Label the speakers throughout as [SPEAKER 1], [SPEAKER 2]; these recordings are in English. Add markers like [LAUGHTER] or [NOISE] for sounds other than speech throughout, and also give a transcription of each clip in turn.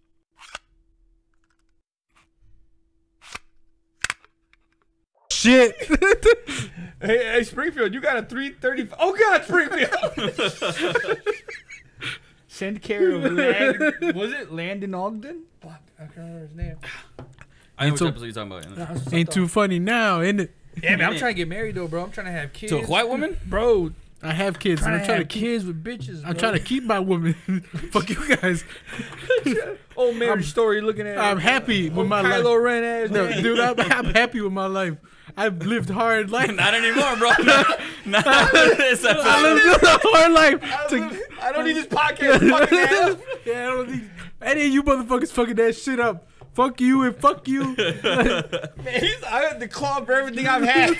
[SPEAKER 1] [LAUGHS] shit.
[SPEAKER 2] Hey, hey, Springfield, you got a 330. Oh, God, Springfield.
[SPEAKER 3] Send care of Land. Was it Landon Ogden?
[SPEAKER 2] Fuck, I can't remember his name.
[SPEAKER 1] I
[SPEAKER 4] Which
[SPEAKER 1] ain't, so,
[SPEAKER 4] episode you talking about?
[SPEAKER 2] I was so
[SPEAKER 1] ain't
[SPEAKER 2] dumb.
[SPEAKER 1] too funny now, ain't it?
[SPEAKER 2] Yeah, man, I'm trying to get married, though, bro. I'm trying to have kids.
[SPEAKER 4] To a white woman?
[SPEAKER 2] Bro,
[SPEAKER 1] I have kids,
[SPEAKER 2] trying
[SPEAKER 1] and
[SPEAKER 2] to
[SPEAKER 1] I'm trying to
[SPEAKER 2] have
[SPEAKER 1] keep.
[SPEAKER 2] kids with bitches.
[SPEAKER 1] I'm
[SPEAKER 2] bro.
[SPEAKER 1] trying to keep my woman. [LAUGHS] Fuck you guys.
[SPEAKER 2] Old marriage story looking at.
[SPEAKER 1] I'm happy with my
[SPEAKER 2] Kylo
[SPEAKER 1] life.
[SPEAKER 2] Ren ass.
[SPEAKER 1] No,
[SPEAKER 2] nigga.
[SPEAKER 1] dude, I'm, I'm happy with my life. I've lived hard [LAUGHS]
[SPEAKER 4] [LAUGHS]
[SPEAKER 1] life.
[SPEAKER 4] Not anymore, bro. Not, not this
[SPEAKER 1] I
[SPEAKER 4] episode.
[SPEAKER 1] lived a hard life. To,
[SPEAKER 2] I don't need this podcast. fucking ass.
[SPEAKER 1] yeah, I don't think any of you motherfuckers fucking that shit up. Fuck you and fuck you.
[SPEAKER 2] Man, he's, I had the claw for everything I've had.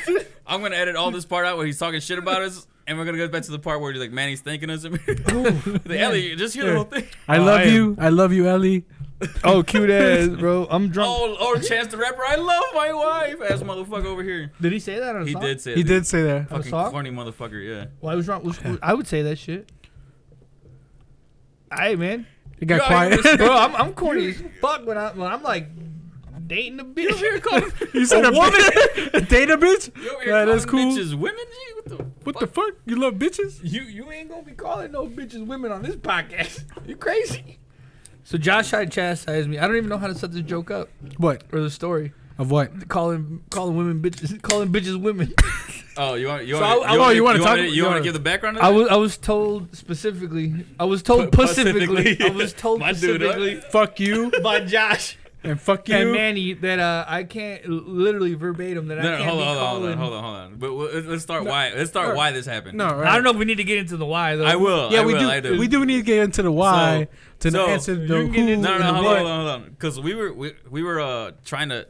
[SPEAKER 4] I'm gonna edit all this part out where he's talking shit about us, and we're gonna go back to the part where he's like, Manny's thanking us. [LAUGHS] the Ellie, just hear the whole thing.
[SPEAKER 1] I
[SPEAKER 3] Oh,
[SPEAKER 1] love
[SPEAKER 3] I am-
[SPEAKER 1] you. I love you, Ellie.
[SPEAKER 3] Oh, cute ass, bro. I'm drunk.
[SPEAKER 4] Oh, or Chance the Rapper, I love my wife, ass motherfucker over here.
[SPEAKER 3] Did he say that on a
[SPEAKER 4] He
[SPEAKER 3] song?
[SPEAKER 4] did say
[SPEAKER 1] He
[SPEAKER 4] that.
[SPEAKER 1] did say that.
[SPEAKER 3] On a
[SPEAKER 4] Fucking
[SPEAKER 3] song?
[SPEAKER 4] corny motherfucker, yeah.
[SPEAKER 3] Why was wrong? was- I would say that shit. Hey man,
[SPEAKER 1] It
[SPEAKER 4] You
[SPEAKER 1] got
[SPEAKER 4] out
[SPEAKER 1] quiet.
[SPEAKER 2] [LAUGHS]
[SPEAKER 1] [LAUGHS]
[SPEAKER 4] here
[SPEAKER 3] bro, I'm I'm corny as fuck when I when I'm like dating a bitch. [LAUGHS]
[SPEAKER 1] You said a woman? a data bitch?
[SPEAKER 4] You over here
[SPEAKER 1] Yeah, that's
[SPEAKER 4] calling
[SPEAKER 1] cool.
[SPEAKER 4] Bitches, women, Gee, what the?
[SPEAKER 1] What the fuck? You love bitches?
[SPEAKER 2] [LAUGHS] You you ain't gonna be calling no bitches women on this podcast. [LAUGHS] You crazy?
[SPEAKER 3] So Josh tried to chastise me. I don't even know how to set this joke up
[SPEAKER 1] What?
[SPEAKER 3] or the story.
[SPEAKER 1] Of what?
[SPEAKER 3] Calling calling women bitches, calling bitches
[SPEAKER 2] [LAUGHS]
[SPEAKER 3] women.
[SPEAKER 4] Oh, you want you
[SPEAKER 3] So
[SPEAKER 4] want
[SPEAKER 3] I- I-
[SPEAKER 1] oh,
[SPEAKER 4] want
[SPEAKER 1] you wanna talk-
[SPEAKER 4] me to-
[SPEAKER 1] you
[SPEAKER 4] you want
[SPEAKER 1] wanna-
[SPEAKER 4] to give the background? Of
[SPEAKER 3] I
[SPEAKER 4] this?
[SPEAKER 3] was I was told specifically. I was told specifically. I
[SPEAKER 2] [LAUGHS]
[SPEAKER 3] was told
[SPEAKER 4] My dude,
[SPEAKER 3] specifically
[SPEAKER 1] Fuck you
[SPEAKER 2] uh, By Josh.
[SPEAKER 1] and fuck you.
[SPEAKER 3] and Manny that uh, I can't literally verbatim that
[SPEAKER 4] No,
[SPEAKER 3] I
[SPEAKER 4] no,
[SPEAKER 3] can't
[SPEAKER 4] hold
[SPEAKER 3] be
[SPEAKER 4] on, hold on, hold
[SPEAKER 3] calling.
[SPEAKER 4] on, hold on, hold on. But well, let's start why. Let's start
[SPEAKER 1] no.
[SPEAKER 4] why this happened.
[SPEAKER 1] no,
[SPEAKER 3] I don't know if we need to get into the why though.
[SPEAKER 4] I will.
[SPEAKER 1] Yeah,
[SPEAKER 4] I
[SPEAKER 1] we
[SPEAKER 4] will,
[SPEAKER 1] do,
[SPEAKER 4] I do.
[SPEAKER 1] We do need to get into the why to
[SPEAKER 4] so-
[SPEAKER 1] answer the
[SPEAKER 3] You can
[SPEAKER 1] who.
[SPEAKER 3] get into-
[SPEAKER 4] No, no, no,
[SPEAKER 1] and
[SPEAKER 4] hold
[SPEAKER 1] what.
[SPEAKER 4] on, hold on, hold on. Because we were we, we were uh trying to.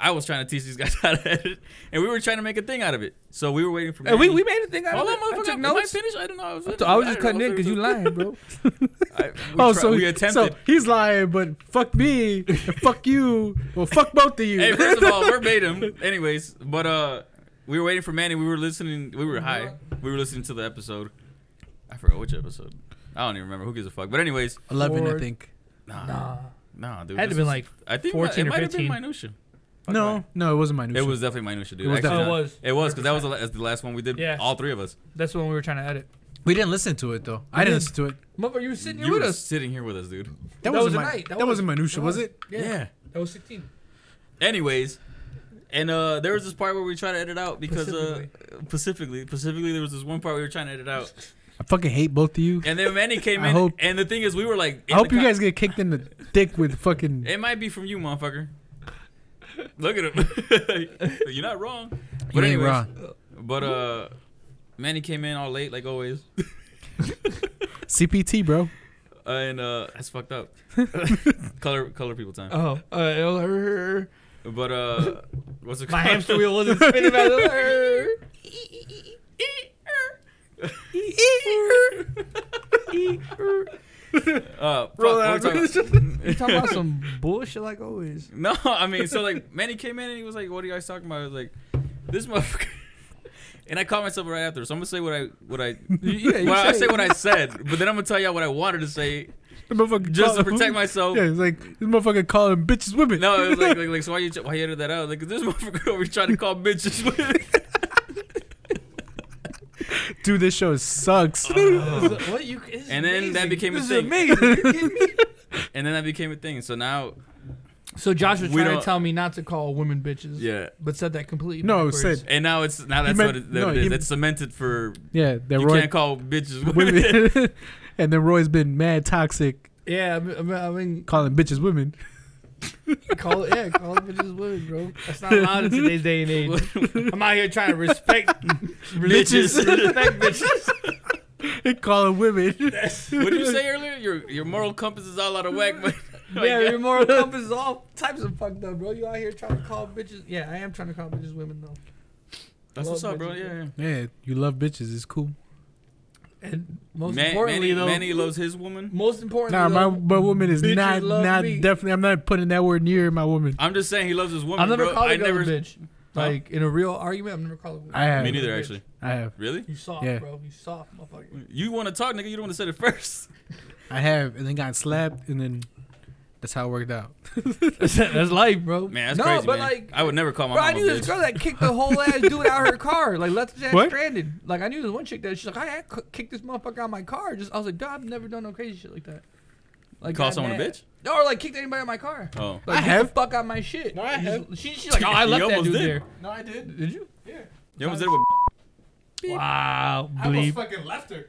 [SPEAKER 4] I was trying to teach these [LAUGHS] guys how to edit, and we were trying to make a thing out of it. So we were waiting for.
[SPEAKER 3] Hey, we
[SPEAKER 4] Manny.
[SPEAKER 3] we made a thing out of
[SPEAKER 4] Hold on,
[SPEAKER 3] it. I
[SPEAKER 4] motherfucker.
[SPEAKER 3] took
[SPEAKER 4] Am I
[SPEAKER 3] notes.
[SPEAKER 4] finished? I didn't know. I was.
[SPEAKER 3] So I was just cutting in because you lying, bro.
[SPEAKER 4] [LAUGHS] I, we
[SPEAKER 1] Oh,
[SPEAKER 4] tried-
[SPEAKER 1] so
[SPEAKER 4] we
[SPEAKER 1] so
[SPEAKER 4] attempted.
[SPEAKER 1] he's lying, but fuck me, and fuck you, well, fuck both of you.
[SPEAKER 4] hey, first of all,
[SPEAKER 3] [LAUGHS]
[SPEAKER 4] verbatim. Anyways, but uh, we were waiting for Manny. We were listening. We were high. We were listening to the episode. I forgot which episode. I don't even remember. Who gives a fuck? But anyways,
[SPEAKER 1] [LAUGHS] eleven, I
[SPEAKER 3] Lord.
[SPEAKER 1] think.
[SPEAKER 4] nah, nah,
[SPEAKER 3] Nah.
[SPEAKER 4] dude.
[SPEAKER 3] Had to
[SPEAKER 4] this
[SPEAKER 3] been
[SPEAKER 4] is-
[SPEAKER 3] like
[SPEAKER 4] I think
[SPEAKER 3] 14
[SPEAKER 4] it
[SPEAKER 3] or
[SPEAKER 4] might have been
[SPEAKER 3] 15.
[SPEAKER 4] minutia. Fuck
[SPEAKER 1] No,
[SPEAKER 4] that.
[SPEAKER 1] no, it wasn't my new
[SPEAKER 4] it
[SPEAKER 1] show.
[SPEAKER 4] was definitely minutia, dude.
[SPEAKER 1] It was
[SPEAKER 4] Actually,
[SPEAKER 1] definitely-
[SPEAKER 4] not-
[SPEAKER 3] Oh, it was.
[SPEAKER 4] It was because that was the, la- that's the last one we did.
[SPEAKER 3] Yeah.
[SPEAKER 4] All three of us.
[SPEAKER 3] That's the one we were trying to edit.
[SPEAKER 1] We didn't listen to it though. I didn't listen to it.
[SPEAKER 3] Motherfucker, you were sitting
[SPEAKER 4] You
[SPEAKER 3] here with
[SPEAKER 4] were
[SPEAKER 3] us.
[SPEAKER 4] sitting here with us, dude.
[SPEAKER 1] That,
[SPEAKER 3] That
[SPEAKER 1] wasn't
[SPEAKER 3] was a
[SPEAKER 1] my,
[SPEAKER 3] night.
[SPEAKER 1] That,
[SPEAKER 3] That
[SPEAKER 1] wasn't
[SPEAKER 3] was-
[SPEAKER 1] minutia,
[SPEAKER 3] that
[SPEAKER 1] was
[SPEAKER 3] was-
[SPEAKER 1] it?
[SPEAKER 3] That was 16.
[SPEAKER 4] Anyways, and uh, there was this part where we tried to edit out because uh, specifically, specifically, there was this one part we were trying to edit out,
[SPEAKER 1] I fucking hate both of you.
[SPEAKER 4] and
[SPEAKER 1] [LAUGHS]
[SPEAKER 4] then Manny came
[SPEAKER 1] I
[SPEAKER 4] in,
[SPEAKER 1] hope-
[SPEAKER 4] and the thing is, we were like,
[SPEAKER 1] I
[SPEAKER 4] in
[SPEAKER 1] hope
[SPEAKER 4] the
[SPEAKER 1] you
[SPEAKER 4] co-
[SPEAKER 1] guys get kicked in the dick with fucking.
[SPEAKER 4] [LAUGHS] It might be from you,
[SPEAKER 1] [LAUGHS]
[SPEAKER 4] motherfucker. Look at him. [LAUGHS] You're not wrong. But
[SPEAKER 1] You ain't
[SPEAKER 4] anyways,
[SPEAKER 1] wrong.
[SPEAKER 4] but uh, Manny came in all late, like always,
[SPEAKER 1] CPT, bro.
[SPEAKER 4] and uh, that's
[SPEAKER 1] [LAUGHS]
[SPEAKER 4] fucked up. [LAUGHS] color, color people time.
[SPEAKER 3] Oh, uh,
[SPEAKER 4] But uh, what's it
[SPEAKER 3] my
[SPEAKER 4] called?
[SPEAKER 3] hamster wheel
[SPEAKER 4] [LAUGHS]
[SPEAKER 3] wasn't spinning. back.
[SPEAKER 4] uh, fuck,
[SPEAKER 3] Roll
[SPEAKER 4] what
[SPEAKER 3] out.
[SPEAKER 4] we talking about?
[SPEAKER 3] You talking about some bullshit like always?
[SPEAKER 4] [LAUGHS] No, I mean, so like Manny came in and he was like, "What are you guys talking about?" I was like, "This motherfucker." [LAUGHS] And I caught myself right after, so I'm gonna say what I what I
[SPEAKER 3] yeah, you
[SPEAKER 4] well, I
[SPEAKER 3] said
[SPEAKER 4] say
[SPEAKER 3] it.
[SPEAKER 4] what I said, but then I'm gonna tell y'all what I wanted to say
[SPEAKER 1] The motherfucker
[SPEAKER 4] just to
[SPEAKER 1] call-
[SPEAKER 4] protect myself.
[SPEAKER 1] Yeah, it's like this motherfucker calling bitches women.
[SPEAKER 4] No, it was like, like, like so why you why you edit that out? Like this [LAUGHS] motherfucker over here trying to call bitches.
[SPEAKER 1] dude, this show sucks.
[SPEAKER 3] what you? this is
[SPEAKER 4] Uh, And then that
[SPEAKER 3] amazing.
[SPEAKER 4] became a
[SPEAKER 3] This is
[SPEAKER 4] thing.
[SPEAKER 3] amazing. You
[SPEAKER 4] [LAUGHS]
[SPEAKER 3] kidding me?
[SPEAKER 4] and then that became a thing. So now,
[SPEAKER 3] So Josh was
[SPEAKER 4] We
[SPEAKER 3] trying
[SPEAKER 4] don't-
[SPEAKER 3] to tell me not to call women bitches.
[SPEAKER 4] yeah,
[SPEAKER 3] But said that completely.
[SPEAKER 1] No, it
[SPEAKER 3] backwards.
[SPEAKER 1] said-
[SPEAKER 4] and now it's now that's
[SPEAKER 1] meant-
[SPEAKER 4] what it, that
[SPEAKER 1] no,
[SPEAKER 4] it is.
[SPEAKER 1] he-
[SPEAKER 4] That's cemented for
[SPEAKER 1] yeah, that
[SPEAKER 4] you
[SPEAKER 1] Roy.
[SPEAKER 4] can't call
[SPEAKER 5] [LAUGHS]
[SPEAKER 4] bitches [LAUGHS] women.
[SPEAKER 1] women. [LAUGHS] and then Roy's been mad toxic,
[SPEAKER 3] Yeah, I mean, I mean- I mean
[SPEAKER 1] calling bitches women.
[SPEAKER 3] call it. Yeah, call [LAUGHS] it bitches women, bro. That's not allowed in today's day and age. I'm out here trying to
[SPEAKER 4] [LAUGHS]
[SPEAKER 3] respect
[SPEAKER 4] Bitches.
[SPEAKER 3] respect
[SPEAKER 4] [LAUGHS]
[SPEAKER 3] bitches.
[SPEAKER 1] and calling women.
[SPEAKER 4] what did
[SPEAKER 5] [LAUGHS]
[SPEAKER 4] you say earlier? Your your moral compass is all out of whack. But [LAUGHS]
[SPEAKER 3] Yeah, your moral compass is all types of fucked up, bro. You out here trying to call bitches? Yeah, I am trying to call bitches women though.
[SPEAKER 4] that's what's
[SPEAKER 3] Love
[SPEAKER 4] up, bro.
[SPEAKER 3] bitches.
[SPEAKER 4] Yeah, yeah.
[SPEAKER 1] [LAUGHS] Yeah, you love bitches. It's cool.
[SPEAKER 3] And most
[SPEAKER 4] Man,
[SPEAKER 3] importantly,
[SPEAKER 4] Manny,
[SPEAKER 3] though,
[SPEAKER 4] Manny loves his woman.
[SPEAKER 3] most importantly,
[SPEAKER 1] Nah, my,
[SPEAKER 3] though,
[SPEAKER 1] my woman is
[SPEAKER 3] bitches
[SPEAKER 1] not
[SPEAKER 3] love
[SPEAKER 1] not
[SPEAKER 3] me.
[SPEAKER 1] definitely. I'm not putting that word near my woman.
[SPEAKER 4] I'm just saying he loves his woman.
[SPEAKER 3] I've never
[SPEAKER 4] bro.
[SPEAKER 3] called a
[SPEAKER 4] I
[SPEAKER 3] girl
[SPEAKER 4] never.
[SPEAKER 3] a bitch. Like in a real argument, I've never called. a
[SPEAKER 1] I have.
[SPEAKER 4] Me
[SPEAKER 1] bitch.
[SPEAKER 4] neither,
[SPEAKER 3] bitch.
[SPEAKER 4] actually.
[SPEAKER 1] I have,
[SPEAKER 4] Really?
[SPEAKER 3] You soft,
[SPEAKER 1] Yeah.
[SPEAKER 3] bro. You soft, motherfucker.
[SPEAKER 4] You want to talk, nigga? You don't want to say it first.
[SPEAKER 1] I have, and then got slapped, and then That's how it worked out.
[SPEAKER 3] That's, that's life, bro.
[SPEAKER 4] [LAUGHS] Man, that's
[SPEAKER 5] No,
[SPEAKER 4] crazy,
[SPEAKER 5] but,
[SPEAKER 4] man.
[SPEAKER 5] like,
[SPEAKER 4] I would never call my
[SPEAKER 5] Bro, I
[SPEAKER 4] mom a
[SPEAKER 5] knew this
[SPEAKER 4] bitch.
[SPEAKER 5] girl that kicked the whole
[SPEAKER 4] [LAUGHS]
[SPEAKER 5] ass dude out of her car. Like left his ass
[SPEAKER 1] What?
[SPEAKER 5] stranded. Like I knew this one chick that she's like, I had c- kicked this motherfucker out of my car. Just I was like, dude, I've never done no crazy shit like that. Like
[SPEAKER 4] Call
[SPEAKER 5] got
[SPEAKER 4] someone a
[SPEAKER 5] mad.
[SPEAKER 4] bitch?
[SPEAKER 5] No, or like kicked anybody out of my car.
[SPEAKER 4] Oh.
[SPEAKER 5] Like,
[SPEAKER 1] I
[SPEAKER 5] get
[SPEAKER 1] have.
[SPEAKER 5] the fuck out of my shit.
[SPEAKER 3] No, I
[SPEAKER 5] Just-
[SPEAKER 3] have.
[SPEAKER 5] She, she's like, oh, I
[SPEAKER 4] You [LAUGHS]
[SPEAKER 5] left that
[SPEAKER 4] almost
[SPEAKER 5] dude
[SPEAKER 4] did.
[SPEAKER 5] there.
[SPEAKER 6] No, I did.
[SPEAKER 5] Did you?
[SPEAKER 6] Yeah.
[SPEAKER 4] You almost did it with [LAUGHS]
[SPEAKER 3] Wow,
[SPEAKER 6] I almost
[SPEAKER 3] bleep.
[SPEAKER 6] fucking left her.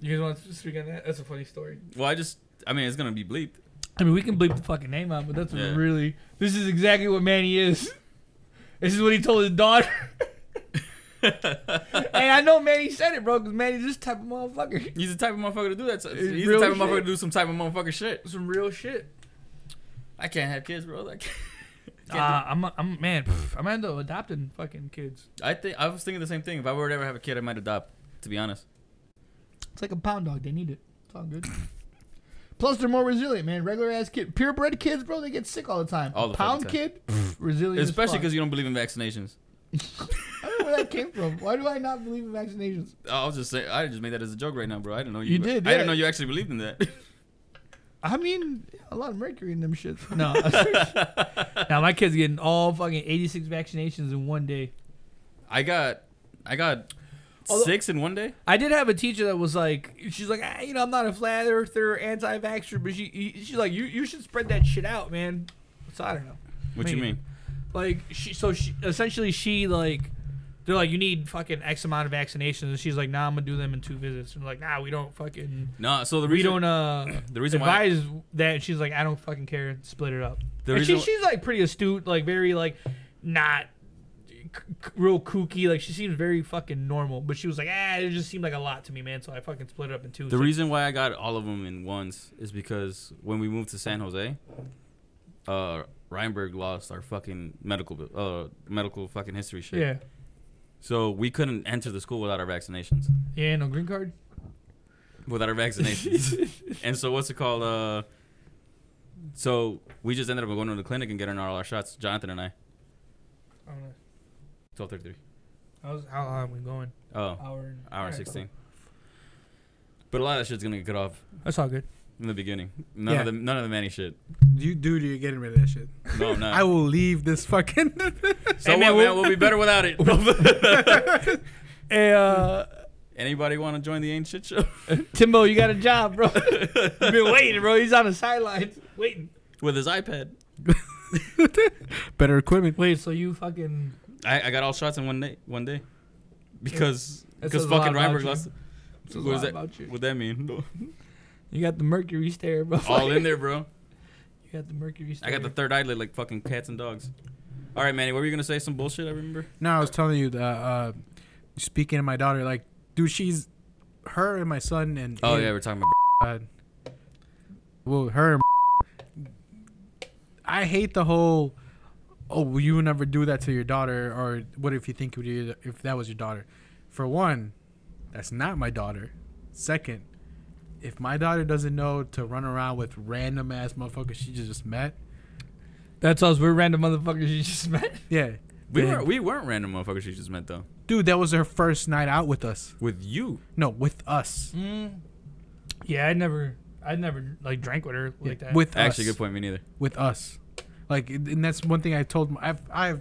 [SPEAKER 3] You guys want to speak on that? That's a funny story.
[SPEAKER 4] Well, I just, I mean, it's going to be bleeped.
[SPEAKER 3] I mean, we can bleep the fucking name out, but that's what
[SPEAKER 4] Yeah.
[SPEAKER 3] really. This is exactly what Manny is. This is what he told his
[SPEAKER 4] [LAUGHS]
[SPEAKER 3] daughter. hey, I know Manny said it, bro, because Manny's this type of motherfucker.
[SPEAKER 4] He's the type of motherfucker to do that. He's
[SPEAKER 3] real
[SPEAKER 4] the type of motherfucker
[SPEAKER 3] shit.
[SPEAKER 4] to do some type of motherfucker shit.
[SPEAKER 3] Some real shit.
[SPEAKER 4] I can't have kids, bro. I, can't,
[SPEAKER 3] Uh, I'm, I'm, man, pff, I'm into adopting fucking kids.
[SPEAKER 4] [LAUGHS] I think I was thinking the same thing. If I were to ever have a kid, I might adopt. To be honest,
[SPEAKER 3] It's like a pound dog. They need it. It's all good. Plus, they're more resilient, man. Regular ass kid, purebred kids, bro, they get sick all the time.
[SPEAKER 4] All the
[SPEAKER 3] pound
[SPEAKER 4] fucking
[SPEAKER 3] kid, pff, resilient. as
[SPEAKER 4] especially
[SPEAKER 3] fuck.
[SPEAKER 4] because you don't believe in vaccinations.
[SPEAKER 3] I don't know where that came from. Why do I not believe in vaccinations?
[SPEAKER 4] I was just saying, I just made that as a joke right now, bro. I didn't know you.
[SPEAKER 3] You did,
[SPEAKER 4] I
[SPEAKER 3] yeah.
[SPEAKER 4] didn't know you actually believed in that. [LAUGHS]
[SPEAKER 3] I mean, a lot of mercury in them shits. [LAUGHS] No. now my kid's getting all fucking 86 vaccinations in one day.
[SPEAKER 4] I got, I got
[SPEAKER 3] Although-
[SPEAKER 4] six in one day.
[SPEAKER 3] I did have a teacher that was like, she's like, ah, you know, I'm not a flat earther, anti-vaxxer, but she, e, she's like, you, you should spread that shit out, man. So I don't know.
[SPEAKER 4] What you
[SPEAKER 3] Man.
[SPEAKER 4] mean?
[SPEAKER 3] Like she, so she essentially she like, they're like, you need fucking X amount of vaccinations, and she's like, nah, I'm gonna do them in two visits, and like, nah, we don't fucking,
[SPEAKER 4] No, so the
[SPEAKER 3] we
[SPEAKER 4] reason
[SPEAKER 3] don't uh
[SPEAKER 4] the reason why
[SPEAKER 3] advise that. And she's like, I don't fucking care, split it up.
[SPEAKER 4] the
[SPEAKER 3] and
[SPEAKER 4] reason
[SPEAKER 3] she,
[SPEAKER 4] why-
[SPEAKER 3] she's like pretty astute, like very like not c- c- real kooky. Like she seems very fucking normal, but she was like, ah, it just seemed like a lot to me, man. So I fucking split it up in two.
[SPEAKER 4] The
[SPEAKER 3] So-
[SPEAKER 4] reason why I got all of them in ones is because when we moved to San Jose, uh, Reinberg lost our fucking medical, bill- uh, medical fucking history shit.
[SPEAKER 3] yeah,
[SPEAKER 4] So we couldn't enter the school without our vaccinations,
[SPEAKER 3] yeah, no green card.
[SPEAKER 4] without
[SPEAKER 3] [LAUGHS]
[SPEAKER 4] our vaccinations. and so what's it called? Uh, so we just ended up going to the clinic and getting all our shots. Jonathan and I,
[SPEAKER 3] I don't know.
[SPEAKER 4] twelve thirty three.
[SPEAKER 3] How's, how long are we going?
[SPEAKER 4] Oh,
[SPEAKER 3] Hour. and-
[SPEAKER 4] hour
[SPEAKER 3] alright,
[SPEAKER 4] and sixteen. But a lot of that shit's gonna get cut off
[SPEAKER 3] cool. That's
[SPEAKER 4] [LAUGHS]
[SPEAKER 3] all good. [LAUGHS]
[SPEAKER 4] in the beginning. None
[SPEAKER 1] Yeah.
[SPEAKER 4] of the none of the Manny shit.
[SPEAKER 1] You dude, you're getting rid of that shit.
[SPEAKER 3] [LAUGHS]
[SPEAKER 4] No, no.
[SPEAKER 1] I will leave this fucking. [LAUGHS]
[SPEAKER 4] so
[SPEAKER 3] Hey, man,
[SPEAKER 4] what,
[SPEAKER 3] we'll-
[SPEAKER 4] man, we'll be better without
[SPEAKER 3] [LAUGHS]
[SPEAKER 4] it.
[SPEAKER 3] Hey, uh,
[SPEAKER 4] Anybody want to join the ain't shit show? [LAUGHS]
[SPEAKER 3] Timbo, you got a job, bro. [LAUGHS] You've been waiting, bro. He's on the sidelines waiting.
[SPEAKER 4] With his iPad.
[SPEAKER 1] Better equipment.
[SPEAKER 3] Wait, so you fucking
[SPEAKER 4] I, I got all shots in one day. One day. Because
[SPEAKER 3] That
[SPEAKER 4] because
[SPEAKER 3] says a lot
[SPEAKER 4] fucking
[SPEAKER 3] about
[SPEAKER 4] Reinberg
[SPEAKER 3] you.
[SPEAKER 4] lost.
[SPEAKER 3] says a
[SPEAKER 4] What
[SPEAKER 3] lot
[SPEAKER 4] does that?
[SPEAKER 3] about you.
[SPEAKER 4] What
[SPEAKER 3] [LAUGHS]
[SPEAKER 4] that mean?
[SPEAKER 3] you got the mercury stare, bro.
[SPEAKER 4] all in there, bro.
[SPEAKER 3] You got the mercury stare.
[SPEAKER 4] Oh. I got the third eyelid like fucking cats and dogs. All right, Manny, what were you gonna say? Some bullshit. I remember.
[SPEAKER 1] No, I was telling you that uh, speaking of my daughter, like, dude, she's her and my son and
[SPEAKER 4] Oh
[SPEAKER 1] and,
[SPEAKER 4] yeah, we're talking about.
[SPEAKER 1] uh, well, her. And [LAUGHS] I hate the whole. Oh, will you never do that to your daughter? Or what if you think you did if that was your daughter? For one, that's not my daughter. Second, if my daughter doesn't know to run around with random ass motherfuckers she just met,
[SPEAKER 3] That's us. We're random motherfuckers you just [LAUGHS] met.
[SPEAKER 1] yeah,
[SPEAKER 4] [LAUGHS] We
[SPEAKER 1] then-
[SPEAKER 4] weren't we weren't random motherfuckers. She just met though.
[SPEAKER 1] dude, that was her first night out with us.
[SPEAKER 4] With you.
[SPEAKER 1] No, with us.
[SPEAKER 3] Yeah, I never, I never like drank with her Mm, like that.
[SPEAKER 1] With
[SPEAKER 4] Actually,
[SPEAKER 1] us.
[SPEAKER 4] good point. Me neither.
[SPEAKER 1] with us. Like, and that's one thing I told. my- I've, I've,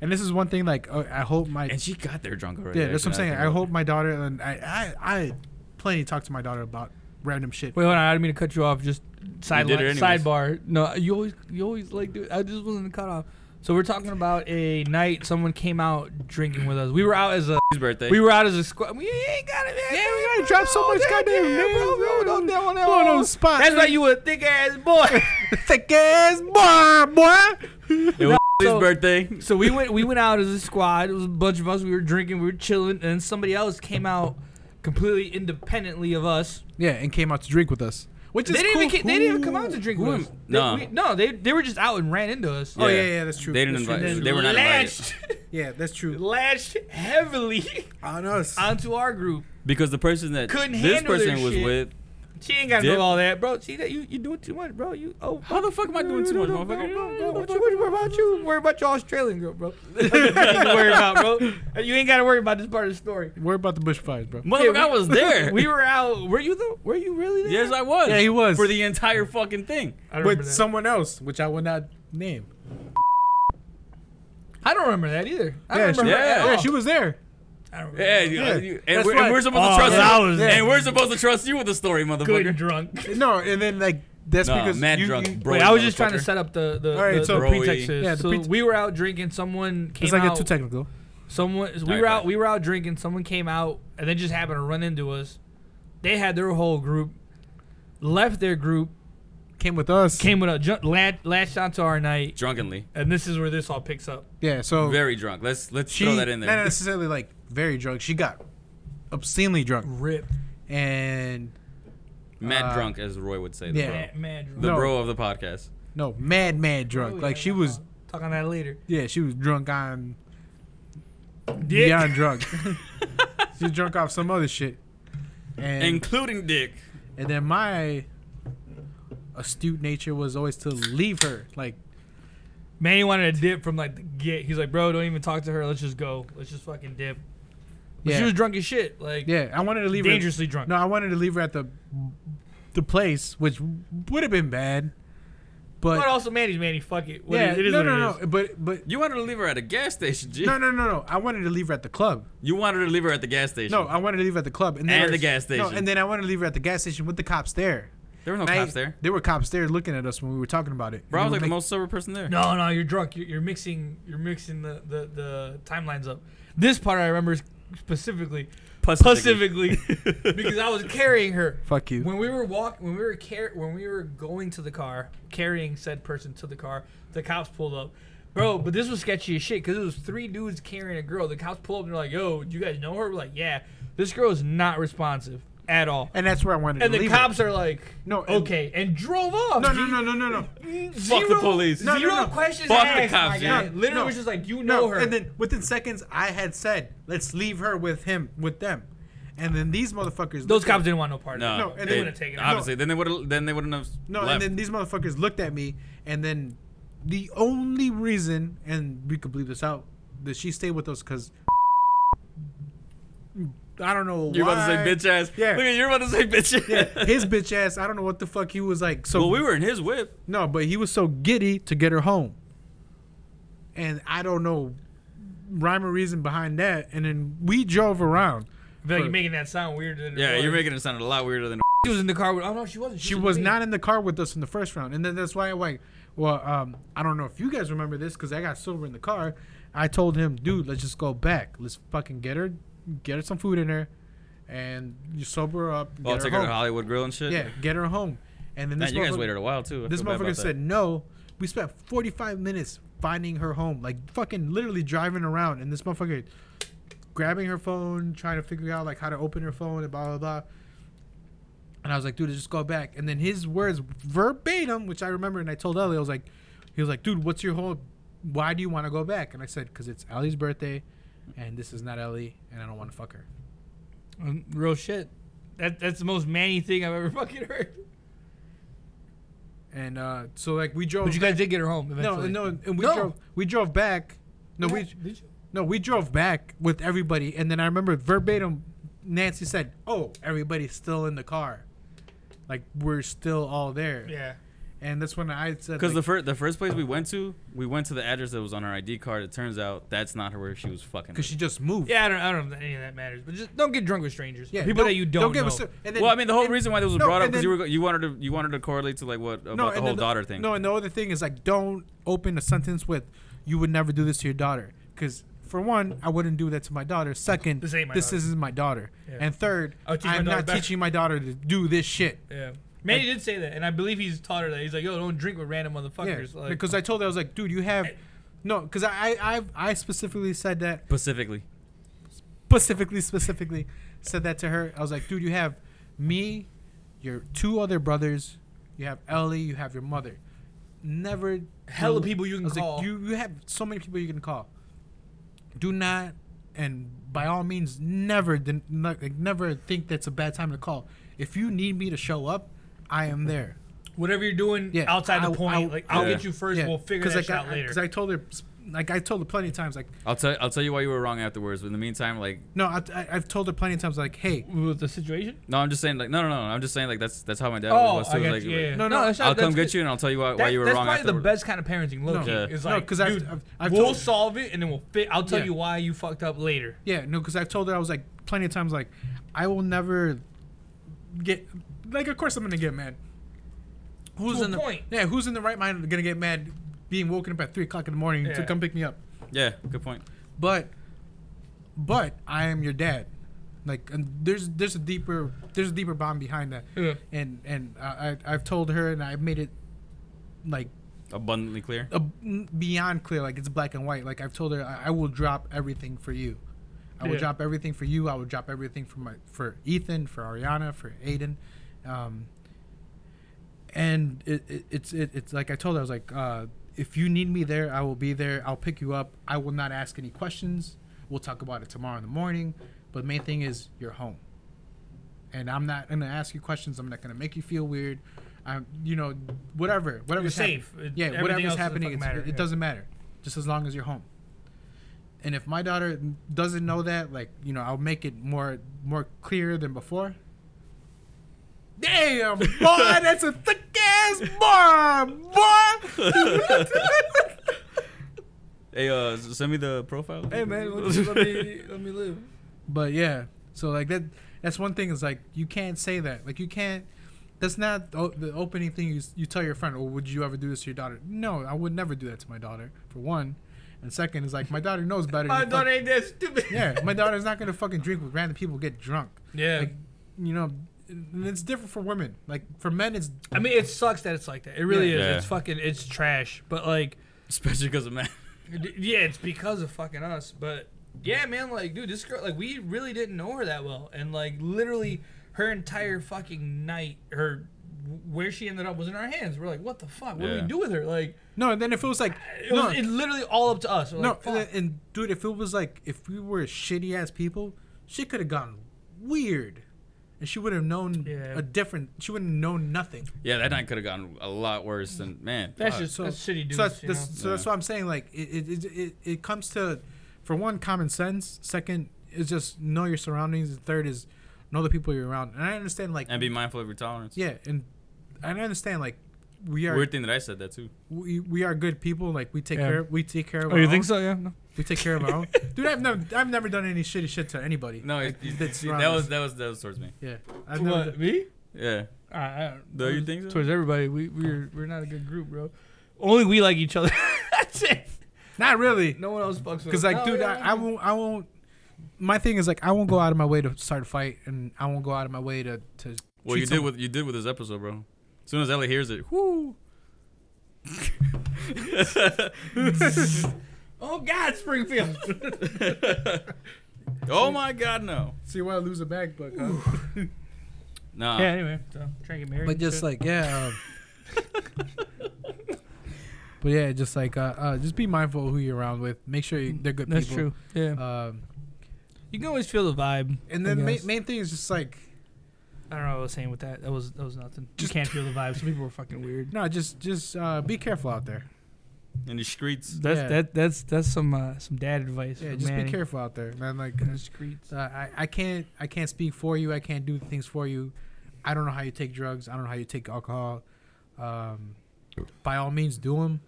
[SPEAKER 1] and this is one thing. Like, uh, I hope my
[SPEAKER 4] And she got there drunk already.
[SPEAKER 1] yeah. That's what I'm
[SPEAKER 4] actually,
[SPEAKER 1] saying.
[SPEAKER 4] now
[SPEAKER 1] I
[SPEAKER 4] that
[SPEAKER 1] hope my daughter and I, I, I plenty talk to my daughter about random shit.
[SPEAKER 3] wait, hold on. I didn't mean to cut you off. Just side
[SPEAKER 4] did it anyways.
[SPEAKER 3] sidebar. No, you always, you always like do. I just wasn't cut off. So we're talking about a night someone came out drinking with us. We were out as a,
[SPEAKER 4] His birthday.
[SPEAKER 3] we were out as a squad. We ain't got it.
[SPEAKER 1] Yeah, we gotta drop so much goddamn names, man. Put on those spots,
[SPEAKER 3] That's why
[SPEAKER 1] man.
[SPEAKER 3] you were a thick ass
[SPEAKER 1] [LAUGHS]
[SPEAKER 3] boy.
[SPEAKER 1] [LAUGHS] Thick ass boy, boy.
[SPEAKER 4] It
[SPEAKER 1] [LAUGHS]
[SPEAKER 4] was his
[SPEAKER 3] so-
[SPEAKER 4] birthday.
[SPEAKER 3] So we went we went out as a squad. It was a bunch of us. We were drinking, we were chilling, and then somebody else came out completely independently of us.
[SPEAKER 1] Yeah, and came out to drink with us, which
[SPEAKER 3] They
[SPEAKER 1] is
[SPEAKER 3] didn't even
[SPEAKER 1] cool.
[SPEAKER 3] ca- they didn't even come out to drink
[SPEAKER 4] Who
[SPEAKER 3] with
[SPEAKER 4] am-
[SPEAKER 3] us. They-
[SPEAKER 4] Nah.
[SPEAKER 3] we- no, they they were just out and ran into us.
[SPEAKER 1] Oh, yeah, yeah, that's true.
[SPEAKER 4] They didn't
[SPEAKER 1] That's true,
[SPEAKER 4] invite.
[SPEAKER 1] that's
[SPEAKER 4] They were not
[SPEAKER 3] [LAUGHS]
[SPEAKER 4] invited
[SPEAKER 3] lashed,
[SPEAKER 1] Yeah, that's true.
[SPEAKER 3] lashed heavily [LAUGHS]
[SPEAKER 1] On us.
[SPEAKER 3] onto our group.
[SPEAKER 4] because the person that
[SPEAKER 3] Couldn't
[SPEAKER 4] this
[SPEAKER 3] handle their
[SPEAKER 4] person was
[SPEAKER 3] shit.
[SPEAKER 4] with
[SPEAKER 3] She ain't got to
[SPEAKER 4] Dip.
[SPEAKER 3] know all that, bro.
[SPEAKER 7] bro. See that you you doing too much, bro. You oh.
[SPEAKER 4] How the fuck am I doing too much,
[SPEAKER 7] Bro,
[SPEAKER 3] [LAUGHS]
[SPEAKER 7] bro, bro,
[SPEAKER 4] motherfucker?
[SPEAKER 7] What you worry about you? Worry about your Australian girl,
[SPEAKER 4] [LAUGHS]
[SPEAKER 7] bro.
[SPEAKER 3] Nothing to worry about, bro. You ain't got to worry about this part of the story.
[SPEAKER 1] Worry about the bushfires, bro.
[SPEAKER 4] Motherfucker, I was there.
[SPEAKER 3] We were out.
[SPEAKER 7] Were you though? Were you really there?
[SPEAKER 4] yes, I was.
[SPEAKER 1] Yeah, he was.
[SPEAKER 4] for the entire fucking thing.
[SPEAKER 3] I remember
[SPEAKER 1] With
[SPEAKER 3] that.
[SPEAKER 1] someone else, which I would not name.
[SPEAKER 3] I don't remember that either.
[SPEAKER 7] I
[SPEAKER 1] yeah,
[SPEAKER 7] don't remember.
[SPEAKER 1] she,
[SPEAKER 7] her at
[SPEAKER 1] yeah,
[SPEAKER 7] all.
[SPEAKER 1] she was there.
[SPEAKER 3] I don't remember.
[SPEAKER 4] Yeah,
[SPEAKER 1] Yeah,
[SPEAKER 4] you- and,
[SPEAKER 1] that's
[SPEAKER 4] we're, and
[SPEAKER 1] right.
[SPEAKER 4] we're supposed
[SPEAKER 3] Oh,
[SPEAKER 4] to trust
[SPEAKER 3] that
[SPEAKER 4] you.
[SPEAKER 3] was-
[SPEAKER 4] and we're supposed to trust you with the story,
[SPEAKER 3] Good
[SPEAKER 4] motherfucker.
[SPEAKER 3] drunk.
[SPEAKER 1] No, and then like that's
[SPEAKER 4] Nah,
[SPEAKER 1] because
[SPEAKER 4] mad
[SPEAKER 1] you,
[SPEAKER 4] drunk,
[SPEAKER 1] you-
[SPEAKER 4] bro.
[SPEAKER 3] Wait, I was just trying to
[SPEAKER 4] motherfucker.
[SPEAKER 3] set up the the,
[SPEAKER 1] All right,
[SPEAKER 3] the,
[SPEAKER 1] so-
[SPEAKER 3] the
[SPEAKER 4] Broy.
[SPEAKER 3] pretexts.
[SPEAKER 1] Yeah, the
[SPEAKER 3] so
[SPEAKER 1] pretext-
[SPEAKER 3] we were out drinking. Someone came
[SPEAKER 1] It's like
[SPEAKER 3] out.
[SPEAKER 1] it's too technical.
[SPEAKER 3] Someone we
[SPEAKER 4] right,
[SPEAKER 3] were out.
[SPEAKER 4] fine.
[SPEAKER 3] We were out drinking. Someone came out, and they just happened to run into us. They had their whole group, left their group,
[SPEAKER 1] Came with us.
[SPEAKER 3] came with a ju- lat- latched onto our night,
[SPEAKER 4] Drunkenly,
[SPEAKER 3] and this is where this all picks up.
[SPEAKER 1] Yeah, so
[SPEAKER 4] very drunk. Let's let's
[SPEAKER 1] she
[SPEAKER 4] throw that in
[SPEAKER 1] not
[SPEAKER 4] there.
[SPEAKER 1] necessarily like very drunk. She got obscenely drunk
[SPEAKER 3] Rip,
[SPEAKER 1] and
[SPEAKER 4] Mad
[SPEAKER 1] uh,
[SPEAKER 4] drunk, as Roy would say. The
[SPEAKER 1] yeah.
[SPEAKER 4] bro.
[SPEAKER 3] mad, mad drunk.
[SPEAKER 4] The
[SPEAKER 1] No.
[SPEAKER 4] bro of the podcast.
[SPEAKER 1] no mad mad drunk.
[SPEAKER 3] Oh, yeah,
[SPEAKER 1] like she
[SPEAKER 3] I'll
[SPEAKER 1] was
[SPEAKER 3] talk on that later.
[SPEAKER 1] yeah she was drunk on
[SPEAKER 3] Dick.
[SPEAKER 1] beyond drunk.
[SPEAKER 3] [LAUGHS]
[SPEAKER 1] she was drunk off some other shit. And
[SPEAKER 4] Including Dick.
[SPEAKER 1] and then my astute nature was always to leave her. Like
[SPEAKER 3] Manny wanted to dip from like the get. He's like, bro, don't even talk to her. Let's just go. Let's just fucking dip. But
[SPEAKER 1] yeah,
[SPEAKER 3] She was drunk as shit. Like
[SPEAKER 1] yeah. I wanted to leave her
[SPEAKER 3] dangerously drunk.
[SPEAKER 1] No, I wanted to leave her at the the place, which would have been bad. But,
[SPEAKER 3] But also, Manny's Manny. Fuck it. What
[SPEAKER 1] yeah,
[SPEAKER 3] it- it is
[SPEAKER 1] no,
[SPEAKER 3] what
[SPEAKER 1] no,
[SPEAKER 3] it
[SPEAKER 1] no.
[SPEAKER 3] is.
[SPEAKER 1] But but
[SPEAKER 4] You wanted to leave her at a gas station, G.
[SPEAKER 1] no, no, no, no. I wanted to leave her at the club.
[SPEAKER 4] You wanted her to leave her at the gas station.
[SPEAKER 1] No, I wanted to leave her at the club and
[SPEAKER 4] And the gas
[SPEAKER 1] No,
[SPEAKER 4] station.
[SPEAKER 1] and then I wanted to leave her at the gas station with the cops there.
[SPEAKER 4] there were no
[SPEAKER 1] And I-
[SPEAKER 4] cops there.
[SPEAKER 1] There were cops there looking at us when we were talking about it.
[SPEAKER 4] Bro, I
[SPEAKER 1] And
[SPEAKER 4] was like
[SPEAKER 1] they
[SPEAKER 4] the
[SPEAKER 1] were
[SPEAKER 4] most sober person there.
[SPEAKER 3] No, no, you're drunk. You're, you're mixing. You're mixing the, the, the timelines up. This part I remember specifically,
[SPEAKER 4] Pacific.
[SPEAKER 3] specifically,
[SPEAKER 1] [LAUGHS]
[SPEAKER 3] because I was carrying her
[SPEAKER 1] Fuck you.
[SPEAKER 3] when we were walk. When we were car- When we were going to the car, carrying said person to the car, the cops pulled up. Bro, but this was sketchy as shit because it was three dudes carrying a girl. The cops pulled up and they're like, "Yo, do you guys know her?" We're like, "Yeah." This girl is not responsive at all.
[SPEAKER 1] and that's where I wanted
[SPEAKER 3] And
[SPEAKER 1] to
[SPEAKER 3] the
[SPEAKER 1] leave
[SPEAKER 3] cops are like,
[SPEAKER 1] No, and-
[SPEAKER 3] okay," and drove off.
[SPEAKER 1] her. No, no, no, no, no, no.
[SPEAKER 4] Fuck the police.
[SPEAKER 1] No,
[SPEAKER 3] zero
[SPEAKER 1] no, no.
[SPEAKER 3] questions
[SPEAKER 4] Fuck the
[SPEAKER 3] asked.
[SPEAKER 4] cops,
[SPEAKER 3] my
[SPEAKER 4] dude.
[SPEAKER 3] guy.
[SPEAKER 1] No,
[SPEAKER 3] Literally
[SPEAKER 1] no.
[SPEAKER 3] was just like, you know
[SPEAKER 1] No,
[SPEAKER 3] her.
[SPEAKER 1] and then within seconds, I had said, "Let's leave her with him, with them," and then these motherfuckers.
[SPEAKER 3] Those
[SPEAKER 1] looked at-
[SPEAKER 3] cops didn't want no part
[SPEAKER 4] No,
[SPEAKER 3] of it.
[SPEAKER 1] No, and they-
[SPEAKER 3] would've taken it.
[SPEAKER 4] Obviously, then they would. Then they wouldn't have.
[SPEAKER 1] No,
[SPEAKER 4] left.
[SPEAKER 1] and then these motherfuckers looked at me, and then the only reason, and we could bleep this out, that she stayed with us because I don't know.
[SPEAKER 4] you're
[SPEAKER 1] why.
[SPEAKER 4] about to say bitch ass.
[SPEAKER 1] Yeah.
[SPEAKER 4] Look at you're about to say bitch ass.
[SPEAKER 1] Yeah, his bitch ass. I don't know what the fuck he was like. [LAUGHS] So
[SPEAKER 4] Well, we were in his whip.
[SPEAKER 1] no, but he was so giddy to get her home, and I don't know rhyme or reason behind that. And then we drove around.
[SPEAKER 3] I feel like you're making that sound weirder than it
[SPEAKER 4] Yeah,
[SPEAKER 3] was.
[SPEAKER 4] you're making it sound a lot weirder than.
[SPEAKER 3] She was in the car with. Oh no, she wasn't.
[SPEAKER 1] she was not in the car with us in the first round, and then that's why I like, well, um, I don't know if you guys remember this because I got sober in the car. I told him, dude, let's just go back. Let's fucking get her, get her some food in her, and you sober her up. Get
[SPEAKER 4] Oh,
[SPEAKER 1] her
[SPEAKER 4] take her
[SPEAKER 1] home.
[SPEAKER 4] to Hollywood Grill and shit.
[SPEAKER 1] uh-huh. yeah, get her home. And then
[SPEAKER 4] Man,
[SPEAKER 1] this
[SPEAKER 4] you guys
[SPEAKER 1] motherfucker-
[SPEAKER 4] waited a while too. I
[SPEAKER 1] this
[SPEAKER 4] feel bad
[SPEAKER 1] motherfucker
[SPEAKER 4] about
[SPEAKER 1] said no. We spent 45 minutes finding her home, like fucking literally driving around, and this motherfucker grabbing her phone, trying to figure out like how to open her phone and blah blah blah. And I was like, dude, just go back. And then his words verbatim, which I remember, and I told Ellie, I was like, he was like, dude, what's your whole? Why do you want to go back? And I said, because it's Ellie's birthday, and this is not Ellie, and I don't want to fuck her.
[SPEAKER 3] in. Mm, Real shit. That, that's the most manny thing I've ever [LAUGHS] fucking heard.
[SPEAKER 1] And uh, so like we drove.
[SPEAKER 3] But you guys did get her home
[SPEAKER 1] no,
[SPEAKER 3] eventually.
[SPEAKER 1] no, and we
[SPEAKER 3] No.
[SPEAKER 1] drove. We drove back. No, we
[SPEAKER 3] Did you?
[SPEAKER 1] No, we drove back with everybody, and then I remember verbatim, Nancy said, "Oh, everybody's still in the car, like we're still all there."
[SPEAKER 3] Yeah.
[SPEAKER 1] And that's when I said,
[SPEAKER 4] Because the
[SPEAKER 1] like,
[SPEAKER 4] first the first place we went to, we went to the address that was on her ID card. It turns out that's not where she was fucking.
[SPEAKER 1] "Cause she just moved."
[SPEAKER 3] Yeah, I don't. I don't know if any of that matters. But just don't get drunk with strangers.
[SPEAKER 1] Yeah,
[SPEAKER 3] People that you don't,
[SPEAKER 1] give
[SPEAKER 3] know.
[SPEAKER 1] us. And then,
[SPEAKER 4] well, I mean, the whole
[SPEAKER 1] and-
[SPEAKER 4] reason why this was
[SPEAKER 1] no,
[SPEAKER 4] brought up
[SPEAKER 1] and
[SPEAKER 4] because you
[SPEAKER 1] then-
[SPEAKER 4] were you wanted to you wanted to correlate to like what about the
[SPEAKER 1] and
[SPEAKER 4] whole
[SPEAKER 1] then
[SPEAKER 4] daughter thing.
[SPEAKER 1] No, and the other thing is like, don't open a sentence with, "You would never do this to your daughter," because for one, I wouldn't do that to my daughter. Second,
[SPEAKER 3] This ain't my daughter.
[SPEAKER 1] isn't my daughter.
[SPEAKER 3] Yeah.
[SPEAKER 1] And third,
[SPEAKER 3] I'll teach my
[SPEAKER 1] I'm
[SPEAKER 3] daughter
[SPEAKER 1] not
[SPEAKER 3] better.
[SPEAKER 1] teaching my daughter to do this shit.
[SPEAKER 3] yeah. Manny did say that, and I believe he's taught her that. He's like, yo, don't drink with random motherfuckers.
[SPEAKER 1] Yeah,
[SPEAKER 3] like,
[SPEAKER 1] because I told her I was like, dude, you have no, because I I I've, I specifically said that [LAUGHS]
[SPEAKER 4] specifically.
[SPEAKER 1] specifically specifically said that to her. I was like, dude, you have me, your two other brothers, you have Ellie, you have your mother. Never
[SPEAKER 3] Hella
[SPEAKER 1] do-
[SPEAKER 3] people you
[SPEAKER 1] I
[SPEAKER 3] can
[SPEAKER 1] was like,
[SPEAKER 3] call.
[SPEAKER 1] you you have so many people you can call. Do not, and by all means, never den- ne- like, never think that's a bad time to call. If you need me to show up, I am there.
[SPEAKER 3] Whatever you're doing
[SPEAKER 1] Yeah,
[SPEAKER 3] outside
[SPEAKER 1] I'll-
[SPEAKER 3] the point,
[SPEAKER 1] I'll-
[SPEAKER 3] like I'll
[SPEAKER 4] Yeah.
[SPEAKER 3] get you first. We'll figure that
[SPEAKER 1] like,
[SPEAKER 3] shit out
[SPEAKER 1] I,
[SPEAKER 3] later.
[SPEAKER 1] Because I told her, like I told her plenty of times, like
[SPEAKER 4] I'll tell I'll tell you why you were wrong afterwards. But in the meantime, like
[SPEAKER 1] no, I, I, I've told her plenty of times, like hey,
[SPEAKER 3] With the situation.
[SPEAKER 4] no, I'm just saying like no no no. I'm just saying like that's that's how my dad
[SPEAKER 3] Oh,
[SPEAKER 4] was.
[SPEAKER 3] I
[SPEAKER 4] too.
[SPEAKER 3] got
[SPEAKER 4] like,
[SPEAKER 3] you. Yeah, yeah.
[SPEAKER 1] no, no,
[SPEAKER 8] that's
[SPEAKER 4] I'll come
[SPEAKER 8] that's
[SPEAKER 4] get you and I'll tell you why, why
[SPEAKER 3] That-
[SPEAKER 4] you were
[SPEAKER 3] that's
[SPEAKER 4] wrong
[SPEAKER 3] probably
[SPEAKER 4] afterwards.
[SPEAKER 3] the best kind of parenting. Low
[SPEAKER 1] No.
[SPEAKER 3] key
[SPEAKER 4] Yeah.
[SPEAKER 3] is
[SPEAKER 1] No,
[SPEAKER 3] like,
[SPEAKER 1] 'cause I've-
[SPEAKER 3] dude,
[SPEAKER 1] I've- I've
[SPEAKER 3] we'll
[SPEAKER 1] told-
[SPEAKER 3] solve it and then we'll. Fi- I'll tell
[SPEAKER 1] Yeah.
[SPEAKER 3] you why you fucked up later.
[SPEAKER 1] yeah, no, because I've told her I was like plenty of times, like I will never get, like of course I'm gonna get mad. Who's
[SPEAKER 3] To a
[SPEAKER 1] in the
[SPEAKER 3] point.
[SPEAKER 1] yeah? Who's in the right mind gonna get mad being woken up at three o'clock in the morning to
[SPEAKER 3] Yeah.
[SPEAKER 1] come pick me up?
[SPEAKER 4] Yeah, good point.
[SPEAKER 1] but but I am your dad. Like and there's there's a deeper there's a deeper bond behind that,
[SPEAKER 3] Yeah.
[SPEAKER 1] and and I I- I've told her and I've made it like
[SPEAKER 4] Abundantly clear.
[SPEAKER 1] a, Uh, beyond clear like it's black and white. Like I've told her I, I will drop everything for you, I will
[SPEAKER 3] Yeah.
[SPEAKER 1] drop everything for you. I will drop everything for my for Ethan, for Ariana, for Aiden, um, and it, it, it's it, it's like I told her I was like uh, if you need me there, I will be there. I'll pick you up. I will not ask any questions. We'll talk about it tomorrow in the morning. But the main thing is you're home and I'm not gonna ask you questions. I'm not gonna make you feel weird. I'm, you know, whatever, whatever's
[SPEAKER 3] You're safe.
[SPEAKER 1] happening.
[SPEAKER 3] It-
[SPEAKER 1] yeah,
[SPEAKER 3] everything
[SPEAKER 1] whatever's
[SPEAKER 3] else doesn't
[SPEAKER 1] happening,
[SPEAKER 3] fucking
[SPEAKER 1] it's,
[SPEAKER 3] matter,
[SPEAKER 1] it
[SPEAKER 3] yeah.
[SPEAKER 1] doesn't matter. Just as long as you're home. And if my daughter doesn't know that, like, you know, I'll make it more more clear than before. Damn, boy, that's a thick ass bar, boy.
[SPEAKER 3] [LAUGHS]
[SPEAKER 1] [LAUGHS]
[SPEAKER 4] Hey, uh, s- send me the profile.
[SPEAKER 8] Hey man,
[SPEAKER 4] [LAUGHS]
[SPEAKER 8] let me, let me let me
[SPEAKER 3] [LAUGHS]
[SPEAKER 8] live.
[SPEAKER 1] But yeah, so like that. That's one thing is like you can't say that. Like you can't. That's not the o- the opening thing you s- you tell your friend. Or would you ever do this to your daughter? No, I would never do that to my daughter. For one, and second is like my daughter knows better.
[SPEAKER 3] My
[SPEAKER 1] than
[SPEAKER 3] daughter
[SPEAKER 1] fuck-
[SPEAKER 3] ain't that stupid.
[SPEAKER 1] yeah, my daughter's not gonna fucking drink with random people get drunk.
[SPEAKER 3] Yeah.
[SPEAKER 1] Like, you know, and it's different for women. Like for men, it's
[SPEAKER 3] I mean, it sucks that it's like that. It really
[SPEAKER 1] Yeah.
[SPEAKER 3] is.
[SPEAKER 4] Yeah.
[SPEAKER 3] It's fucking. It's trash. But like,
[SPEAKER 4] Especially because of Matt.
[SPEAKER 3] d- yeah, it's because of fucking us. But yeah, man, like, dude, this girl, like, we really didn't know her that well, and like, literally, her entire fucking night, her where she ended up was in our hands. We're like, what the fuck? What do
[SPEAKER 4] Yeah.
[SPEAKER 3] we do with her? Like,
[SPEAKER 1] no. And then if it was like
[SPEAKER 3] it
[SPEAKER 1] no,
[SPEAKER 3] was it literally all up to us. We're
[SPEAKER 1] no,
[SPEAKER 3] like,
[SPEAKER 1] and,
[SPEAKER 3] fuck.
[SPEAKER 1] and dude, if it was like if we were shitty ass people, she could have gone weird, and she would have known
[SPEAKER 3] Yeah.
[SPEAKER 1] a different. She would have known nothing.
[SPEAKER 4] [LAUGHS] Yeah, that night could have gotten a lot worse than man.
[SPEAKER 3] that's
[SPEAKER 4] fuck.
[SPEAKER 3] just
[SPEAKER 1] So
[SPEAKER 3] that's shitty dudes.
[SPEAKER 1] So that's,
[SPEAKER 3] you
[SPEAKER 1] that's-
[SPEAKER 3] know?
[SPEAKER 1] so that's what I'm saying. Like it, it, it, it, it comes to, for one, common sense. Second is just know your surroundings. And third is know the people you're around. And I understand like
[SPEAKER 4] and be mindful of your tolerance.
[SPEAKER 1] yeah, and I understand like we are
[SPEAKER 4] Weird thing that I said that too.
[SPEAKER 1] we, we are good people. Like we take
[SPEAKER 8] Yeah.
[SPEAKER 1] care we take care of.
[SPEAKER 8] Oh,
[SPEAKER 1] our
[SPEAKER 8] you
[SPEAKER 1] own.
[SPEAKER 8] think so? Yeah. No.
[SPEAKER 1] We take care of
[SPEAKER 3] [LAUGHS]
[SPEAKER 1] our own. Dude, I've never I've never done any shitty shit to anybody.
[SPEAKER 4] No, it,
[SPEAKER 1] Like,
[SPEAKER 4] it,
[SPEAKER 1] that's
[SPEAKER 4] see,
[SPEAKER 1] around
[SPEAKER 4] that
[SPEAKER 1] us.
[SPEAKER 4] was that was that was towards me.
[SPEAKER 1] Yeah, I've never.
[SPEAKER 8] What me?
[SPEAKER 4] Yeah.
[SPEAKER 8] I, I,
[SPEAKER 4] Do you think so?
[SPEAKER 8] Towards everybody, we we're we're not a good group, bro. Only we like each other. [LAUGHS] That's it.
[SPEAKER 1] Not really,
[SPEAKER 8] No one else fucks with.
[SPEAKER 1] because
[SPEAKER 8] us.
[SPEAKER 1] like,
[SPEAKER 8] No,
[SPEAKER 1] dude,
[SPEAKER 8] yeah,
[SPEAKER 1] I, I won't. I won't. My thing is like, I won't go out of my way to start a fight, and I won't go out of my way to to.
[SPEAKER 4] Well,
[SPEAKER 1] treat
[SPEAKER 4] you did
[SPEAKER 1] someone-
[SPEAKER 4] with you did with this episode, bro. As soon as Ellie hears it, whoo.
[SPEAKER 3] oh
[SPEAKER 8] [LAUGHS]
[SPEAKER 3] God, Springfield.
[SPEAKER 4] [LAUGHS] oh my God, no.
[SPEAKER 1] See why I lose a bag, but huh?
[SPEAKER 4] Nah.
[SPEAKER 8] Yeah. Anyway, so trying to get married.
[SPEAKER 1] but
[SPEAKER 8] and
[SPEAKER 1] just
[SPEAKER 8] shit.
[SPEAKER 1] like yeah. um, but yeah, just like uh, uh, just be mindful of who you're around with. Make sure you, they're good
[SPEAKER 8] Mm, that's
[SPEAKER 1] people.
[SPEAKER 8] true. Yeah.
[SPEAKER 1] Um,
[SPEAKER 8] you can always feel the vibe.
[SPEAKER 1] and
[SPEAKER 8] I
[SPEAKER 1] then main,
[SPEAKER 8] guess.
[SPEAKER 1] main thing is just like
[SPEAKER 8] I don't know what I was saying with that. That was that was nothing. You can't feel the vibe. Some people are fucking weird.
[SPEAKER 1] no, just just uh, be careful out there.
[SPEAKER 4] In the streets.
[SPEAKER 8] [LAUGHS] That's
[SPEAKER 1] Yeah.
[SPEAKER 8] that that's that's some uh, some dad advice.
[SPEAKER 1] Yeah,
[SPEAKER 8] for
[SPEAKER 1] just
[SPEAKER 8] Manny.
[SPEAKER 1] be careful out there, man. Like
[SPEAKER 8] In the streets.
[SPEAKER 1] Uh, I, I can't I can't speak for you. I can't do things for you. I don't know how you take drugs. I don't know how you take alcohol. Um, by all means, do them.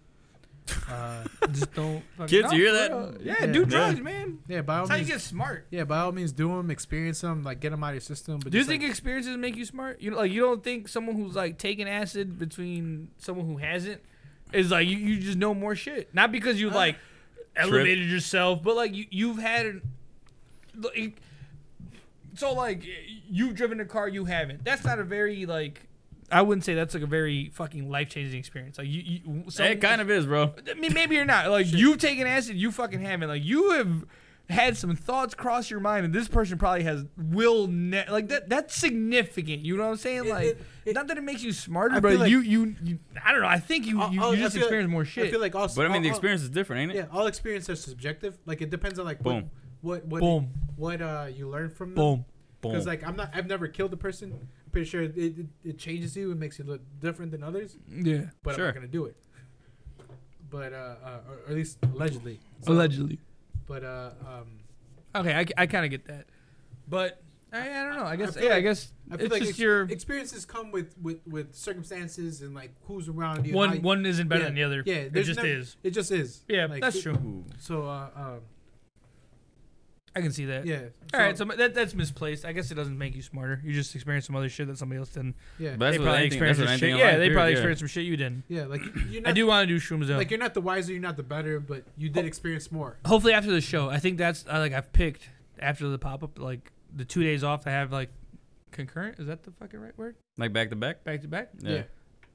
[SPEAKER 3] [LAUGHS]
[SPEAKER 1] Uh,
[SPEAKER 8] just don't. fucking-
[SPEAKER 4] Kids, you hear
[SPEAKER 8] for
[SPEAKER 4] that?
[SPEAKER 8] real. Yeah,
[SPEAKER 1] Yeah.
[SPEAKER 8] do
[SPEAKER 1] Yeah.
[SPEAKER 8] drugs, man.
[SPEAKER 1] yeah, by all
[SPEAKER 3] That's how you
[SPEAKER 1] means.
[SPEAKER 3] get smart.
[SPEAKER 1] Yeah, by all means, do them. Experience them. Like get them out of your system. But
[SPEAKER 3] Do you
[SPEAKER 1] just,
[SPEAKER 3] think
[SPEAKER 1] like,
[SPEAKER 3] experiences make you smart? You know, like you don't think someone who's like taking acid between someone who hasn't is like you, you just know more shit. Not because you like elevated yourself, but like you you've had an like, so like you've driven a car you haven't. That's not a very like I wouldn't say that's like a very fucking life changing experience. Like you, you
[SPEAKER 4] It kind of is, bro.
[SPEAKER 3] I mean, maybe you're not. Like you've taken acid, you fucking haven't. Like you have had some thoughts cross your mind, and this person probably has will ne- like that. That's significant. You know what I'm saying? Like not that it makes you smarter,
[SPEAKER 1] I
[SPEAKER 3] but
[SPEAKER 1] feel like-
[SPEAKER 3] you, you you I don't know. I think you you,
[SPEAKER 1] I'll-
[SPEAKER 3] you
[SPEAKER 1] I'll- I
[SPEAKER 3] just
[SPEAKER 1] feel like-
[SPEAKER 3] experience more shit.
[SPEAKER 1] I feel like all.
[SPEAKER 4] But I mean, the
[SPEAKER 3] Oh,
[SPEAKER 1] all-
[SPEAKER 4] experience is different, ain't
[SPEAKER 1] all-
[SPEAKER 4] it?
[SPEAKER 1] yeah, all experiences are subjective. Like it depends on like what
[SPEAKER 4] Boom.
[SPEAKER 1] what what
[SPEAKER 8] Boom.
[SPEAKER 1] what uh you learn from them.
[SPEAKER 8] Boom.
[SPEAKER 4] Boom.
[SPEAKER 1] Because like I'm not I've never killed a person. pretty sure it, it, it changes you. It makes you look different than others.
[SPEAKER 9] Yeah.
[SPEAKER 1] But I'm
[SPEAKER 4] Sure.
[SPEAKER 1] not gonna do it. But uh, uh or, or at least allegedly. So-
[SPEAKER 9] Allegedly.
[SPEAKER 1] But uh, um,
[SPEAKER 9] Okay, I, I kind of get that, but I, I don't know. I guess
[SPEAKER 1] feel
[SPEAKER 9] yeah, I
[SPEAKER 1] like-
[SPEAKER 9] guess
[SPEAKER 1] I feel
[SPEAKER 9] it's
[SPEAKER 1] like
[SPEAKER 9] just
[SPEAKER 1] ex-
[SPEAKER 9] your
[SPEAKER 1] experiences come with with with circumstances and like who's around you.
[SPEAKER 3] One
[SPEAKER 1] how you-
[SPEAKER 3] one isn't better
[SPEAKER 1] yeah,
[SPEAKER 3] than the other.
[SPEAKER 1] Yeah,
[SPEAKER 3] it
[SPEAKER 1] there's
[SPEAKER 3] just
[SPEAKER 1] never-
[SPEAKER 3] is.
[SPEAKER 1] It just is.
[SPEAKER 3] Yeah,
[SPEAKER 1] Like,
[SPEAKER 3] that's
[SPEAKER 1] it-
[SPEAKER 3] true.
[SPEAKER 4] Ooh.
[SPEAKER 1] So uh, um,
[SPEAKER 3] I can see that.
[SPEAKER 1] yeah.
[SPEAKER 3] All right, so that, that's misplaced. I guess it doesn't make you smarter. You just experience some other shit that somebody else didn't.
[SPEAKER 1] yeah,
[SPEAKER 4] But that's
[SPEAKER 3] they
[SPEAKER 4] what
[SPEAKER 3] probably
[SPEAKER 4] anything, that's
[SPEAKER 3] experienced
[SPEAKER 4] what
[SPEAKER 3] some
[SPEAKER 4] anything
[SPEAKER 3] shit.
[SPEAKER 4] in
[SPEAKER 3] Yeah,
[SPEAKER 4] life,
[SPEAKER 3] they
[SPEAKER 4] period,
[SPEAKER 3] probably
[SPEAKER 4] yeah.
[SPEAKER 3] experienced some shit you didn't.
[SPEAKER 1] yeah.
[SPEAKER 3] [COUGHS]
[SPEAKER 1] Like you're
[SPEAKER 3] I
[SPEAKER 1] not
[SPEAKER 3] do Oh. want to do shrooms though.
[SPEAKER 1] like you're not the wiser, you're not the better, but you did experience more.
[SPEAKER 3] Hopefully after the show, I think that's uh, like I've picked after the pop up like the two days off. I have like concurrent. Is that the fucking right word?
[SPEAKER 4] Like back to back.
[SPEAKER 3] Back to back.
[SPEAKER 4] Yeah.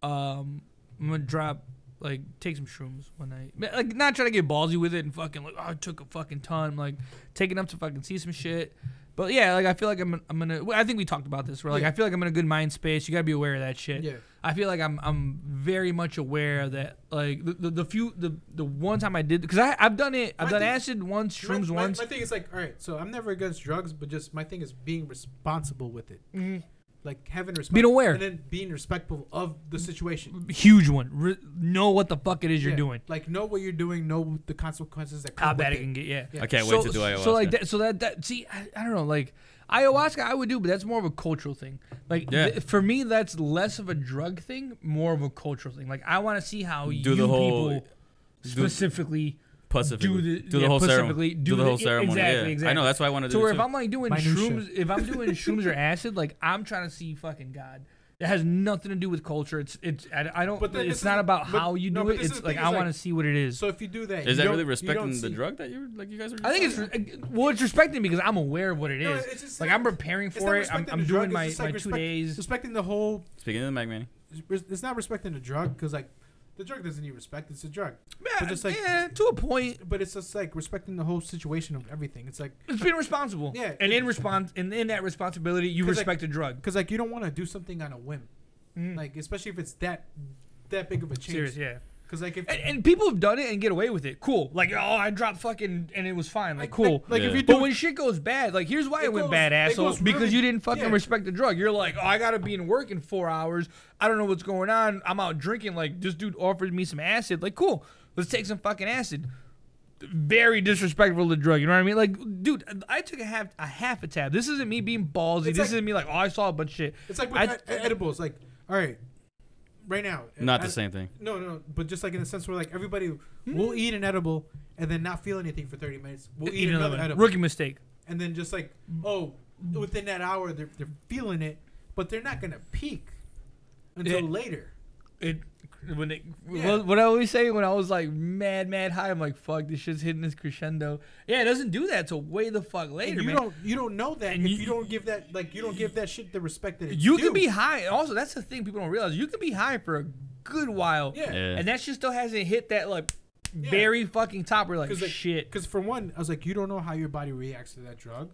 [SPEAKER 3] Um, I'm gonna drop like take some shrooms one night. Ma- Like not trying to get ballsy with it and fucking like oh I took a fucking ton. Like taking up to fucking see some shit. But yeah, like I feel like I'm I'm gonna. well, I think we talked about this. Where like
[SPEAKER 1] Yeah.
[SPEAKER 3] I feel like I'm in a good mind space. You gotta be aware of that shit.
[SPEAKER 1] Yeah,
[SPEAKER 3] I feel like I'm I'm very much aware that like the the, the few the the one time I did because I I've done it I've
[SPEAKER 1] My
[SPEAKER 3] done
[SPEAKER 1] thing-
[SPEAKER 3] acid once
[SPEAKER 1] My-
[SPEAKER 3] shrooms
[SPEAKER 1] my,
[SPEAKER 3] once
[SPEAKER 1] My thing is like, all right, so I'm never against drugs, but just my thing is being responsible with it,
[SPEAKER 3] Mhm.
[SPEAKER 1] like having respect,
[SPEAKER 3] Being aware.
[SPEAKER 1] and then being respectful of the situation.
[SPEAKER 3] huge one Re- know what the fuck it is you're
[SPEAKER 1] Yeah,
[SPEAKER 3] doing
[SPEAKER 1] Like, know what you're doing, know the consequences that come
[SPEAKER 3] how bad
[SPEAKER 1] with
[SPEAKER 3] it can get yeah
[SPEAKER 4] I can't wait to do ayahuasca.
[SPEAKER 3] So like that, so that that see, I, I don't know, like ayahuasca, I would do, but that's more of a cultural thing. Like
[SPEAKER 4] Yeah.
[SPEAKER 3] th- for me, that's less of a drug thing, more of a cultural thing. Like I want to see how you
[SPEAKER 4] Do the whole-
[SPEAKER 3] people specifically
[SPEAKER 4] Pacifically.
[SPEAKER 3] do the-
[SPEAKER 4] do the
[SPEAKER 3] yeah,
[SPEAKER 4] whole
[SPEAKER 3] specifically do
[SPEAKER 4] ceremony. Do the
[SPEAKER 3] the-
[SPEAKER 4] whole
[SPEAKER 3] e-
[SPEAKER 4] ceremony.
[SPEAKER 3] exactly,
[SPEAKER 4] yeah. I
[SPEAKER 3] exactly.
[SPEAKER 4] know that's why I want to do
[SPEAKER 3] So
[SPEAKER 4] it
[SPEAKER 3] where if
[SPEAKER 4] too.
[SPEAKER 3] I'm like doing
[SPEAKER 1] Minutia.
[SPEAKER 3] shrooms, if I'm doing shrooms or acid, like I'm trying to see fucking God. It has nothing to do with culture. It's it's I, I don't.
[SPEAKER 1] But then this
[SPEAKER 3] it's
[SPEAKER 1] is-
[SPEAKER 3] not about
[SPEAKER 1] but-
[SPEAKER 3] how you
[SPEAKER 1] no,
[SPEAKER 3] do
[SPEAKER 1] but
[SPEAKER 3] it.
[SPEAKER 1] this is
[SPEAKER 3] It's
[SPEAKER 1] the
[SPEAKER 3] like
[SPEAKER 1] thing,
[SPEAKER 3] I
[SPEAKER 1] is,
[SPEAKER 3] want to
[SPEAKER 1] like-
[SPEAKER 3] see what it is.
[SPEAKER 1] So if you do that,
[SPEAKER 4] Is
[SPEAKER 1] you
[SPEAKER 4] that
[SPEAKER 1] don't-
[SPEAKER 4] really
[SPEAKER 1] you don't
[SPEAKER 4] respecting the
[SPEAKER 1] see-
[SPEAKER 4] drug that you are like you guys are?
[SPEAKER 3] I think it's re- well, it's respecting because I'm aware of what it is.
[SPEAKER 1] No, it's just
[SPEAKER 3] like
[SPEAKER 1] like-
[SPEAKER 3] I'm preparing
[SPEAKER 1] it's
[SPEAKER 3] for
[SPEAKER 1] not
[SPEAKER 3] it. I'm,
[SPEAKER 1] respecting
[SPEAKER 3] I'm
[SPEAKER 1] the
[SPEAKER 3] doing
[SPEAKER 1] drug, it's
[SPEAKER 3] my,
[SPEAKER 1] just like
[SPEAKER 3] my two
[SPEAKER 1] respect-
[SPEAKER 3] days.
[SPEAKER 1] Respecting the whole,
[SPEAKER 4] Speaking of the Mac Manny.
[SPEAKER 1] it's not respecting the drug because like the drug doesn't need respect. It's a drug,
[SPEAKER 3] Yeah,
[SPEAKER 1] But just like-
[SPEAKER 3] yeah, to a point,
[SPEAKER 1] but it's just like respecting the whole situation of everything. It's like
[SPEAKER 3] it's being responsible.
[SPEAKER 1] Yeah,
[SPEAKER 3] and
[SPEAKER 1] it-
[SPEAKER 3] in response, and in that responsibility, you
[SPEAKER 1] 'Cause, like-
[SPEAKER 3] respect the drug.
[SPEAKER 1] because like you don't want to do something on a whim,
[SPEAKER 3] Mm.
[SPEAKER 1] like especially if it's that that big of a
[SPEAKER 3] Serious,
[SPEAKER 1] change.
[SPEAKER 3] yeah.
[SPEAKER 1] Because like if
[SPEAKER 3] And, and people have done it and get away with it. Cool. Like, oh, I dropped fucking, and it was fine. Like, cool.
[SPEAKER 1] Like, like if
[SPEAKER 4] Yeah.
[SPEAKER 1] you
[SPEAKER 3] but
[SPEAKER 1] do,
[SPEAKER 3] when shit goes bad, like here's why it,
[SPEAKER 1] It
[SPEAKER 3] went
[SPEAKER 1] goes-
[SPEAKER 3] bad,
[SPEAKER 1] it
[SPEAKER 3] asshole.
[SPEAKER 1] goes
[SPEAKER 3] Because
[SPEAKER 1] really-
[SPEAKER 3] you didn't fucking
[SPEAKER 1] yeah.
[SPEAKER 3] respect the drug. You're like, oh, I gotta be in work in four hours. I don't know what's going on. I'm out drinking. Like this dude offered me some acid. Like, cool. Let's take some fucking acid. Very disrespectful to the drug. You know what I mean? Like, dude, I took a half a half a tab. This isn't me being
[SPEAKER 1] It's
[SPEAKER 3] ballsy. this
[SPEAKER 1] like-
[SPEAKER 3] isn't me like, oh, I saw a bunch of shit.
[SPEAKER 1] it's like with
[SPEAKER 3] I-
[SPEAKER 1] ed- edibles, like all right, right now,
[SPEAKER 4] Not
[SPEAKER 1] I-
[SPEAKER 4] the same thing.
[SPEAKER 1] No, no, but just like in the sense where like everybody will eat an edible and then not feel anything for thirty minutes. We'll eat,
[SPEAKER 3] Hmm. Eat
[SPEAKER 1] another,
[SPEAKER 3] another one.
[SPEAKER 1] edible,
[SPEAKER 3] rookie mistake.
[SPEAKER 1] and then just like oh, within that hour they're they're feeling it, but they're not gonna peak until
[SPEAKER 3] Yeah.
[SPEAKER 1] later.
[SPEAKER 3] It when it
[SPEAKER 1] Yeah.
[SPEAKER 3] what, what I always say when I was like mad mad high, I'm like fuck this shit's hitting this crescendo. Yeah, it doesn't do that till way the fuck later,
[SPEAKER 1] And you
[SPEAKER 3] man.
[SPEAKER 1] don't you don't know that
[SPEAKER 3] And
[SPEAKER 1] if
[SPEAKER 3] you-
[SPEAKER 1] you, don't give that like you don't give that shit the respect that it
[SPEAKER 3] you
[SPEAKER 1] due.
[SPEAKER 3] can be high. and Also, that's the thing people don't realize. You can be high for a good while,
[SPEAKER 1] yeah.
[SPEAKER 4] Yeah.
[SPEAKER 3] and that shit still hasn't hit that like very fucking top. We're like,
[SPEAKER 1] Cause like-
[SPEAKER 3] shit.
[SPEAKER 1] Because for one, I was like, you don't know how your body reacts to that drug.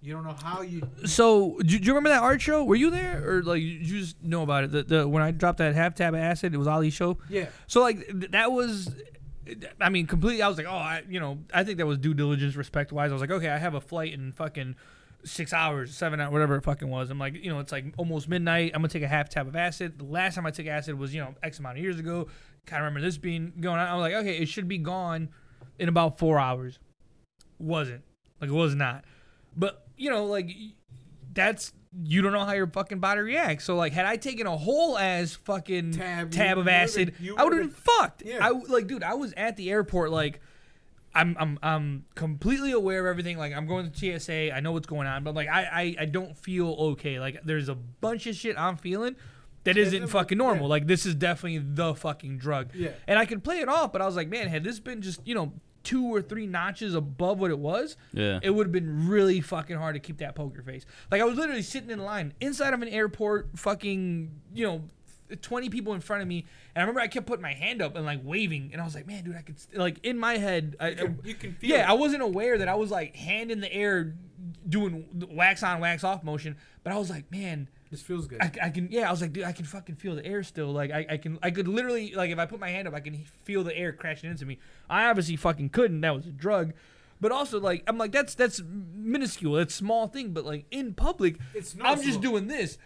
[SPEAKER 1] You don't know how you.
[SPEAKER 3] So, do, do you remember that art show? Were you there, or like you you just know about it? The, the when I dropped that half tab of acid, it was Ali's show.
[SPEAKER 1] Yeah.
[SPEAKER 3] So like th- that was, I mean, completely. I was like, oh, I, you know, I think that was due diligence, respect wise. I was like, okay, I have a flight in fucking six hours, seven hours, whatever it fucking was. I'm like, you know, it's like almost midnight. I'm gonna take a half tab of acid. The last time I took acid was you know X amount of years ago. Kind of remember this being going on. I was like, okay, it should be gone in about four hours. Wasn't like it was not, but you know, like y- that's. You don't know how your fucking body reacts. So, like, had I taken a whole ass fucking
[SPEAKER 1] Tab,
[SPEAKER 3] tab
[SPEAKER 1] you-
[SPEAKER 3] of
[SPEAKER 1] you would've-
[SPEAKER 3] acid,
[SPEAKER 1] you
[SPEAKER 3] I would have
[SPEAKER 1] would've-
[SPEAKER 3] fucked.
[SPEAKER 1] Yeah.
[SPEAKER 3] I like, dude, I was at the airport. Like, I'm, I'm, I'm completely aware of everything. Like, I'm going to TSA. I know what's going on, but like, I, I, I don't feel okay. Like, there's a bunch of shit I'm feeling that isn't
[SPEAKER 1] that's-
[SPEAKER 3] fucking
[SPEAKER 1] yeah.
[SPEAKER 3] normal. Like, this is definitely the fucking drug.
[SPEAKER 1] Yeah.
[SPEAKER 3] And I could play it off, but I was like, man, had this been just, you know, two or three notches above what it was,
[SPEAKER 4] Yeah.
[SPEAKER 3] it would have been really fucking hard to keep that poker face. Like I was literally sitting in line inside of an airport, fucking, you know, 20 people in front of me, and I remember I kept putting my hand up and like waving, and I was like, man, dude, I could st-, like in my head, I,
[SPEAKER 1] You can- you can feel.
[SPEAKER 3] yeah, I
[SPEAKER 1] it.
[SPEAKER 3] wasn't aware that I was like hand in the air doing wax on, wax off motion, but I was like, man.
[SPEAKER 1] This feels good.
[SPEAKER 3] I, I can yeah I was like dude I can fucking feel the air still like I, I can I could literally like if I put my hand up I can he- feel the air crashing into me I obviously fucking couldn't that was a drug but also like I'm like that's that's minuscule that's small thing but like in public
[SPEAKER 1] It's
[SPEAKER 3] I'm just
[SPEAKER 1] noticeable.
[SPEAKER 3] doing this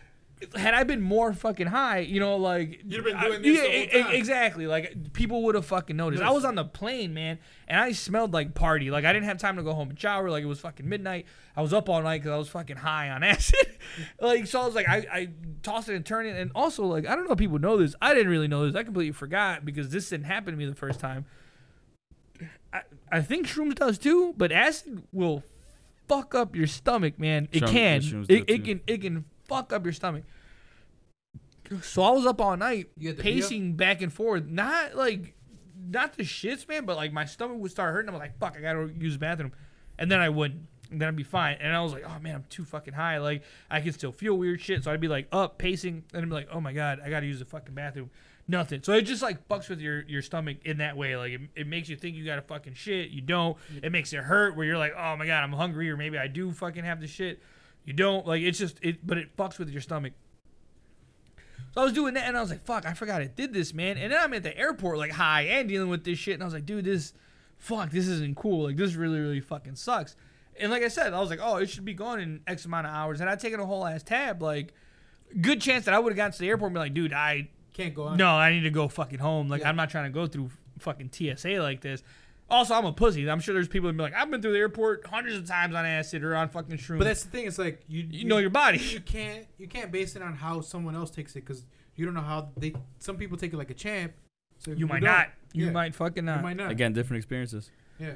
[SPEAKER 3] had I been more fucking high, you know, like
[SPEAKER 1] You'd have been
[SPEAKER 3] I-
[SPEAKER 1] doing this the
[SPEAKER 3] yeah,
[SPEAKER 1] whole
[SPEAKER 3] e-
[SPEAKER 1] time.
[SPEAKER 3] e- exactly. Like people would have fucking noticed. I was on the plane, man, and I smelled like party. Like I didn't have time to go home and shower. Like it was fucking midnight. I was up all night because I was fucking high on [LAUGHS] acid. like so, I was like, I, I tossed it and turned it. And also, like I don't know if people know this. I didn't really know this. I completely forgot because this didn't happen to me the first time. I, I think shrooms does too, but acid will fuck up your stomach, man. It
[SPEAKER 4] Shrooms-
[SPEAKER 3] can.
[SPEAKER 4] shrooms do
[SPEAKER 3] It, it
[SPEAKER 4] too.
[SPEAKER 3] can. It can fuck up your stomach. So I was up all night
[SPEAKER 1] You had the pee up?
[SPEAKER 3] pacing back and forth, not like, not the shits, man, but like my stomach would start hurting. I'm like, fuck, I gotta use the bathroom, and then I wouldn't. And then I'd be fine. And I was like, oh man, I'm too fucking high. Like I can still feel weird shit. So I'd be like up pacing, and I'd be like, oh my god, I gotta use the fucking bathroom. Nothing. So it just like fucks with your your stomach in that way. Like it, it makes you think you got to fucking shit. You don't. It makes it hurt where you're like, oh my god, I'm hungry, or maybe I do fucking have the shit. You don't. Like it's just it, but it fucks with your stomach. So I was doing that, and I was like, "Fuck, I forgot I did this, man." And then I'm at the airport, like high and dealing with this shit, and I was like, "Dude, this, fuck, this isn't cool. Like, this really, really fucking sucks." And like I said, I was like, "Oh, it should be gone in X amount of hours," and I taken a whole ass tab. Like, good chance that I would have gotten to the airport and be like, "Dude, I
[SPEAKER 1] Can't go on.
[SPEAKER 3] no, I need to go fucking home. Like,
[SPEAKER 1] Yeah.
[SPEAKER 3] I'm not trying to go through fucking TSA like this." Also, I'm a pussy. I'm sure there's people that be like, "I've been through the airport hundreds of times on acid or on fucking shrooms."
[SPEAKER 1] But that's the thing. It's like you
[SPEAKER 3] you know
[SPEAKER 1] [LAUGHS]
[SPEAKER 3] your body.
[SPEAKER 1] you can't you can't base it on how someone else takes it because you don't know how they. Some people take it like a champ. So if
[SPEAKER 3] You might
[SPEAKER 1] don't-
[SPEAKER 3] not. You
[SPEAKER 1] yeah,
[SPEAKER 3] might fucking
[SPEAKER 1] You
[SPEAKER 3] not.
[SPEAKER 1] might not.
[SPEAKER 4] Again, different experiences.
[SPEAKER 1] Yeah.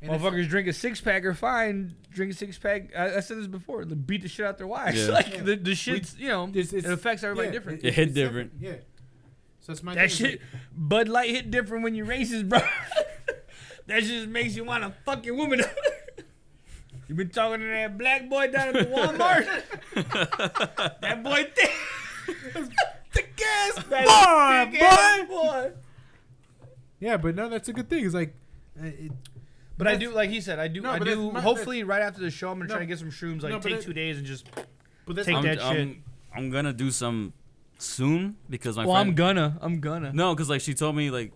[SPEAKER 1] And it's-
[SPEAKER 3] Motherfuckers drink a six pack or fine, drink a six pack. I, I said this before, they beat the shit out their wives.
[SPEAKER 4] Yeah.
[SPEAKER 3] [LAUGHS] Like
[SPEAKER 1] Yeah.
[SPEAKER 3] the, the shit's, you know,
[SPEAKER 1] it's- it's-
[SPEAKER 3] it affects everybody
[SPEAKER 1] yeah,
[SPEAKER 3] different.
[SPEAKER 4] It hit
[SPEAKER 1] it's
[SPEAKER 4] different.
[SPEAKER 1] Yeah. So that's my
[SPEAKER 3] that
[SPEAKER 1] thing,
[SPEAKER 3] shit, Bud Light hit different when you racist, bro. [LAUGHS] that just makes you want to fuck your woman [LAUGHS] up. you been talking to that black boy down at the Walmart. that boy thick.
[SPEAKER 1] [LAUGHS]
[SPEAKER 3] the gas
[SPEAKER 10] boy,
[SPEAKER 3] boy, boy.
[SPEAKER 1] Yeah, but no, that's a good thing. It's like, uh, it,
[SPEAKER 3] But I do, like he said, I do,
[SPEAKER 1] No,
[SPEAKER 3] I
[SPEAKER 1] but that's
[SPEAKER 3] do.
[SPEAKER 1] my-
[SPEAKER 3] hopefully, right after the show, I'm gonna
[SPEAKER 1] No.
[SPEAKER 3] try to get some shrooms. Like
[SPEAKER 1] No, but
[SPEAKER 3] take
[SPEAKER 1] it-
[SPEAKER 3] two days and just
[SPEAKER 1] but that's
[SPEAKER 3] Take
[SPEAKER 4] I'm,
[SPEAKER 3] that
[SPEAKER 4] I'm, I'm gonna do some soon because my
[SPEAKER 3] Well,
[SPEAKER 4] friend.
[SPEAKER 3] I'm gonna. I'm gonna.
[SPEAKER 4] no, because like she told me like.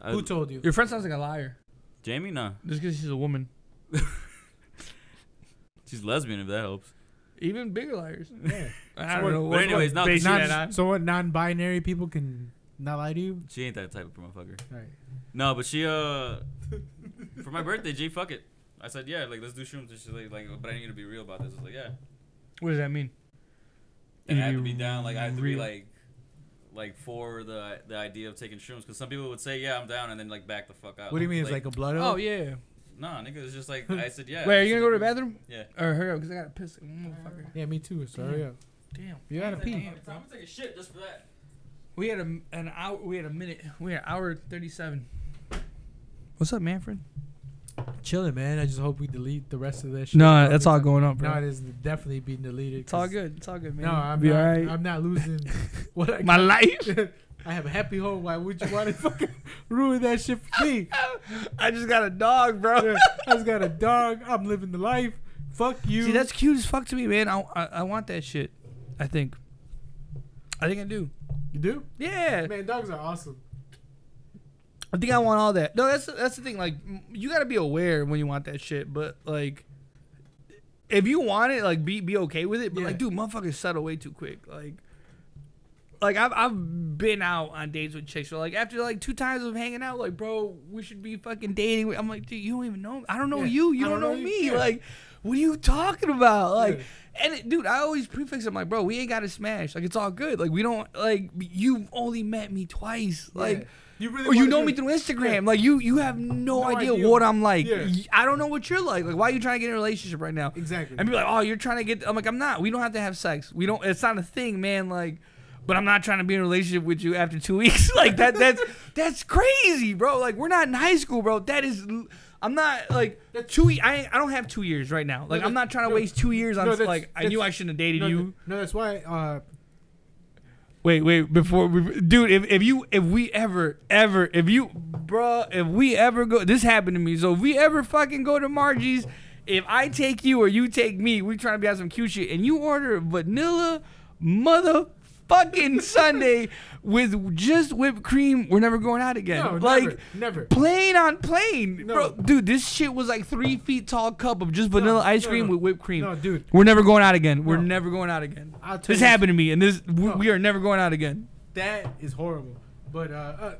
[SPEAKER 4] I-
[SPEAKER 1] who told you?
[SPEAKER 3] Your friend sounds like a liar.
[SPEAKER 4] Jamie? Nah,
[SPEAKER 3] Just because she's a woman.
[SPEAKER 4] she's lesbian. If that helps.
[SPEAKER 3] Even bigger liars.
[SPEAKER 1] Yeah.
[SPEAKER 3] [LAUGHS] I
[SPEAKER 1] what-
[SPEAKER 3] don't know.
[SPEAKER 1] but
[SPEAKER 3] what-
[SPEAKER 4] anyways,
[SPEAKER 3] what
[SPEAKER 4] no,
[SPEAKER 3] base
[SPEAKER 4] not-
[SPEAKER 3] that on.
[SPEAKER 1] So what? Non-binary people can not lie to you.
[SPEAKER 4] She ain't that type of motherfucker.
[SPEAKER 1] All right.
[SPEAKER 4] No, but she uh, for my birthday, G, fuck it. I said yeah, like let's do shrooms. And she's like, like, but I need you to be real about this. I was like, yeah.
[SPEAKER 3] What does that mean?
[SPEAKER 4] And
[SPEAKER 3] You
[SPEAKER 4] I have to
[SPEAKER 3] be
[SPEAKER 4] be down. Like I have to
[SPEAKER 3] real.
[SPEAKER 4] be like, like for the the idea of taking shrooms. Because some people would say yeah, I'm down, and then like back the fuck out.
[SPEAKER 1] What do you mean? It's like a blood oath.
[SPEAKER 3] Oh yeah.
[SPEAKER 4] nah, nigga. It's just like I said yeah.
[SPEAKER 3] Wait, are you gonna go to the bathroom?
[SPEAKER 4] Yeah.
[SPEAKER 3] Or hurry up, cause I gotta piss. Like, a motherfucker.
[SPEAKER 1] Yeah, me too. So hurry up.
[SPEAKER 3] Damn.
[SPEAKER 1] You gotta pee.
[SPEAKER 4] I'm gonna take a shit just for that.
[SPEAKER 3] We had a, an hour. We had a minute. We had hour thirty-seven. What's up, Manfred?
[SPEAKER 1] Chilling, man. I just hope we delete the rest of that shit.
[SPEAKER 3] No, that's all going up, bro.
[SPEAKER 1] No, it is definitely being deleted.
[SPEAKER 3] it's all
[SPEAKER 1] 'cause-
[SPEAKER 3] good. It's all good, man.
[SPEAKER 1] No, I'm
[SPEAKER 3] be
[SPEAKER 1] not,
[SPEAKER 3] all right.
[SPEAKER 1] I'm not
[SPEAKER 3] [LAUGHS]
[SPEAKER 1] losing what I.
[SPEAKER 3] My
[SPEAKER 1] got.
[SPEAKER 3] life.
[SPEAKER 1] [LAUGHS] I have a happy home. Why would you want to fucking [LAUGHS] ruin that shit for me?
[SPEAKER 3] I just got a dog, bro. [LAUGHS]
[SPEAKER 1] Yeah, I just got a dog. I'm living the life. Fuck you.
[SPEAKER 3] See, that's cute as fuck to me, man. I, I, I want that shit. I think. I think I do.
[SPEAKER 1] you do.
[SPEAKER 3] Yeah,
[SPEAKER 1] Man, dogs are awesome.
[SPEAKER 3] I think I want all that. No, that's that's the thing. Like, m- you gotta be aware when you want that shit. But like, if you want it, like, be be okay with it. But
[SPEAKER 1] Yeah.
[SPEAKER 3] like, dude, motherfuckers settle way too quick. Like, like I've I've been out on dates with chicks. Where, like after like two times of hanging out, like, bro, we should be fucking dating. I'm like, dude, you don't even know. me. I don't know
[SPEAKER 1] Yeah.
[SPEAKER 3] you. You
[SPEAKER 1] I
[SPEAKER 3] don't,
[SPEAKER 1] don't
[SPEAKER 3] know,
[SPEAKER 1] know you.
[SPEAKER 3] me.
[SPEAKER 1] Yeah.
[SPEAKER 3] Like, what are you talking about? Like.
[SPEAKER 1] Yeah.
[SPEAKER 3] And it, dude, I always prefix. it, I'm like, bro, we ain't got to smash. Like, it's all good. Like, we don't like you only met me twice. Like,
[SPEAKER 1] Yeah. you really.
[SPEAKER 3] or you
[SPEAKER 1] wanna
[SPEAKER 3] know
[SPEAKER 1] do
[SPEAKER 3] me
[SPEAKER 1] it.
[SPEAKER 3] through Instagram. Like, you you have no,
[SPEAKER 1] No
[SPEAKER 3] idea,
[SPEAKER 1] idea.
[SPEAKER 3] what I'm like.
[SPEAKER 1] Yeah.
[SPEAKER 3] Y- I don't know what you're like. Like, why are you trying to get in a relationship right now?
[SPEAKER 1] Exactly.
[SPEAKER 3] And be like, oh, you're trying to get. I'm like, I'm not. We don't have to have sex. We don't. It's not a thing, man. Like, but I'm not trying to be in a relationship with you after two [LAUGHS] weeks. like that. That's that's crazy, bro. Like, we're not in high school, bro. That is. l- I'm not like
[SPEAKER 1] That's-
[SPEAKER 3] two. ye- I ain't- I don't have two years right now. Like
[SPEAKER 1] No,
[SPEAKER 3] I'm not trying to
[SPEAKER 1] no.
[SPEAKER 3] waste two years on
[SPEAKER 1] No,
[SPEAKER 3] s-
[SPEAKER 1] that's-
[SPEAKER 3] like I
[SPEAKER 1] that's-
[SPEAKER 3] knew I shouldn't have dated
[SPEAKER 1] no,
[SPEAKER 3] you.
[SPEAKER 1] th- no, that's why. Uh,
[SPEAKER 3] Wait, wait, before we, dude, if, if you, if we ever, ever, if you, bruh, if we ever go, this happened to me. So if we ever fucking go to Margie's, if I take you or you take me, we trying to be on some cute shit, and you order vanilla motherfucking
[SPEAKER 1] [LAUGHS]
[SPEAKER 3] fucking Sunday with just whipped cream. We're never going out again.
[SPEAKER 1] No,
[SPEAKER 3] like
[SPEAKER 1] never, never.
[SPEAKER 3] [LAUGHS] Plane on plane,
[SPEAKER 1] No.
[SPEAKER 3] bro. Dude, this shit was like three feet tall cup of just vanilla ice
[SPEAKER 1] no,
[SPEAKER 3] cream
[SPEAKER 1] no.
[SPEAKER 3] with whipped cream.
[SPEAKER 1] No, dude.
[SPEAKER 3] We're never going out again. We're
[SPEAKER 1] No.
[SPEAKER 3] never going out again.
[SPEAKER 1] I'll tell
[SPEAKER 3] This
[SPEAKER 1] you-
[SPEAKER 3] happened to me, and this we,
[SPEAKER 1] No.
[SPEAKER 3] we are never going out again.
[SPEAKER 1] That is horrible. But uh, uh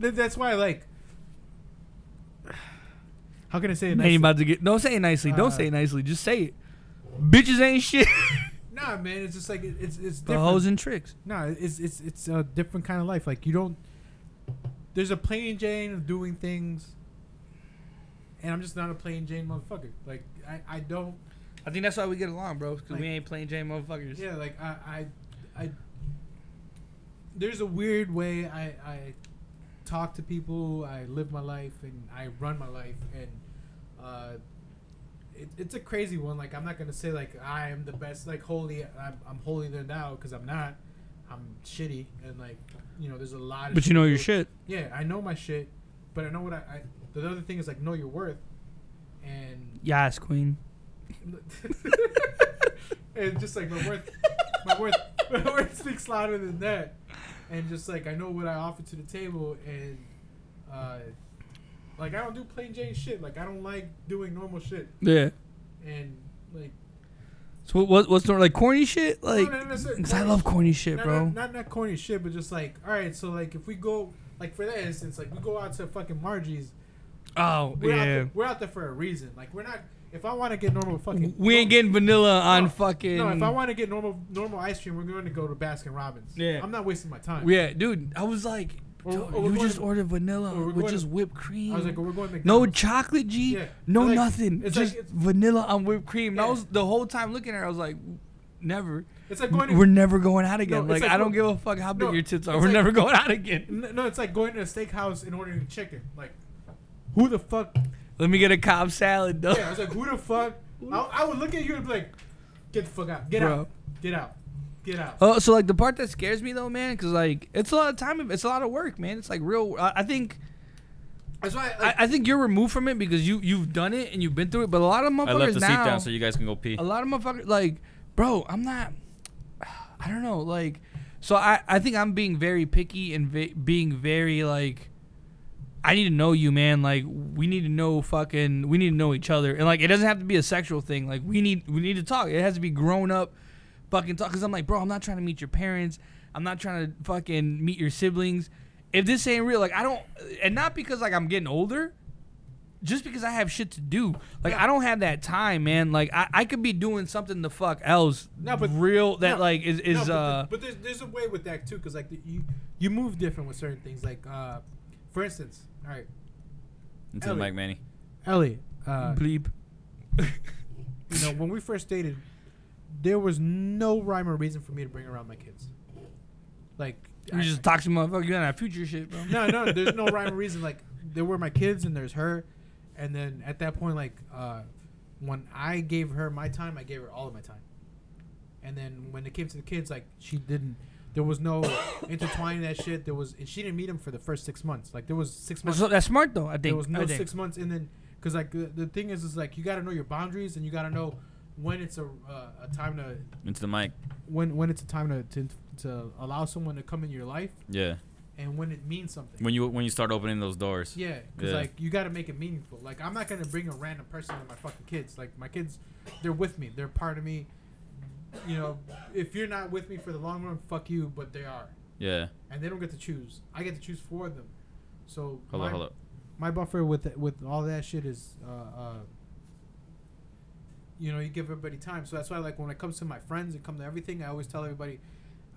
[SPEAKER 1] th- that's why like how can I say it?
[SPEAKER 3] Ain't
[SPEAKER 1] nicely?
[SPEAKER 3] about to get. Don't say it nicely.
[SPEAKER 1] Uh,
[SPEAKER 3] don't say it nicely. Just say it. Bitches ain't [LAUGHS] shit.
[SPEAKER 1] Nah, man, it's just like it- it's it's
[SPEAKER 3] the
[SPEAKER 1] different.
[SPEAKER 3] hoes and tricks.
[SPEAKER 1] No, it's it's it's a different kind of life. Like you don't. There's a plain Jane of doing things, and I'm just not a plain Jane motherfucker. Like I, I don't.
[SPEAKER 3] I think that's why we get along, bro. Because
[SPEAKER 1] Like- we
[SPEAKER 3] ain't playing J motherfuckers.
[SPEAKER 1] Yeah, like I I, I there's a weird way I I talk to people. I live my life and I run my life and uh, it, it's a crazy one. Like I'm not gonna say like I am the best. Like holy, I'm I'm holier than thou because I'm not. I'm shitty and like you know there's a lot. of
[SPEAKER 3] But you know your
[SPEAKER 1] people-
[SPEAKER 3] shit.
[SPEAKER 1] Yeah, I know my shit, but I know what I. I the other thing is like know your worth, and
[SPEAKER 3] Yes, queen.
[SPEAKER 1] [LAUGHS] and just like my worth, my worth, [LAUGHS] my worth speaks louder than that. And just like I know what I offer to the table, and uh, like I don't do plain Jane shit. Like I don't like doing normal shit,
[SPEAKER 3] Yeah.
[SPEAKER 1] and like
[SPEAKER 3] So what, what's the like corny shit? Like,
[SPEAKER 1] no, no, sir.
[SPEAKER 3] 'cause I love corny shit,
[SPEAKER 1] not,
[SPEAKER 3] bro.
[SPEAKER 1] Not, not not corny shit, but just like all right. So like if we go like for that instance, like we go out to fucking Margie's,
[SPEAKER 3] oh
[SPEAKER 1] we're, out,
[SPEAKER 3] yeah.
[SPEAKER 1] there, we're out there for a reason. Like we're not. If I want to get normal fucking,
[SPEAKER 3] We ain't getting vanilla on
[SPEAKER 1] No,
[SPEAKER 3] fucking.
[SPEAKER 1] No, if I want to get normal normal ice cream, we're going to go to Baskin Robbins.
[SPEAKER 3] Yeah.
[SPEAKER 1] I'm not wasting my time.
[SPEAKER 3] Yeah, dude. I was like,
[SPEAKER 1] Or-
[SPEAKER 3] dude,
[SPEAKER 1] or we're
[SPEAKER 3] you
[SPEAKER 1] going
[SPEAKER 3] just
[SPEAKER 1] to-
[SPEAKER 3] ordered vanilla
[SPEAKER 1] or we're
[SPEAKER 3] with
[SPEAKER 1] going
[SPEAKER 3] just
[SPEAKER 1] to-
[SPEAKER 3] whipped cream.
[SPEAKER 1] I was like, we're going to
[SPEAKER 3] no
[SPEAKER 1] McDonald's.
[SPEAKER 3] chocolate G,
[SPEAKER 1] Yeah.
[SPEAKER 3] no
[SPEAKER 1] It's like-
[SPEAKER 3] nothing.
[SPEAKER 1] it's like-
[SPEAKER 3] just
[SPEAKER 1] it's-
[SPEAKER 3] vanilla on whipped cream. And I
[SPEAKER 1] Yeah.
[SPEAKER 3] was the whole time looking at her. I was like, never.
[SPEAKER 1] It's like going to
[SPEAKER 3] we're never going out
[SPEAKER 1] No,
[SPEAKER 3] again.
[SPEAKER 1] it's
[SPEAKER 3] like,
[SPEAKER 1] like
[SPEAKER 3] I don't
[SPEAKER 1] we're-
[SPEAKER 3] give a fuck how big
[SPEAKER 1] no,
[SPEAKER 3] your tits are.
[SPEAKER 1] it's
[SPEAKER 3] We're
[SPEAKER 1] like-
[SPEAKER 3] never [LAUGHS] going out again.
[SPEAKER 1] N- no, it's like going to a steakhouse and ordering chicken. Like, who the
[SPEAKER 3] [LAUGHS]
[SPEAKER 1] fuck?
[SPEAKER 3] Let me get a Cobb salad though.
[SPEAKER 1] Yeah, I was like, who the fuck? I, I would look at you and be like, get the fuck out, get
[SPEAKER 3] Bro.
[SPEAKER 1] out, get out, get out.
[SPEAKER 3] Oh, so like the part that scares me though, man, because like it's a lot of time, it's a lot of work, man. It's like real. I, I think
[SPEAKER 1] That's why.
[SPEAKER 3] I,
[SPEAKER 1] Like,
[SPEAKER 3] I think you're removed from it because you you've done it and you've been through it. But a lot of motherfuckers
[SPEAKER 4] I left the
[SPEAKER 3] now,
[SPEAKER 4] seat down so you guys can go pee.
[SPEAKER 3] a lot of motherfuckers like, bro, I'm not. [SIGHS] I don't know, like, so I I think I'm being very picky and ve- being very like. I need to know you, man. Like we need to know fucking we need to know each other. And like it doesn't have to be a sexual thing. Like we need we need to talk. It has to be grown up fucking talk cuz I'm like, bro, I'm not trying to meet your parents. I'm not trying to fucking meet your siblings. If this ain't real, like I don't and not because like I'm getting older, just because I have shit to do. Like I don't have that time, man. Like I, I could be doing something the fuck else.
[SPEAKER 1] No, but-
[SPEAKER 3] real that
[SPEAKER 1] no,
[SPEAKER 3] like is
[SPEAKER 1] no,
[SPEAKER 3] is
[SPEAKER 1] but,
[SPEAKER 3] uh
[SPEAKER 1] the- but there's there's a way with that too, because like the, you you move different with certain things. Like, uh, for instance, all right,
[SPEAKER 4] Into the
[SPEAKER 1] Ellie.
[SPEAKER 4] mic, Manny.
[SPEAKER 1] Elliot. Uh, [LAUGHS]
[SPEAKER 3] bleep.
[SPEAKER 1] you know, when we first dated, there was no rhyme or reason for me to bring around my kids. Like,
[SPEAKER 3] You
[SPEAKER 1] I-
[SPEAKER 3] just toxic motherfucker. You're not future shit, bro.
[SPEAKER 1] no, no, there's no rhyme or reason. Like there were my kids and there's her, and then at that point, like uh, when I gave her my time, I gave her all of my time, and then when it came to the kids, like she didn't. There was no [COUGHS] intertwining that shit. There was, and she didn't meet him for the first six months. Like there was six
[SPEAKER 3] That's,
[SPEAKER 1] months.
[SPEAKER 3] that's smart though. I think.
[SPEAKER 1] There was no
[SPEAKER 3] I think.
[SPEAKER 1] six months, and then because like the, the thing is, is like you got to know your boundaries, and you got to know when it's a uh, a time to
[SPEAKER 4] Into the mic.
[SPEAKER 1] when when it's a time to, to to allow someone to come in your life,
[SPEAKER 4] Yeah.
[SPEAKER 1] and when it means something.
[SPEAKER 4] When you when you start opening those doors.
[SPEAKER 1] Yeah, because
[SPEAKER 4] Yeah.
[SPEAKER 1] like you got to make it meaningful. Like I'm not gonna bring a random person to my fucking kids. Like my kids, they're with me. They're part of me. You know, if you're not with me for the long run, fuck you. But they are,
[SPEAKER 4] Yeah.
[SPEAKER 1] and they don't get to choose. I get to choose for them. So
[SPEAKER 4] Hold
[SPEAKER 1] my,
[SPEAKER 4] up, hold up.
[SPEAKER 1] my buffer with with all that shit is, uh, uh, you know, you give everybody time. So that's why, like, when it comes to my friends and come to everything, I always tell everybody,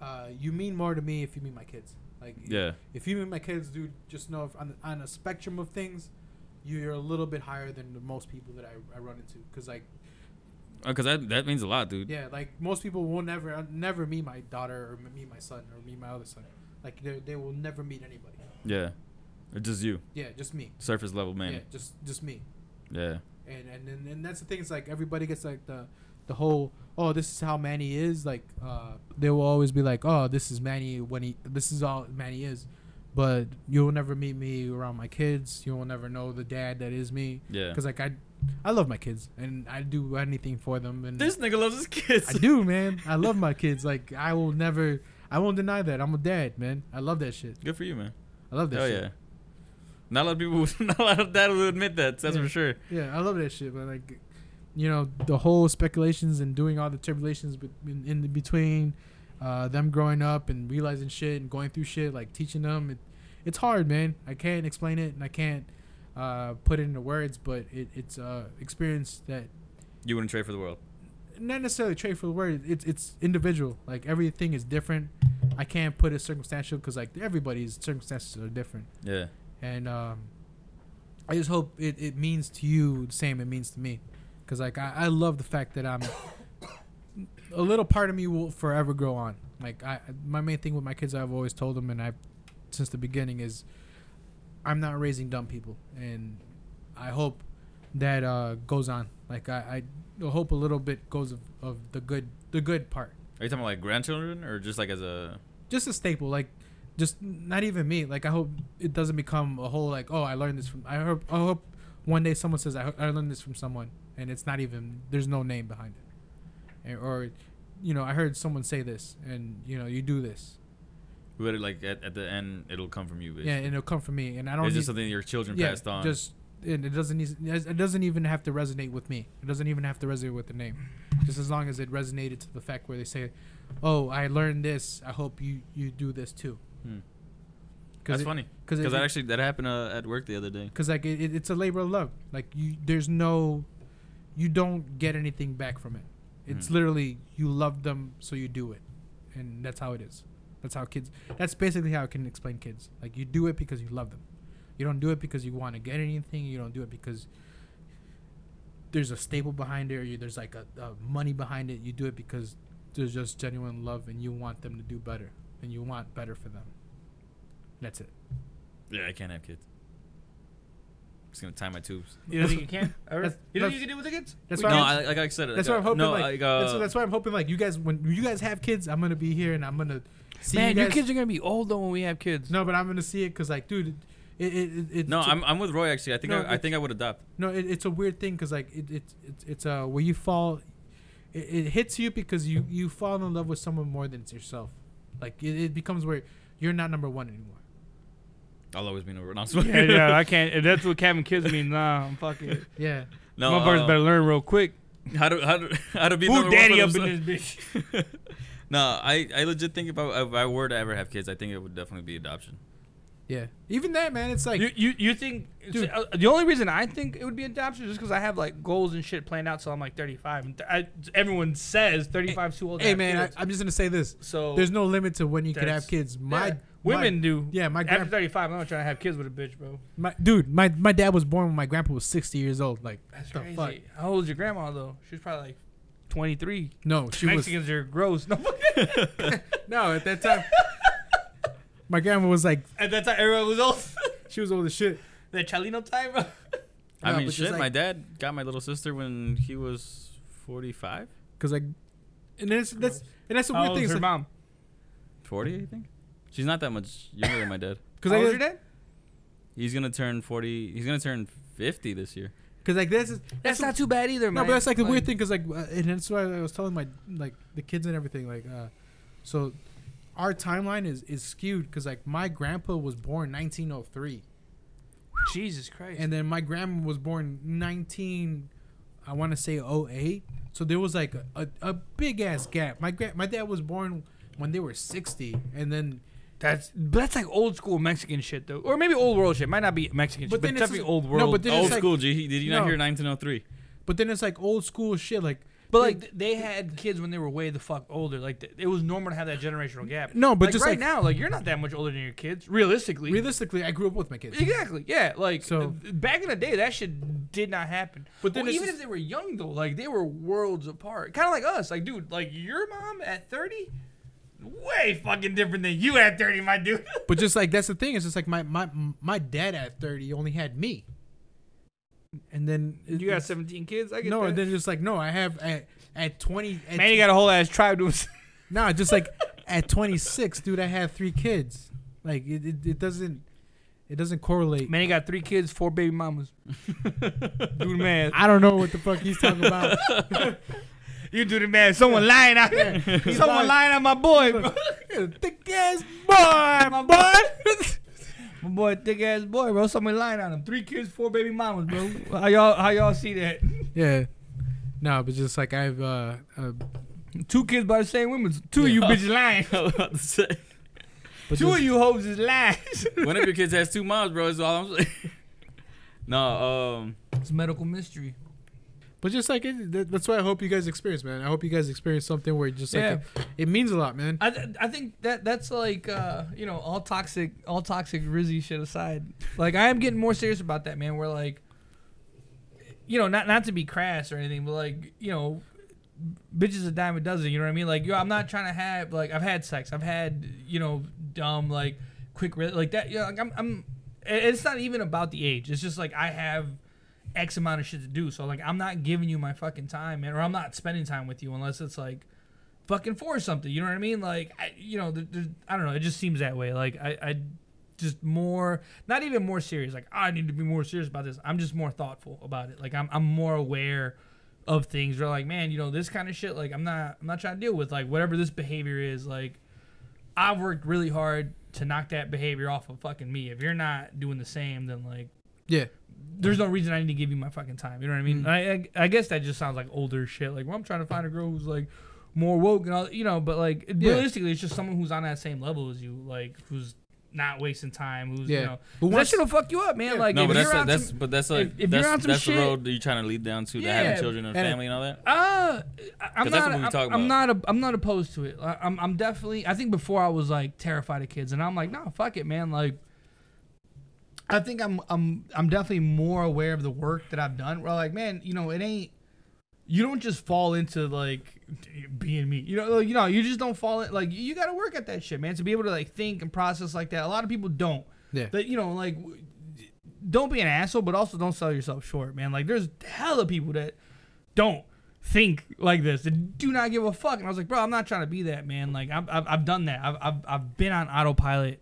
[SPEAKER 1] uh, you mean more to me if you meet my kids. Like,
[SPEAKER 4] Yeah.
[SPEAKER 1] if you and my kids, dude, just know if on, on a spectrum of things, you're a little bit higher than the most people that I, I run into. Cause like,
[SPEAKER 4] Because Uh, that, that means a lot, dude.
[SPEAKER 1] yeah, like most people will never, never meet my daughter or m- meet my son or meet my other son. Like they, they will never meet anybody.
[SPEAKER 4] Yeah. It's just you.
[SPEAKER 1] Yeah, just me.
[SPEAKER 4] Surface level,
[SPEAKER 1] Yeah,
[SPEAKER 4] Manny.
[SPEAKER 1] just just me.
[SPEAKER 4] Yeah.
[SPEAKER 1] And and and, and that's the thing. It's like everybody gets like the the whole oh this is how Manny is. Like uh, they will always be like oh this is Manny when he this is all Manny is. But you'll never meet me around my kids. You will never know the dad that is me.
[SPEAKER 4] Yeah.
[SPEAKER 1] Cause like I, I love my kids and I do anything for them and
[SPEAKER 3] [LAUGHS]
[SPEAKER 4] nigga loves his kids.
[SPEAKER 1] I do, man. I love my kids. Like I will never. I won't deny that. I'm a dad, man. I love that shit.
[SPEAKER 4] Good for you, man.
[SPEAKER 1] I love that
[SPEAKER 4] Hell
[SPEAKER 1] shit.
[SPEAKER 4] Oh, yeah. Not a lot of people, [LAUGHS] would- not a lot of dads would admit that. [LAUGHS] That's
[SPEAKER 1] Yeah.
[SPEAKER 4] for sure.
[SPEAKER 1] Yeah, I love that shit, but like, you know, the whole speculations and doing all the tribulations bet- in, in between uh, them growing up and realizing shit and going through shit, like teaching them, it, it's hard, man. I can't explain it and I can't uh, put it into words, but it, it's uh, experience that
[SPEAKER 4] You wouldn't trade for the world.
[SPEAKER 1] not necessarily trade for the word. It's it's individual. Like everything is different. I can't put it circumstantial because like everybody's circumstances are different
[SPEAKER 4] Yeah.
[SPEAKER 1] and um, I just hope it, it means to you the same it means to me, because like I, I love the fact that I'm [COUGHS] a little part of me will forever grow on. Like I my main thing with my kids I've always told them and I since the beginning is I'm not raising dumb people and I hope that uh, goes on. Like I, I hope a little bit goes of, of the good the good part
[SPEAKER 4] Are you talking about like grandchildren or just like as a?
[SPEAKER 1] just a staple like just not even me like i hope it doesn't become a whole like oh i learned this from i hope i hope one day someone says i, ho- I learned this from someone and it's not even there's no name behind it and, or you know i heard someone say this and you know you do this
[SPEAKER 4] But like at, at the end, it'll come from you. Basically.
[SPEAKER 1] yeah and it'll come from me and i don't
[SPEAKER 4] It's
[SPEAKER 1] need,
[SPEAKER 4] just something your children
[SPEAKER 1] yeah,
[SPEAKER 4] passed on.
[SPEAKER 1] just and it doesn't need- it doesn't even have to resonate with me it doesn't even have to resonate with the name just as long as it resonated to the fact where they say oh i learned this i hope you you do this too
[SPEAKER 4] Hmm.
[SPEAKER 1] Because
[SPEAKER 4] That's
[SPEAKER 1] it-
[SPEAKER 4] funny.
[SPEAKER 1] cause it-
[SPEAKER 4] Because that actually that happened uh, at work the other day.
[SPEAKER 1] because like it, it- it's a labor of love like you there's no you don't get anything back from it it's
[SPEAKER 4] Mm.
[SPEAKER 1] literally you love them so you do it and that's how it is that's how kids that's basically how i can explain kids like you do it because you love them you don't do it because you want to get anything you don't do it because there's a staple behind it or you, there's like a, a money behind it you do it because there's just genuine love and you want them to do better and you want better for them that's it
[SPEAKER 4] Yeah, I can't have kids. I'm just gonna tie my tubes.
[SPEAKER 11] You don't think you can? [LAUGHS] Ever?
[SPEAKER 1] That's-
[SPEAKER 11] you don't
[SPEAKER 1] that's-
[SPEAKER 11] think you can do with the kids?
[SPEAKER 1] that's
[SPEAKER 4] no,
[SPEAKER 1] why I'm-
[SPEAKER 4] I, like I said,
[SPEAKER 1] That's
[SPEAKER 4] like,
[SPEAKER 1] what I'm hoping.
[SPEAKER 4] No,
[SPEAKER 1] like,
[SPEAKER 4] uh,
[SPEAKER 1] that's, that's why I'm hoping. Like you guys, when you guys have kids, I'm gonna be here and I'm gonna see you guys.
[SPEAKER 11] are gonna be old though when we have kids.
[SPEAKER 1] no, but I'm gonna see it because, like, dude, it, it, it, it's
[SPEAKER 4] no,
[SPEAKER 1] a-
[SPEAKER 4] I'm, I'm with Roy actually. I think
[SPEAKER 1] No,
[SPEAKER 4] I, I
[SPEAKER 1] it's-
[SPEAKER 4] think I would adopt.
[SPEAKER 1] no, it, it's a weird thing because, like, it, it, it's it's uh where you fall, it, it hits you because you you fall in love with someone more than it's yourself. Like it, it becomes where you're not number one anymore.
[SPEAKER 4] I'll always be number. No, I'm just
[SPEAKER 3] [LAUGHS] yeah,
[SPEAKER 4] kidding.
[SPEAKER 3] yeah, I can't. If that's what having kids means, nah, I'm
[SPEAKER 11] [LAUGHS]
[SPEAKER 3] fucking.
[SPEAKER 1] Yeah,
[SPEAKER 4] [LAUGHS] no,
[SPEAKER 3] Motherfuckers
[SPEAKER 4] uh,
[SPEAKER 3] better learn real quick.
[SPEAKER 4] How to how to [LAUGHS] how to be
[SPEAKER 3] Who
[SPEAKER 4] number
[SPEAKER 3] daddy
[SPEAKER 4] one
[SPEAKER 3] up
[SPEAKER 4] for
[SPEAKER 3] in
[SPEAKER 4] themselves.
[SPEAKER 3] this bitch?
[SPEAKER 4] [LAUGHS] No, I, I legit think if I, if I were to ever have kids, I think it would definitely be adoption.
[SPEAKER 1] yeah. Even that, man, it's like
[SPEAKER 3] you, you you think
[SPEAKER 1] Dude.
[SPEAKER 3] uh, the only reason I think it would be adoption is just because I have like goals and shit planned out till I'm like 35. And th- I, everyone says 35 is too old. to
[SPEAKER 1] hey,
[SPEAKER 3] have
[SPEAKER 1] man,
[SPEAKER 3] kids.
[SPEAKER 1] I, I'm just gonna say this.
[SPEAKER 3] so
[SPEAKER 1] There's no limit to when you could have
[SPEAKER 3] That's-
[SPEAKER 1] kids. My
[SPEAKER 3] yeah.
[SPEAKER 1] my-
[SPEAKER 3] women do.
[SPEAKER 1] yeah, my
[SPEAKER 3] after
[SPEAKER 1] grand,
[SPEAKER 3] 35, I'm not trying to have kids with a bitch, bro.
[SPEAKER 1] my dude, my my dad was born when my grandpa was 60 years old. Like,
[SPEAKER 3] That's
[SPEAKER 1] the
[SPEAKER 3] crazy.
[SPEAKER 1] fuck?
[SPEAKER 3] How old is your grandma though? She's probably like 23.
[SPEAKER 1] No, she was
[SPEAKER 3] Mexicans are gross. [LAUGHS] No,
[SPEAKER 1] No, at that time, my grandma was like,
[SPEAKER 3] at that time everyone was old.
[SPEAKER 1] she was old as shit.
[SPEAKER 3] [LAUGHS] the Chalino time, bro.
[SPEAKER 1] No,
[SPEAKER 4] I
[SPEAKER 1] but
[SPEAKER 4] mean,
[SPEAKER 1] just
[SPEAKER 4] shit.
[SPEAKER 1] like-
[SPEAKER 4] my dad got my little sister when he was forty-five,
[SPEAKER 1] Cause like, and that's that's and that's the
[SPEAKER 3] How
[SPEAKER 1] weird
[SPEAKER 3] old
[SPEAKER 1] thing.
[SPEAKER 3] Oh, is
[SPEAKER 1] is
[SPEAKER 3] her
[SPEAKER 1] like-
[SPEAKER 3] mom?
[SPEAKER 4] forty, I think. She's not that much younger than
[SPEAKER 1] [LAUGHS]
[SPEAKER 4] my dad.
[SPEAKER 1] Cause
[SPEAKER 3] How
[SPEAKER 1] like,
[SPEAKER 3] old Oh, is
[SPEAKER 1] that-
[SPEAKER 3] your dad?
[SPEAKER 4] He's gonna turn forty. He's gonna turn fifty this year.
[SPEAKER 1] cause like this is
[SPEAKER 3] That's
[SPEAKER 1] the-
[SPEAKER 3] not too bad either,
[SPEAKER 1] no,
[SPEAKER 3] man.
[SPEAKER 1] but that's like the weird thing. Cause like, uh, and that's why I was telling my like the kids and everything. Like, uh, so our timeline is is skewed. Cause like my grandpa was born 1903,
[SPEAKER 3] Jesus Christ.
[SPEAKER 1] and then my grandma was born 19, I want to say 08. So there was like a, a, a big ass gap. My grand my dad was born when they were 60, and then
[SPEAKER 3] That's but that's like old school Mexican shit though, or maybe old world shit. Might not be Mexican
[SPEAKER 1] But
[SPEAKER 3] shit, but
[SPEAKER 1] then
[SPEAKER 3] it's
[SPEAKER 1] it's
[SPEAKER 3] definitely
[SPEAKER 1] just-
[SPEAKER 3] old
[SPEAKER 1] no,
[SPEAKER 3] world.
[SPEAKER 1] but then- Dude, it's
[SPEAKER 4] Old
[SPEAKER 1] like-
[SPEAKER 4] school. G, did you not
[SPEAKER 1] No.
[SPEAKER 4] hear nineteen oh three? [LAUGHS]
[SPEAKER 1] But then it's like old school shit. Like,
[SPEAKER 3] but like th- they had kids when they were way the fuck older. Like th- it was normal to have that generational gap.
[SPEAKER 1] No, but
[SPEAKER 3] Like,
[SPEAKER 1] just
[SPEAKER 3] right
[SPEAKER 1] like-
[SPEAKER 3] now, like you're not that much older than your kids, realistically.
[SPEAKER 1] realistically, I grew up with my kids.
[SPEAKER 3] Exactly. Yeah. Like
[SPEAKER 1] So-
[SPEAKER 3] so, back in the day, that shit did not happen. But
[SPEAKER 1] then
[SPEAKER 3] then,
[SPEAKER 1] it's
[SPEAKER 3] even
[SPEAKER 1] just-
[SPEAKER 3] if they were young though, like they were worlds apart. Kind of like us. Like, dude, like your mom at thirty, way fucking different than you at thirty, my dude. [LAUGHS]
[SPEAKER 1] But just like that's the thing. It's just like my my my dad at thirty only had me. And then it-
[SPEAKER 3] you got
[SPEAKER 1] it's-
[SPEAKER 3] seventeen kids. I get
[SPEAKER 1] no,
[SPEAKER 3] that.
[SPEAKER 1] and then just like no, I have at at twenty. At
[SPEAKER 3] Man, you got a whole ass tribe to himself.
[SPEAKER 1] nah, just like at twenty six, dude, I had three kids. Like it, it, it doesn't it doesn't correlate.
[SPEAKER 3] Man, he got three kids, four baby [LAUGHS] mamas. do the math.
[SPEAKER 1] I don't know what the fuck he's talking about. [LAUGHS]
[SPEAKER 3] [LAUGHS] You do the math. Someone lying out there. Someone lying on my boy. bro.
[SPEAKER 1] Thick ass boy,
[SPEAKER 3] [LAUGHS]
[SPEAKER 1] boy.
[SPEAKER 3] My boy, thick ass boy, bro. Someone lying on him. Three kids, four baby mamas, bro. How y'all, how y'all see that?
[SPEAKER 1] yeah. No, but just like I've uh, uh
[SPEAKER 3] Two kids by the same women.
[SPEAKER 1] Yeah.
[SPEAKER 3] Two of you bitches lying.
[SPEAKER 4] I was about to say.
[SPEAKER 1] but
[SPEAKER 3] Two of
[SPEAKER 1] just-
[SPEAKER 3] you hoes is lies.
[SPEAKER 4] One of your kids has two moms, bro. Is all I'm saying. [LAUGHS] no, um,
[SPEAKER 3] it's medical mystery.
[SPEAKER 1] But just like it, that, that's what I hope you guys experience, man. I hope you guys experience something where just like
[SPEAKER 3] Yeah.
[SPEAKER 1] it, it means a lot, man.
[SPEAKER 3] I, th- I think that that's like uh, you know all toxic all toxic Rizzy shit aside. Like I am getting more serious about that, man. Where like, you know, not not to be crass or anything, but like you know, bitches a dime a dozen. You know what I mean? Like yo, I'm not trying to have like I've had sex, I've had you know dumb like quick re- like that. Yeah, like I'm I'm. and It's not even about the age. It's just like I have. X amount of shit to do, so like I'm not giving you my fucking time, man, or I'm not spending time with you unless it's like fucking for something. You know what I mean? Like, I, you know, there, there's- I don't know. It just seems that way. Like, I, I just more, not even more serious. Like, "Ah, I need to be more serious about this. I'm just more thoughtful about it. Like, I'm, I'm more aware of things. They're like, man, you know, this kind of shit. Like, I'm not, I'm not trying to deal with like whatever this behavior is. Like, I've worked really hard to knock that behavior off of fucking me. If you're not doing the same, then like
[SPEAKER 1] yeah.
[SPEAKER 3] there's no reason I need to give you my fucking time. You know what I
[SPEAKER 1] Mm.
[SPEAKER 3] mean? I, I I guess that just sounds like older shit. Like, well, I'm trying to find a girl who's like more woke and all, you know. But like
[SPEAKER 1] Yeah.
[SPEAKER 3] realistically, it's just someone who's on that same level as you, like who's not wasting time, who's
[SPEAKER 1] Yeah.
[SPEAKER 3] you know.
[SPEAKER 1] Who
[SPEAKER 3] 'cause that
[SPEAKER 1] wants-
[SPEAKER 3] shit'll fuck you up, man.
[SPEAKER 1] Yeah.
[SPEAKER 3] Like,
[SPEAKER 4] no,
[SPEAKER 3] if
[SPEAKER 4] but
[SPEAKER 3] you're
[SPEAKER 4] that's
[SPEAKER 3] on
[SPEAKER 4] that's
[SPEAKER 3] some-
[SPEAKER 4] but that's like
[SPEAKER 3] if- if
[SPEAKER 4] that's,
[SPEAKER 3] you're on some
[SPEAKER 4] that's
[SPEAKER 3] shit-
[SPEAKER 4] the road that you're trying to lead down to, to
[SPEAKER 3] Yeah.
[SPEAKER 4] having children and,
[SPEAKER 1] And-
[SPEAKER 4] family and
[SPEAKER 3] [LAUGHS]
[SPEAKER 4] all that.
[SPEAKER 3] Uh, I- I'm
[SPEAKER 4] Because that's
[SPEAKER 3] not.
[SPEAKER 4] what we
[SPEAKER 3] I'm,
[SPEAKER 4] talking
[SPEAKER 3] I'm not. A, I'm not opposed to it. I- I'm. I'm definitely. I think before I was like terrified of kids, and I'm like, no, fuck it, man. Like, I think I'm. I'm. I'm definitely more aware of the work that I've done. Where like, man, you know, it ain't. You don't just fall into like being me. You know, like, you know, you just don't fall in. Like, you got to work at that shit, man. To be able to like think and process like that. A lot of people don't.
[SPEAKER 1] Yeah.
[SPEAKER 3] But you know, like, w- don't be an asshole, but also don't sell yourself short, man. Like, there's hella people that don't think like this. That do not give a fuck. And I was like, bro, I'm not trying to be that, man. Like, I've, I've, I've done that. I've, I've, I've been on autopilot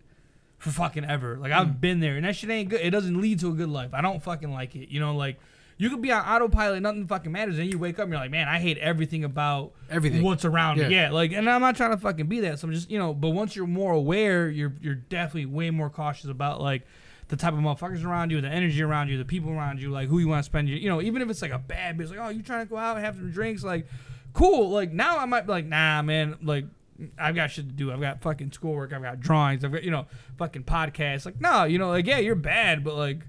[SPEAKER 3] for fucking ever. Like, I've been there, and that shit ain't good. It doesn't lead to a good life. I don't fucking like it. You know, like. You could be on autopilot, nothing fucking matters. Then you wake up and you're like, man, I hate everything about
[SPEAKER 1] Everything.
[SPEAKER 3] what's around me.
[SPEAKER 1] Yeah.
[SPEAKER 3] Yeah, like, and I'm not trying to fucking be that. So I'm just, you know, but once you're more aware, you're you're definitely way more cautious about like the type of motherfuckers around you, the energy around you, the people around you, like who you want to spend your, you know, even if it's like a bad bitch, like, oh, you trying to go out and have some drinks, like, cool. Like now I might be like, nah, man, like. I've got shit to do. I've got fucking schoolwork. I've got drawings. I've got you know fucking podcasts. Like no, you know like yeah, you're bad, but like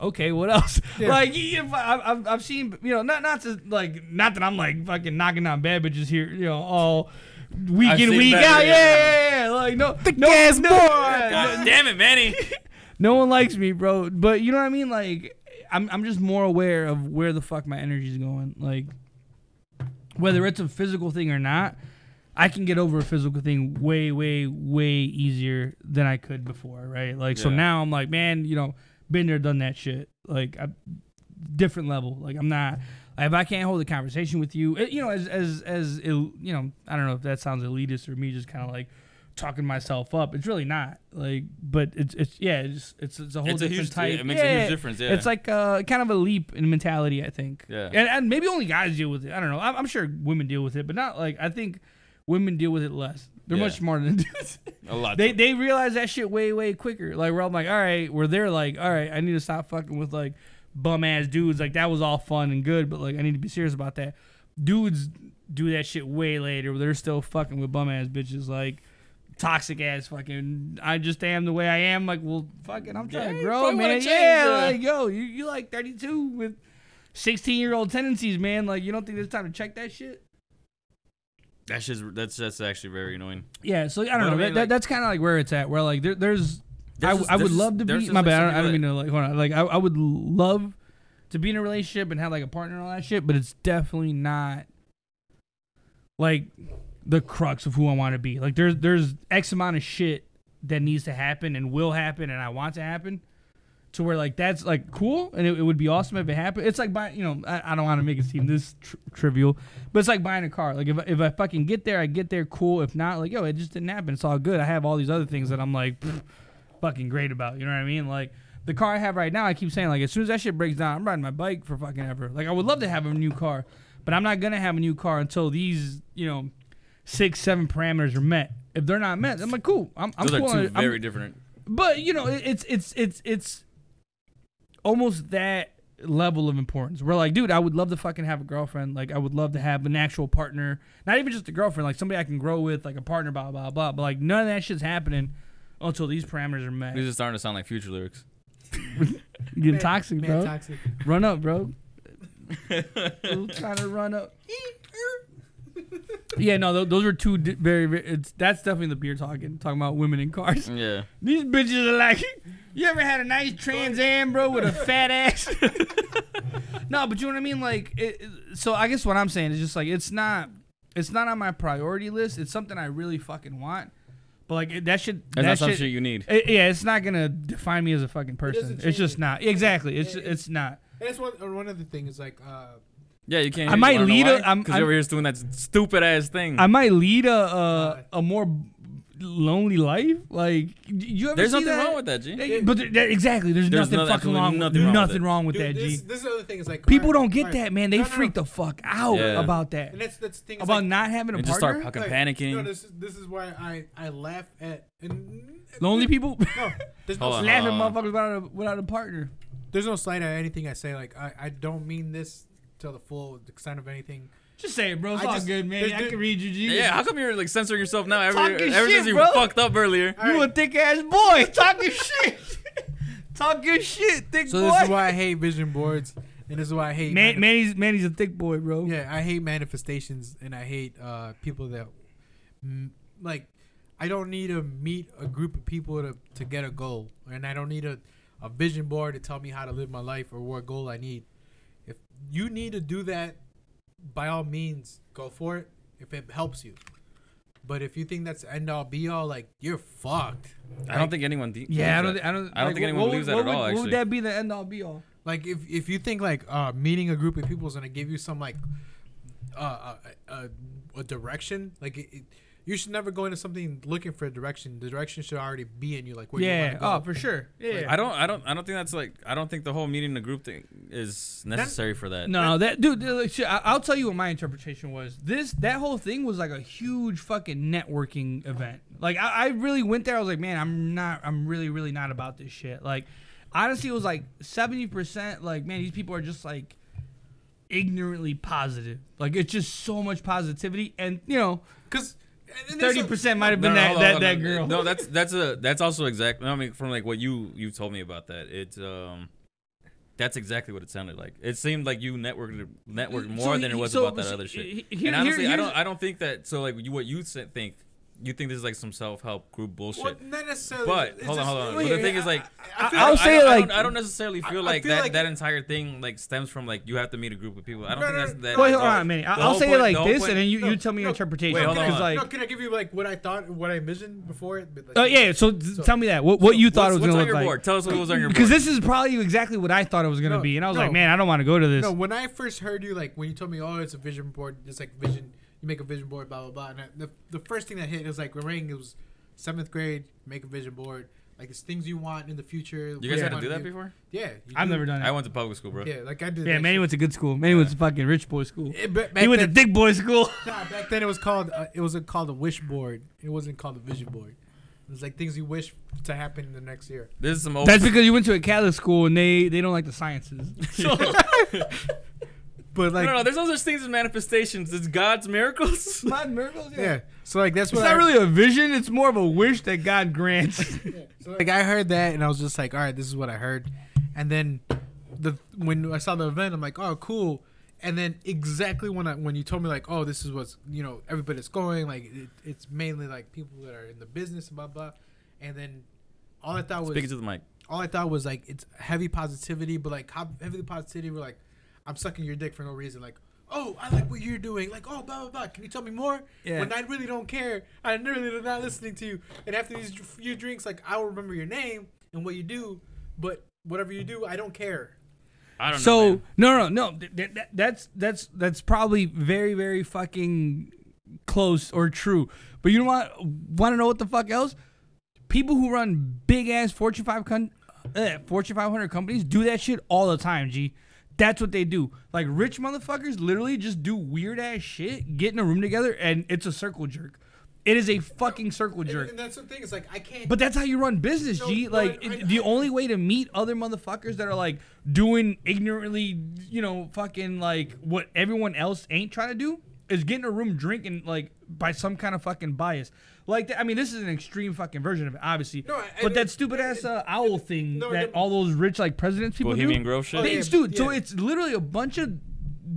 [SPEAKER 3] okay, what else? [LAUGHS] Like, you- if I- I've, I've, I've seen, you know, not not to like, not that I'm like fucking knocking down bad bitches here, you know, all week
[SPEAKER 4] I've
[SPEAKER 3] in
[SPEAKER 4] seen
[SPEAKER 3] week
[SPEAKER 4] better,
[SPEAKER 3] out. Yeah,
[SPEAKER 4] yeah.
[SPEAKER 3] yeah, yeah, yeah. Like, no,
[SPEAKER 1] No, ass boy.
[SPEAKER 3] [LAUGHS]
[SPEAKER 4] God damn it, Manny!
[SPEAKER 3] no one likes me, bro. But you know what I mean? Like, I'm, I'm just more aware of where the fuck my energy's going. Like, whether it's a physical thing or not, I can get over a physical thing way, way, way easier than I could before, right? Like, so
[SPEAKER 4] Yeah.
[SPEAKER 3] now I'm like, man, you know, been there, done that shit. Like, I, different level. Like, I'm not. If I can't hold a conversation with you, it, you know, as as as el- you know, I don't know if that sounds elitist or me just kind of like talking myself up. It's really not like, but it's it's yeah, it's it's, it's a whole
[SPEAKER 4] It's a
[SPEAKER 3] different
[SPEAKER 4] huge.
[SPEAKER 3] type.
[SPEAKER 4] It makes a huge difference. Yeah,
[SPEAKER 3] It's like uh, kind of a leap in mentality, I think.
[SPEAKER 4] Yeah.
[SPEAKER 3] And, and maybe only guys deal with it. I don't know. I'm, I'm sure women deal with it, but not like I think women deal with it less. They're much
[SPEAKER 4] Yeah.
[SPEAKER 3] smarter than [LAUGHS] dudes.
[SPEAKER 4] a lot.
[SPEAKER 3] they they realize that shit way way quicker. Like where I'm like, all right, where they're like, all right, I need to stop fucking with like bum ass dudes. Like that was all fun and good, but like I need to be serious about that. Dudes do that shit way later. Where they're still fucking with bum ass bitches. Like. Toxic ass fucking. I just am the way I am. Like, well, fucking, I'm trying
[SPEAKER 4] Yeah,
[SPEAKER 3] to
[SPEAKER 4] you
[SPEAKER 3] grow,
[SPEAKER 4] probably wanna
[SPEAKER 3] man.
[SPEAKER 4] change,
[SPEAKER 3] Yeah,
[SPEAKER 4] uh,
[SPEAKER 3] like, yo, you, you like 32 with 16 year old tendencies, man. Like, you don't think there's time to check that shit?
[SPEAKER 4] That's just that's that's actually very annoying.
[SPEAKER 3] Yeah, so I
[SPEAKER 4] But
[SPEAKER 3] don't
[SPEAKER 4] I
[SPEAKER 3] know.
[SPEAKER 4] mean,
[SPEAKER 3] that, that-
[SPEAKER 4] like-
[SPEAKER 3] that's kind of like where it's at. Where like there, there's, I,
[SPEAKER 4] There's just-
[SPEAKER 3] I would
[SPEAKER 4] there's just-
[SPEAKER 3] love to
[SPEAKER 4] there's
[SPEAKER 3] be.
[SPEAKER 4] just,
[SPEAKER 3] My
[SPEAKER 4] like,
[SPEAKER 3] bad. I don't,
[SPEAKER 4] something
[SPEAKER 3] I don't
[SPEAKER 4] like-
[SPEAKER 3] mean to like. Hold on. Like I, I would love to be in a relationship and have like a partner and all that shit, but it's definitely not like the crux of who I want to be. Like there's there's X amount of shit that needs to happen and will happen and I want to happen. To where like that's like cool and it, it would be awesome if it happened. It's like buying you know I, I don't want to make it seem this tr- trivial, but it's like buying a car. Like if I- if I fucking get there, I get there cool. If not, like yo, it just didn't happen. It's all good. I have all these other things that I'm like pfft, fucking great about. You know what I mean? Like the car I have right now, I keep saying like as soon as that shit breaks down, I'm riding my bike for fucking ever. Like I would love to have a new car, but I'm not gonna have a new car until these you know six, seven parameters are met. If they're not met, I'm like, cool. I'm, I'm
[SPEAKER 4] Those
[SPEAKER 3] cool.
[SPEAKER 4] are
[SPEAKER 3] on
[SPEAKER 4] two
[SPEAKER 3] it. I'm-
[SPEAKER 4] very different.
[SPEAKER 3] but you know, it- it's it's it's it's almost that level of importance. We're like, dude, I would love to fucking have a girlfriend. Like, I would love to have an actual partner, not even just a girlfriend, like somebody I can grow with, like a partner, blah blah blah. But like, none of that shit's happening until these parameters are met.
[SPEAKER 4] These are starting to sound like future lyrics.
[SPEAKER 3] Getting toxic,
[SPEAKER 1] Man,
[SPEAKER 3] bro.
[SPEAKER 1] toxic.
[SPEAKER 3] run up, bro. Ooh, trying to run up. yeah, no, th- those were two di- very, very. It's that's definitely the beer talking, talking about women in cars.
[SPEAKER 4] Yeah.
[SPEAKER 3] These bitches are like, you ever had a nice Trans Am, bro, with a fat
[SPEAKER 4] [LAUGHS]
[SPEAKER 3] ass? no, but you know what I mean. Like, it, it- so I guess what I'm saying is just like it's not, it's not on my priority list. It's something I really fucking want, but like it, that should,
[SPEAKER 4] That's not
[SPEAKER 3] that
[SPEAKER 4] some
[SPEAKER 3] should,
[SPEAKER 4] shit you need.
[SPEAKER 3] it- yeah, it's not gonna define me as a fucking person.
[SPEAKER 1] doesn't
[SPEAKER 3] It's just
[SPEAKER 1] change.
[SPEAKER 3] not exactly. It's
[SPEAKER 1] It- it-
[SPEAKER 3] it's not.
[SPEAKER 1] And that's one or one other thing is like uh
[SPEAKER 4] Yeah, you can't.
[SPEAKER 3] I might lead a- I'm-
[SPEAKER 4] because
[SPEAKER 3] I'm-
[SPEAKER 4] you're over here doing that stupid ass thing.
[SPEAKER 3] I might lead a a, a more lonely life. Like y- you ever
[SPEAKER 4] There's
[SPEAKER 3] see
[SPEAKER 4] nothing
[SPEAKER 3] that?
[SPEAKER 4] wrong with that, G.
[SPEAKER 3] Yeah, But th- that- exactly, there's,
[SPEAKER 4] There's
[SPEAKER 3] nothing
[SPEAKER 4] no-
[SPEAKER 3] fucking
[SPEAKER 4] absolutely
[SPEAKER 3] wrong.
[SPEAKER 4] nothing wrong with
[SPEAKER 3] nothing
[SPEAKER 4] it.
[SPEAKER 3] wrong with
[SPEAKER 1] dude,
[SPEAKER 3] that,
[SPEAKER 1] this,
[SPEAKER 3] G.
[SPEAKER 1] this is the other thing is like
[SPEAKER 3] People
[SPEAKER 1] alright,
[SPEAKER 3] don't get
[SPEAKER 1] alright.
[SPEAKER 3] that, man. They
[SPEAKER 1] No, no, no.
[SPEAKER 3] freak the fuck out
[SPEAKER 4] Yeah.
[SPEAKER 3] about that.
[SPEAKER 1] And that's that's the thing is
[SPEAKER 3] About
[SPEAKER 1] like,
[SPEAKER 3] not having a partner.
[SPEAKER 4] And just start fucking
[SPEAKER 1] like,
[SPEAKER 4] panicking.
[SPEAKER 1] No, this, is- this is why I I laugh at and
[SPEAKER 3] Lonely [LAUGHS] people
[SPEAKER 1] No, there's no
[SPEAKER 4] Hold on.
[SPEAKER 1] slight-
[SPEAKER 3] laughing
[SPEAKER 4] Uh,
[SPEAKER 3] motherfuckers without a, without a partner.
[SPEAKER 1] there's no slight at anything I say. Like I I don't mean this to the full extent of anything.
[SPEAKER 3] Just say it, bro. It's
[SPEAKER 1] I
[SPEAKER 3] all
[SPEAKER 1] just-
[SPEAKER 3] good, man.
[SPEAKER 1] there's
[SPEAKER 3] I
[SPEAKER 1] dude-
[SPEAKER 3] can read you, G.
[SPEAKER 4] Yeah, how come you're like censoring yourself now? Ever,
[SPEAKER 3] Talking
[SPEAKER 4] ever
[SPEAKER 3] shit,
[SPEAKER 4] since you
[SPEAKER 3] bro.
[SPEAKER 4] fucked up earlier.
[SPEAKER 3] you a
[SPEAKER 1] Alright.
[SPEAKER 3] thick
[SPEAKER 1] [LAUGHS]
[SPEAKER 3] ass boy. Talk your shit. [LAUGHS] Talk your shit, thick
[SPEAKER 1] So
[SPEAKER 3] boy.
[SPEAKER 1] this is why I hate vision boards, and this is why I hate
[SPEAKER 3] Man,
[SPEAKER 1] manif-
[SPEAKER 3] Manny's Manny's a thick boy, bro.
[SPEAKER 1] Yeah, I hate manifestations, and I hate uh, people that mm, like. I don't need to meet a group of people to to get a goal, and I don't need a a vision board to tell me how to live my life or what goal I need. If you need to do that, by all means, go for it. If it helps you. But if you think that's end all be all, like you're fucked.
[SPEAKER 4] I don't think anyone. De-
[SPEAKER 3] Yeah, I don't,
[SPEAKER 4] believes
[SPEAKER 3] thi- I don't,
[SPEAKER 4] I don't think anyone
[SPEAKER 3] what
[SPEAKER 4] believes
[SPEAKER 3] would-
[SPEAKER 4] that
[SPEAKER 3] what
[SPEAKER 4] at all,
[SPEAKER 3] would- What
[SPEAKER 4] actually.
[SPEAKER 3] would that be the end all be all?
[SPEAKER 1] Like if if you think like uh, meeting a group of people is gonna give you some like uh, a, a, a direction, like it, it, you should never go into something looking for a direction. The direction should already be in you, like where
[SPEAKER 3] yeah.
[SPEAKER 1] you
[SPEAKER 3] Oh,
[SPEAKER 1] want to go.
[SPEAKER 3] for sure. Yeah.
[SPEAKER 4] I don't. I don't. I don't think that's like. I don't think the whole meeting a group thing is necessary for that.
[SPEAKER 3] no, no, that dude. dude, like, shit, I- I'll tell you what my interpretation was. This that whole thing was like a huge fucking networking event. Like I, I really went there. I was like, man, I'm not. I'm really, really not about this shit. Like, honestly, it was like seventy percent. Like, man, these people are just like ignorantly positive. Like, it's just so much positivity, and you know,
[SPEAKER 1] Because
[SPEAKER 3] thirty percent might have
[SPEAKER 4] No,
[SPEAKER 3] been
[SPEAKER 4] no,
[SPEAKER 3] that
[SPEAKER 4] hold on,
[SPEAKER 3] that,
[SPEAKER 4] hold
[SPEAKER 3] that
[SPEAKER 4] on.
[SPEAKER 3] girl. [LAUGHS]
[SPEAKER 4] No, that's that's a that's also exactly. I mean, from like what you you told me about that, it's um, that's exactly what it sounded like. It seemed like you networked networked more
[SPEAKER 3] So
[SPEAKER 4] than it
[SPEAKER 3] he-
[SPEAKER 4] was
[SPEAKER 3] so-
[SPEAKER 4] about that
[SPEAKER 3] so
[SPEAKER 4] other shit.
[SPEAKER 3] he- here-
[SPEAKER 4] and honestly,
[SPEAKER 3] here- here's-
[SPEAKER 4] I don't I don't think that. So like you what you said- think, you think this is like some self help group bullshit.
[SPEAKER 1] Well, not necessarily.
[SPEAKER 4] But
[SPEAKER 1] it's
[SPEAKER 4] hold on,
[SPEAKER 1] just-
[SPEAKER 4] hold on.
[SPEAKER 1] Wait,
[SPEAKER 4] But the thing is, like,
[SPEAKER 1] I- I feel
[SPEAKER 3] I'll
[SPEAKER 4] don't-
[SPEAKER 3] say
[SPEAKER 4] don't-
[SPEAKER 3] it
[SPEAKER 4] I
[SPEAKER 3] like-
[SPEAKER 4] don't, I don't necessarily feel
[SPEAKER 1] I
[SPEAKER 4] like
[SPEAKER 1] feel
[SPEAKER 4] that.
[SPEAKER 1] like-
[SPEAKER 4] that entire thing like stems from like you have to meet a group of people. I don't
[SPEAKER 1] No,
[SPEAKER 4] think
[SPEAKER 1] no,
[SPEAKER 4] that's that.
[SPEAKER 3] Wait, hold
[SPEAKER 4] the-
[SPEAKER 3] on, Manny.
[SPEAKER 4] the
[SPEAKER 3] I- I'll
[SPEAKER 4] whole
[SPEAKER 3] say
[SPEAKER 4] point-
[SPEAKER 3] it like
[SPEAKER 4] the whole
[SPEAKER 3] this,
[SPEAKER 4] point-
[SPEAKER 3] and then you,
[SPEAKER 1] no,
[SPEAKER 3] you tell me your
[SPEAKER 1] no,
[SPEAKER 3] interpretation.
[SPEAKER 4] wait, hold
[SPEAKER 1] can I-
[SPEAKER 3] because,
[SPEAKER 4] on.
[SPEAKER 3] like,
[SPEAKER 1] no, can I give you like what I thought, what I envisioned before it? But, like-
[SPEAKER 3] Oh yeah, so, th- tell me that. What what you thought it
[SPEAKER 4] what's,
[SPEAKER 3] was
[SPEAKER 4] what's
[SPEAKER 3] gonna
[SPEAKER 4] on
[SPEAKER 3] look
[SPEAKER 4] your
[SPEAKER 3] like?
[SPEAKER 4] board? Tell us what was
[SPEAKER 3] [LAUGHS]
[SPEAKER 4] on your board.
[SPEAKER 3] Because this is probably exactly what I thought it was gonna
[SPEAKER 1] No,
[SPEAKER 3] be, and I was
[SPEAKER 1] no.
[SPEAKER 3] like, man, I don't want to go to this.
[SPEAKER 1] No, when I first heard you, like when you told me, oh, it's a vision board, it's like vision. You make a vision board, blah blah blah. And I, the the first thing that hit was like ring. It was seventh grade. Make a vision board. Like it's things you want in the future. what
[SPEAKER 4] you guys had to
[SPEAKER 1] wanna
[SPEAKER 4] do that before.
[SPEAKER 1] Yeah, you
[SPEAKER 3] I've
[SPEAKER 1] do.
[SPEAKER 3] never done
[SPEAKER 4] I
[SPEAKER 3] it.
[SPEAKER 4] went to public school, bro.
[SPEAKER 1] Yeah, like I did.
[SPEAKER 3] Yeah,
[SPEAKER 1] that
[SPEAKER 3] Manny
[SPEAKER 1] shit.
[SPEAKER 3] went to good school. Manny went to fucking rich boy school.
[SPEAKER 1] It- ba- back
[SPEAKER 3] He went to
[SPEAKER 1] then,
[SPEAKER 3] dick boy school.
[SPEAKER 1] nah, back then it was called. Uh, it was a, called a wish board. It wasn't called a vision board. It was like things you wish to happen in the next year.
[SPEAKER 4] This is some old.
[SPEAKER 3] That's because you went to a Catholic school and they they don't like the sciences.
[SPEAKER 4] [LAUGHS]
[SPEAKER 3] So
[SPEAKER 1] But like,
[SPEAKER 4] no, no, there's no such things as manifestations. It's God's miracles. [LAUGHS]
[SPEAKER 3] Mod miracles.
[SPEAKER 1] yeah. So like that's
[SPEAKER 3] It's
[SPEAKER 1] what
[SPEAKER 3] not
[SPEAKER 1] I-
[SPEAKER 3] really a vision. It's more of a wish that God grants.
[SPEAKER 1] So, like I heard that and I was just like, all right, this is what I heard. And then the when I saw the event, I'm like, oh, cool. And then exactly when I when you told me like, oh, this is what's you know everybody's going like it, it's mainly like people that are in the business, blah blah. And then all I thought was
[SPEAKER 4] Speaking to the mic.
[SPEAKER 1] all I thought was like it's heavy positivity, but like how heavy positivity we're like, I'm sucking your dick for no reason. Like, oh, I like what you're doing. Like, oh, blah blah blah. Can you tell me more?
[SPEAKER 3] Yeah.
[SPEAKER 1] When I really don't care, I really am not listening to you. And after these dr- few drinks, like I'll remember your name and what you do, but whatever you do, I don't care.
[SPEAKER 4] I don't know.
[SPEAKER 3] So
[SPEAKER 4] man.
[SPEAKER 3] no, no, no. th- th- th- that's that's that's probably very, very fucking close or true. But you know what? Want to know what the fuck else? People who run big ass Fortune five con- uh, Fortune five hundred companies do that shit all the time. G. That's what they do. Like rich motherfuckers, literally just do weird ass shit, get in a room together, and it's a circle jerk. It is a fucking circle jerk.
[SPEAKER 12] And that's the thing. It's like I can't.
[SPEAKER 3] But that's how you run business, G.
[SPEAKER 12] No,
[SPEAKER 3] Like
[SPEAKER 12] but I-
[SPEAKER 3] it- the
[SPEAKER 12] I-
[SPEAKER 3] only way to meet other motherfuckers that are like doing ignorantly, you know, fucking like what everyone else ain't trying to do is get in a room drinking like by some kind of fucking bias. Like that, I mean, this is an extreme fucking version of it, obviously.
[SPEAKER 12] No, I- I
[SPEAKER 3] but that
[SPEAKER 12] don't-
[SPEAKER 3] stupid
[SPEAKER 12] I-
[SPEAKER 3] ass uh, owl thing
[SPEAKER 12] no, I
[SPEAKER 3] that
[SPEAKER 12] don't-
[SPEAKER 3] all those rich like presidents people
[SPEAKER 4] Bohemian
[SPEAKER 3] do.
[SPEAKER 4] Grove shit.
[SPEAKER 3] They-
[SPEAKER 12] yeah,
[SPEAKER 3] dude, so
[SPEAKER 12] yeah.
[SPEAKER 3] it's literally a bunch of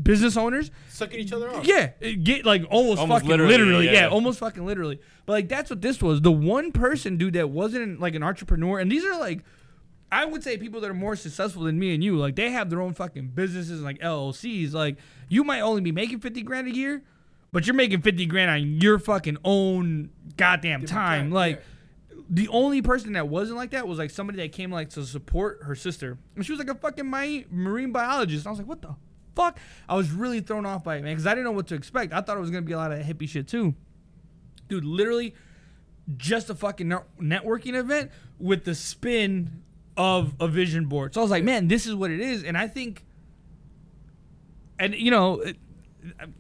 [SPEAKER 3] business owners
[SPEAKER 12] sucking each other off.
[SPEAKER 3] yeah, it get like almost,
[SPEAKER 4] Almost
[SPEAKER 3] fucking literally,
[SPEAKER 4] literally,
[SPEAKER 3] yeah.
[SPEAKER 4] yeah.
[SPEAKER 3] almost fucking literally. But like that's what this was. The one person dude that wasn't like an entrepreneur, and these are like, I would say people that are more successful than me and you. Like they have their own fucking businesses, and, like LLCs. Like you might only be making fifty grand a year, but you're making fifty grand on your fucking own goddamn time.
[SPEAKER 12] time,
[SPEAKER 3] Like the only person that wasn't like that was like somebody that came like to support her sister. And she was like a fucking my, marine biologist. I was like, what the fuck? I was really thrown off by it, man, because I didn't know what to expect. I thought it was gonna be a lot of hippie shit too. Dude, literally just a fucking net- networking event with the spin of a vision board. So I was like, man, this is what it is. And I think, and you know, it,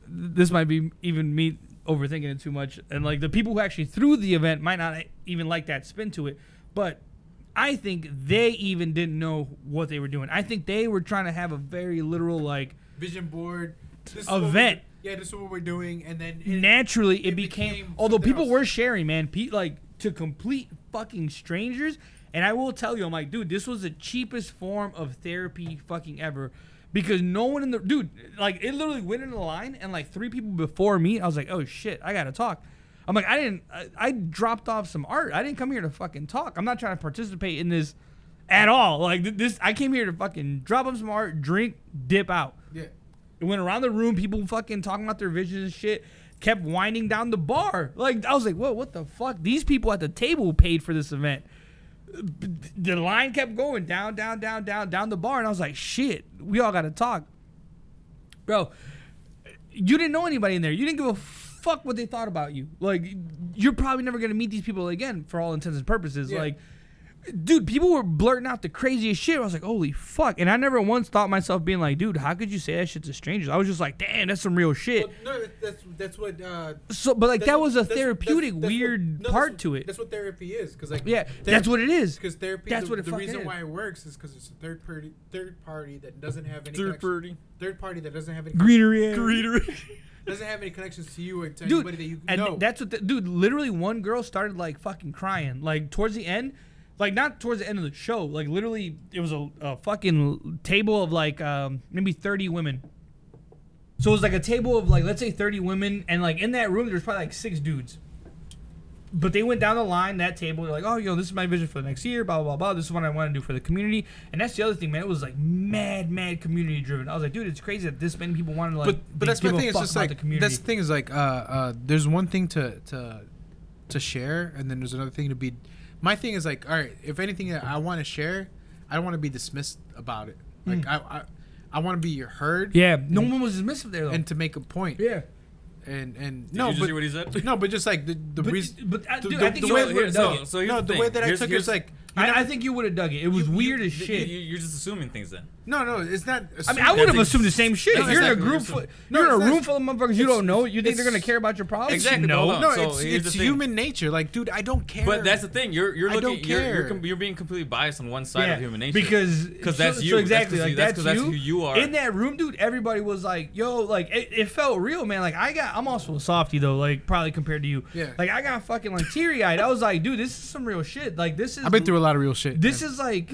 [SPEAKER 3] this might be even me overthinking it too much. And like the people who actually threw the event might not even like that spin to it. But I think they even didn't know what they were doing. I think they were trying to have a very literal, like,
[SPEAKER 12] Vision board. This is what
[SPEAKER 3] Event.
[SPEAKER 12] we're- Yeah, this is what we're doing, and then it-
[SPEAKER 3] naturally it,
[SPEAKER 12] it
[SPEAKER 3] became,
[SPEAKER 12] became
[SPEAKER 3] although
[SPEAKER 12] something
[SPEAKER 3] people
[SPEAKER 12] else.
[SPEAKER 3] were sharing man pete like to complete fucking strangers and i will tell you i'm like dude this was the cheapest form of therapy fucking ever because no one in the dude like it literally went in the line and like three people before me i was like oh shit i gotta talk i'm like i didn't I, I dropped off some art i didn't come here to fucking talk i'm not trying to participate in this at all like th- this i came here to fucking drop up some art drink dip out
[SPEAKER 12] Yeah.
[SPEAKER 3] it went around the room, people fucking talking about their visions and shit. Kept winding down the bar. Like I was like, whoa, what the fuck? These people at the table paid for this event. B- The line kept going down, down, down, down, down the bar, and I was like, shit, we all gotta talk, bro. You didn't know anybody in there. You didn't give a fuck what they thought about you. Like you're probably never gonna meet these people again for all intents and purposes.
[SPEAKER 12] Yeah.
[SPEAKER 3] Like dude, people were blurting out the craziest shit. I was like, holy fuck. And I never once thought myself being like, dude, how could you say that shit to strangers? I was just like, damn, that's some real shit.
[SPEAKER 12] Well, no, that- that's that's what. Uh,
[SPEAKER 3] So, but like,
[SPEAKER 12] that's
[SPEAKER 3] that
[SPEAKER 12] what-
[SPEAKER 3] was a
[SPEAKER 12] that's- that's-
[SPEAKER 3] therapeutic,
[SPEAKER 12] that's what- no,
[SPEAKER 3] weird
[SPEAKER 12] that's
[SPEAKER 3] part
[SPEAKER 12] what-
[SPEAKER 3] to it.
[SPEAKER 12] That's what therapy is, because like
[SPEAKER 3] Yeah, that's what it is.
[SPEAKER 12] Because therapy.
[SPEAKER 3] That's
[SPEAKER 12] the,
[SPEAKER 3] what it
[SPEAKER 12] the
[SPEAKER 3] fucking
[SPEAKER 12] reason
[SPEAKER 3] is.
[SPEAKER 12] why it works is because it's a third party, third party that doesn't have any
[SPEAKER 4] Third
[SPEAKER 12] connection-
[SPEAKER 4] party.
[SPEAKER 12] third party that doesn't have any
[SPEAKER 3] Greenery.
[SPEAKER 12] doesn't have any connections to you or to
[SPEAKER 3] dude,
[SPEAKER 12] anybody that you
[SPEAKER 3] and
[SPEAKER 12] know.
[SPEAKER 3] that's what, the, dude. Literally, one girl started like fucking crying, like towards the end, like not towards the end of the show, like literally, it was a, a fucking table of like um, maybe thirty women. So it was like a table of like let's say thirty women, and like in that room there's probably like six dudes. But they went down the line that table. They're like, oh, yo, this is my vision for the next year. Blah blah blah. blah. This is what I want to do for the community. And that's the other thing, man. It was like mad, mad community driven. I was like, dude, it's crazy that this many people wanted to like.
[SPEAKER 12] but but that's
[SPEAKER 3] give
[SPEAKER 12] my
[SPEAKER 3] a
[SPEAKER 12] thing. It's
[SPEAKER 3] fuck
[SPEAKER 12] just
[SPEAKER 3] about
[SPEAKER 12] like
[SPEAKER 3] the community.
[SPEAKER 12] that's the thing is like uh, uh, there's one thing to to to share, and then there's another thing to be. My thing is like all right, if anything that I want to share, I don't want to be dismissed about it. Like I I, I want to be heard.
[SPEAKER 3] Hmm. Yeah, no one was dismissive there though.
[SPEAKER 12] And to make a point.
[SPEAKER 3] yeah,
[SPEAKER 12] And and
[SPEAKER 4] Did
[SPEAKER 12] no,
[SPEAKER 4] you just
[SPEAKER 12] but,
[SPEAKER 4] hear what he said?
[SPEAKER 12] no, but just like the the
[SPEAKER 3] but,
[SPEAKER 12] reason.
[SPEAKER 3] but I,
[SPEAKER 12] the-
[SPEAKER 3] dude,
[SPEAKER 12] the-
[SPEAKER 3] I think
[SPEAKER 12] the
[SPEAKER 3] you
[SPEAKER 12] way-
[SPEAKER 3] would have
[SPEAKER 4] here's-
[SPEAKER 3] dug
[SPEAKER 4] no,
[SPEAKER 3] it.
[SPEAKER 4] so here's
[SPEAKER 12] no, the,
[SPEAKER 4] the
[SPEAKER 12] way
[SPEAKER 4] thing.
[SPEAKER 12] that
[SPEAKER 4] Here's-
[SPEAKER 12] I took it
[SPEAKER 4] here's-
[SPEAKER 12] was like
[SPEAKER 3] I, I think you would have dug it. It was weird as shit.
[SPEAKER 4] You, you're just assuming things then.
[SPEAKER 12] no, no, it's not.
[SPEAKER 3] I mean, I would have
[SPEAKER 4] That's
[SPEAKER 3] assumed the same shit.
[SPEAKER 12] No,
[SPEAKER 3] you're in a
[SPEAKER 12] exactly.
[SPEAKER 3] group, full,
[SPEAKER 12] No,
[SPEAKER 3] you're in a
[SPEAKER 12] it's not-
[SPEAKER 3] room full of motherfuckers you
[SPEAKER 12] it's-
[SPEAKER 3] don't know. You think they're gonna
[SPEAKER 12] it's-
[SPEAKER 3] care about your problems?
[SPEAKER 4] Exactly, but hold
[SPEAKER 3] No.
[SPEAKER 4] on.
[SPEAKER 12] No,
[SPEAKER 4] So
[SPEAKER 12] it's,
[SPEAKER 4] here's the
[SPEAKER 12] it's
[SPEAKER 4] thing.
[SPEAKER 12] human nature. Like, dude, I don't care.
[SPEAKER 4] But that's the thing. You're you're
[SPEAKER 12] I
[SPEAKER 4] looking.
[SPEAKER 12] don't
[SPEAKER 4] you're,
[SPEAKER 12] care.
[SPEAKER 4] You're, com- you're being completely biased on one side
[SPEAKER 3] Yeah,
[SPEAKER 4] of human nature.
[SPEAKER 3] Because
[SPEAKER 4] 'Cause that's
[SPEAKER 3] so-
[SPEAKER 4] you.
[SPEAKER 3] So
[SPEAKER 4] That's
[SPEAKER 3] exactly,
[SPEAKER 4] 'cause
[SPEAKER 3] like
[SPEAKER 4] you-
[SPEAKER 3] that's,
[SPEAKER 4] that's 'cause that's
[SPEAKER 3] you.
[SPEAKER 4] who you are.
[SPEAKER 3] In that room, dude, everybody was like, "Yo, like it, it felt real, man." Like I got, I'm also a softie though, like probably compared to you.
[SPEAKER 12] Yeah.
[SPEAKER 3] Like I got fucking like teary eyed. I was like, "Dude, this is some real shit." Like this is.
[SPEAKER 1] I've been through a lot of real shit.
[SPEAKER 3] This is like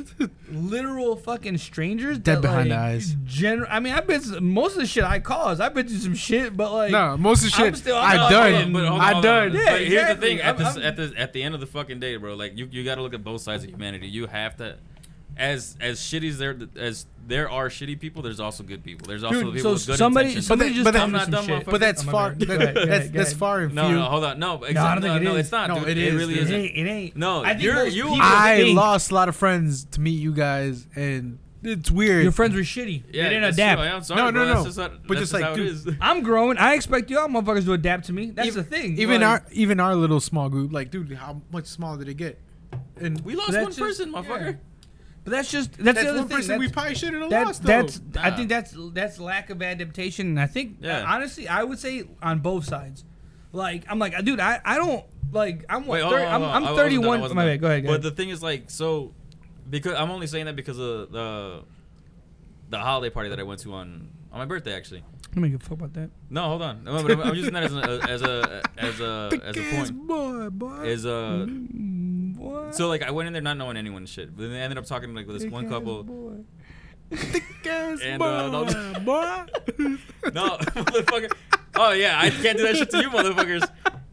[SPEAKER 3] literal fucking strangers.
[SPEAKER 1] Dead
[SPEAKER 3] that,
[SPEAKER 1] behind
[SPEAKER 3] like,
[SPEAKER 1] the eyes.
[SPEAKER 3] Gen- I mean, I've been to- most of the shit I caused. I've been through some shit, but like,
[SPEAKER 1] no, most of the
[SPEAKER 3] I'm
[SPEAKER 1] shit
[SPEAKER 3] still- I'm
[SPEAKER 1] I
[SPEAKER 3] not-
[SPEAKER 4] Hold
[SPEAKER 1] done.
[SPEAKER 4] on, but hold on,
[SPEAKER 1] I
[SPEAKER 4] hold
[SPEAKER 1] done.
[SPEAKER 4] on.
[SPEAKER 3] Yeah,
[SPEAKER 4] But here's the
[SPEAKER 3] exactly.
[SPEAKER 4] thing. At
[SPEAKER 3] I'm-
[SPEAKER 4] this,
[SPEAKER 3] I'm-
[SPEAKER 4] at the at the end of the fucking day, bro. Like you, you got to look at both sides of humanity. You have to. As as shitty as there as there are shitty people, there's also good people. There's also
[SPEAKER 3] Dude,
[SPEAKER 4] people
[SPEAKER 3] so
[SPEAKER 4] with good
[SPEAKER 3] somebody-
[SPEAKER 4] intentions.
[SPEAKER 3] somebody
[SPEAKER 1] But
[SPEAKER 3] just
[SPEAKER 1] that- but
[SPEAKER 3] told me some
[SPEAKER 4] that- I'm not dumb,
[SPEAKER 3] shit.
[SPEAKER 4] motherfucker.
[SPEAKER 1] But that's
[SPEAKER 3] I'm
[SPEAKER 1] far.
[SPEAKER 3] gonna-
[SPEAKER 1] that-
[SPEAKER 3] Go ahead, go
[SPEAKER 1] That's
[SPEAKER 3] ahead, go
[SPEAKER 1] that's
[SPEAKER 3] ahead.
[SPEAKER 1] far and
[SPEAKER 4] no,
[SPEAKER 1] few.
[SPEAKER 4] no, hold on, no,
[SPEAKER 3] I
[SPEAKER 4] exactly,
[SPEAKER 3] don't
[SPEAKER 4] no,
[SPEAKER 3] think
[SPEAKER 4] no,
[SPEAKER 3] it is.
[SPEAKER 4] it's not,
[SPEAKER 1] No,
[SPEAKER 4] dude.
[SPEAKER 1] it
[SPEAKER 4] It,
[SPEAKER 1] is,
[SPEAKER 4] really
[SPEAKER 1] dude.
[SPEAKER 3] it
[SPEAKER 4] isn't.
[SPEAKER 3] ain't. It ain't.
[SPEAKER 4] No,
[SPEAKER 3] I think
[SPEAKER 4] you're-
[SPEAKER 3] most
[SPEAKER 4] you-
[SPEAKER 3] people
[SPEAKER 1] I
[SPEAKER 3] think
[SPEAKER 1] lost a lot of friends to meet you guys, and it's weird.
[SPEAKER 3] Your friends were shitty.
[SPEAKER 4] Yeah,
[SPEAKER 3] they didn't
[SPEAKER 4] that's
[SPEAKER 3] adapt.
[SPEAKER 4] True. I am sorry,
[SPEAKER 1] No, no,
[SPEAKER 4] bro.
[SPEAKER 1] no.
[SPEAKER 4] That's just how,
[SPEAKER 1] But
[SPEAKER 4] that's
[SPEAKER 1] just
[SPEAKER 4] just
[SPEAKER 1] like,
[SPEAKER 4] how
[SPEAKER 1] dude,
[SPEAKER 4] it is. [LAUGHS]
[SPEAKER 3] I'm growing. I expect y'all motherfuckers to adapt to me. That's
[SPEAKER 1] even,
[SPEAKER 3] the thing.
[SPEAKER 1] Even
[SPEAKER 3] like-
[SPEAKER 1] our even our little small group, like, dude, how much smaller did it get? And
[SPEAKER 4] We lost
[SPEAKER 3] That's
[SPEAKER 4] one
[SPEAKER 3] just-
[SPEAKER 4] person, motherfucker.
[SPEAKER 3] But that's just that's,
[SPEAKER 1] that's
[SPEAKER 3] the other
[SPEAKER 1] one
[SPEAKER 3] thing.
[SPEAKER 1] person
[SPEAKER 3] that's,
[SPEAKER 1] we probably should have
[SPEAKER 3] that-
[SPEAKER 1] lost. Though.
[SPEAKER 3] that's I
[SPEAKER 4] Nah.
[SPEAKER 3] think that's that's lack of adaptation. And I think
[SPEAKER 4] Yeah.
[SPEAKER 3] honestly, I would say on both sides. Like I'm like, dude, I, I don't like I'm what,
[SPEAKER 4] Wait, hold on,
[SPEAKER 3] 30,
[SPEAKER 4] hold on.
[SPEAKER 3] I'm,
[SPEAKER 4] I
[SPEAKER 3] I'm
[SPEAKER 4] wasn't done, I
[SPEAKER 3] 31.
[SPEAKER 4] wasn't
[SPEAKER 3] my
[SPEAKER 4] done.
[SPEAKER 3] bad. Go ahead. Go
[SPEAKER 4] But
[SPEAKER 3] ahead.
[SPEAKER 4] the thing is, like, so because I'm only saying that because of the the holiday party that I went to on on my birthday, actually.
[SPEAKER 3] Let me give a fuck about that.
[SPEAKER 4] No, hold on. No, but I'm, I'm using that as a as a as a as a point.
[SPEAKER 3] boy, boy.
[SPEAKER 4] Is uh
[SPEAKER 3] What?
[SPEAKER 4] so like I went in there not knowing anyone and shit, but then I ended up talking to like this one couple. And, uh, no- No, [LAUGHS] motherfucker. Oh yeah, I can't do that shit to you, motherfuckers.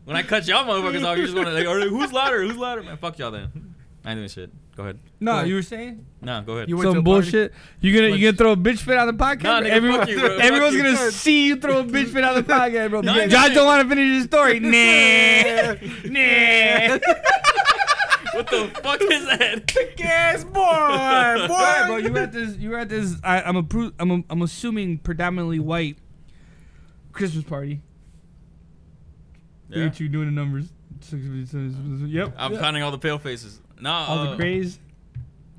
[SPEAKER 4] When I cut y'all motherfuckers off, you're just gonna like, or, who's louder? Who's louder? Man, fuck y'all then. I ain't doing shit. Go ahead.
[SPEAKER 3] no, you were saying
[SPEAKER 4] No, go ahead.
[SPEAKER 1] You went to
[SPEAKER 3] some
[SPEAKER 1] a party?
[SPEAKER 3] bullshit. You gonna you gonna throw a bitch fit on the podcast?
[SPEAKER 4] Nah, nigga, fuck you, bro. Fuck
[SPEAKER 3] everyone's
[SPEAKER 4] you.
[SPEAKER 3] gonna see you throw a bitch fit on the podcast, bro.
[SPEAKER 4] No, I
[SPEAKER 3] Josh
[SPEAKER 4] didn't.
[SPEAKER 3] don't want to finish his story. nah, nah.
[SPEAKER 4] what the fuck is that?
[SPEAKER 3] Yes, boy, boy. bro, you were at this. You were at this. I, I'm a. Pro, I'm a, I'm assuming predominantly white Christmas party. Look
[SPEAKER 4] Yeah.
[SPEAKER 3] at [LAUGHS] you doing the numbers. Six, six, six, six, Yep.
[SPEAKER 4] I'm counting all the pale faces. No,
[SPEAKER 3] All
[SPEAKER 4] uh, oh,
[SPEAKER 3] the grays.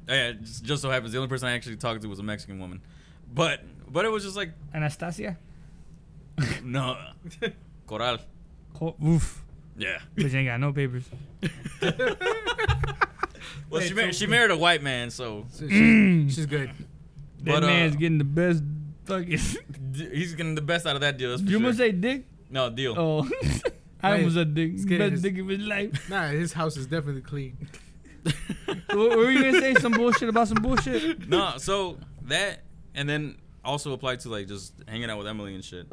[SPEAKER 4] Yeah, it just, just so happens the only person I actually talked to was a Mexican woman, but but it was just like
[SPEAKER 3] [LAUGHS] Anastasia.
[SPEAKER 4] no, Coral,
[SPEAKER 3] Co- Oof. [LAUGHS]
[SPEAKER 4] yeah.
[SPEAKER 3] But she ain't got no papers.
[SPEAKER 4] Well, she, mar- she married a white man, so
[SPEAKER 1] So she's,
[SPEAKER 3] Mm.
[SPEAKER 1] she's good.
[SPEAKER 3] That
[SPEAKER 4] But, uh,
[SPEAKER 3] man's getting the best fucking.
[SPEAKER 4] d- he's getting the best out of that deal. That's for
[SPEAKER 3] you
[SPEAKER 4] sure.
[SPEAKER 3] must say dick.
[SPEAKER 4] no deal.
[SPEAKER 3] Oh. [LAUGHS] I
[SPEAKER 1] Wait,
[SPEAKER 3] was a dick.
[SPEAKER 1] getting
[SPEAKER 3] Best
[SPEAKER 1] his-
[SPEAKER 3] dick of his life.
[SPEAKER 1] Nah, his house is definitely clean.
[SPEAKER 3] what, what were you gonna say? Some bullshit about some bullshit?
[SPEAKER 4] no, so that and then also applied to like just hanging out with Emily and shit.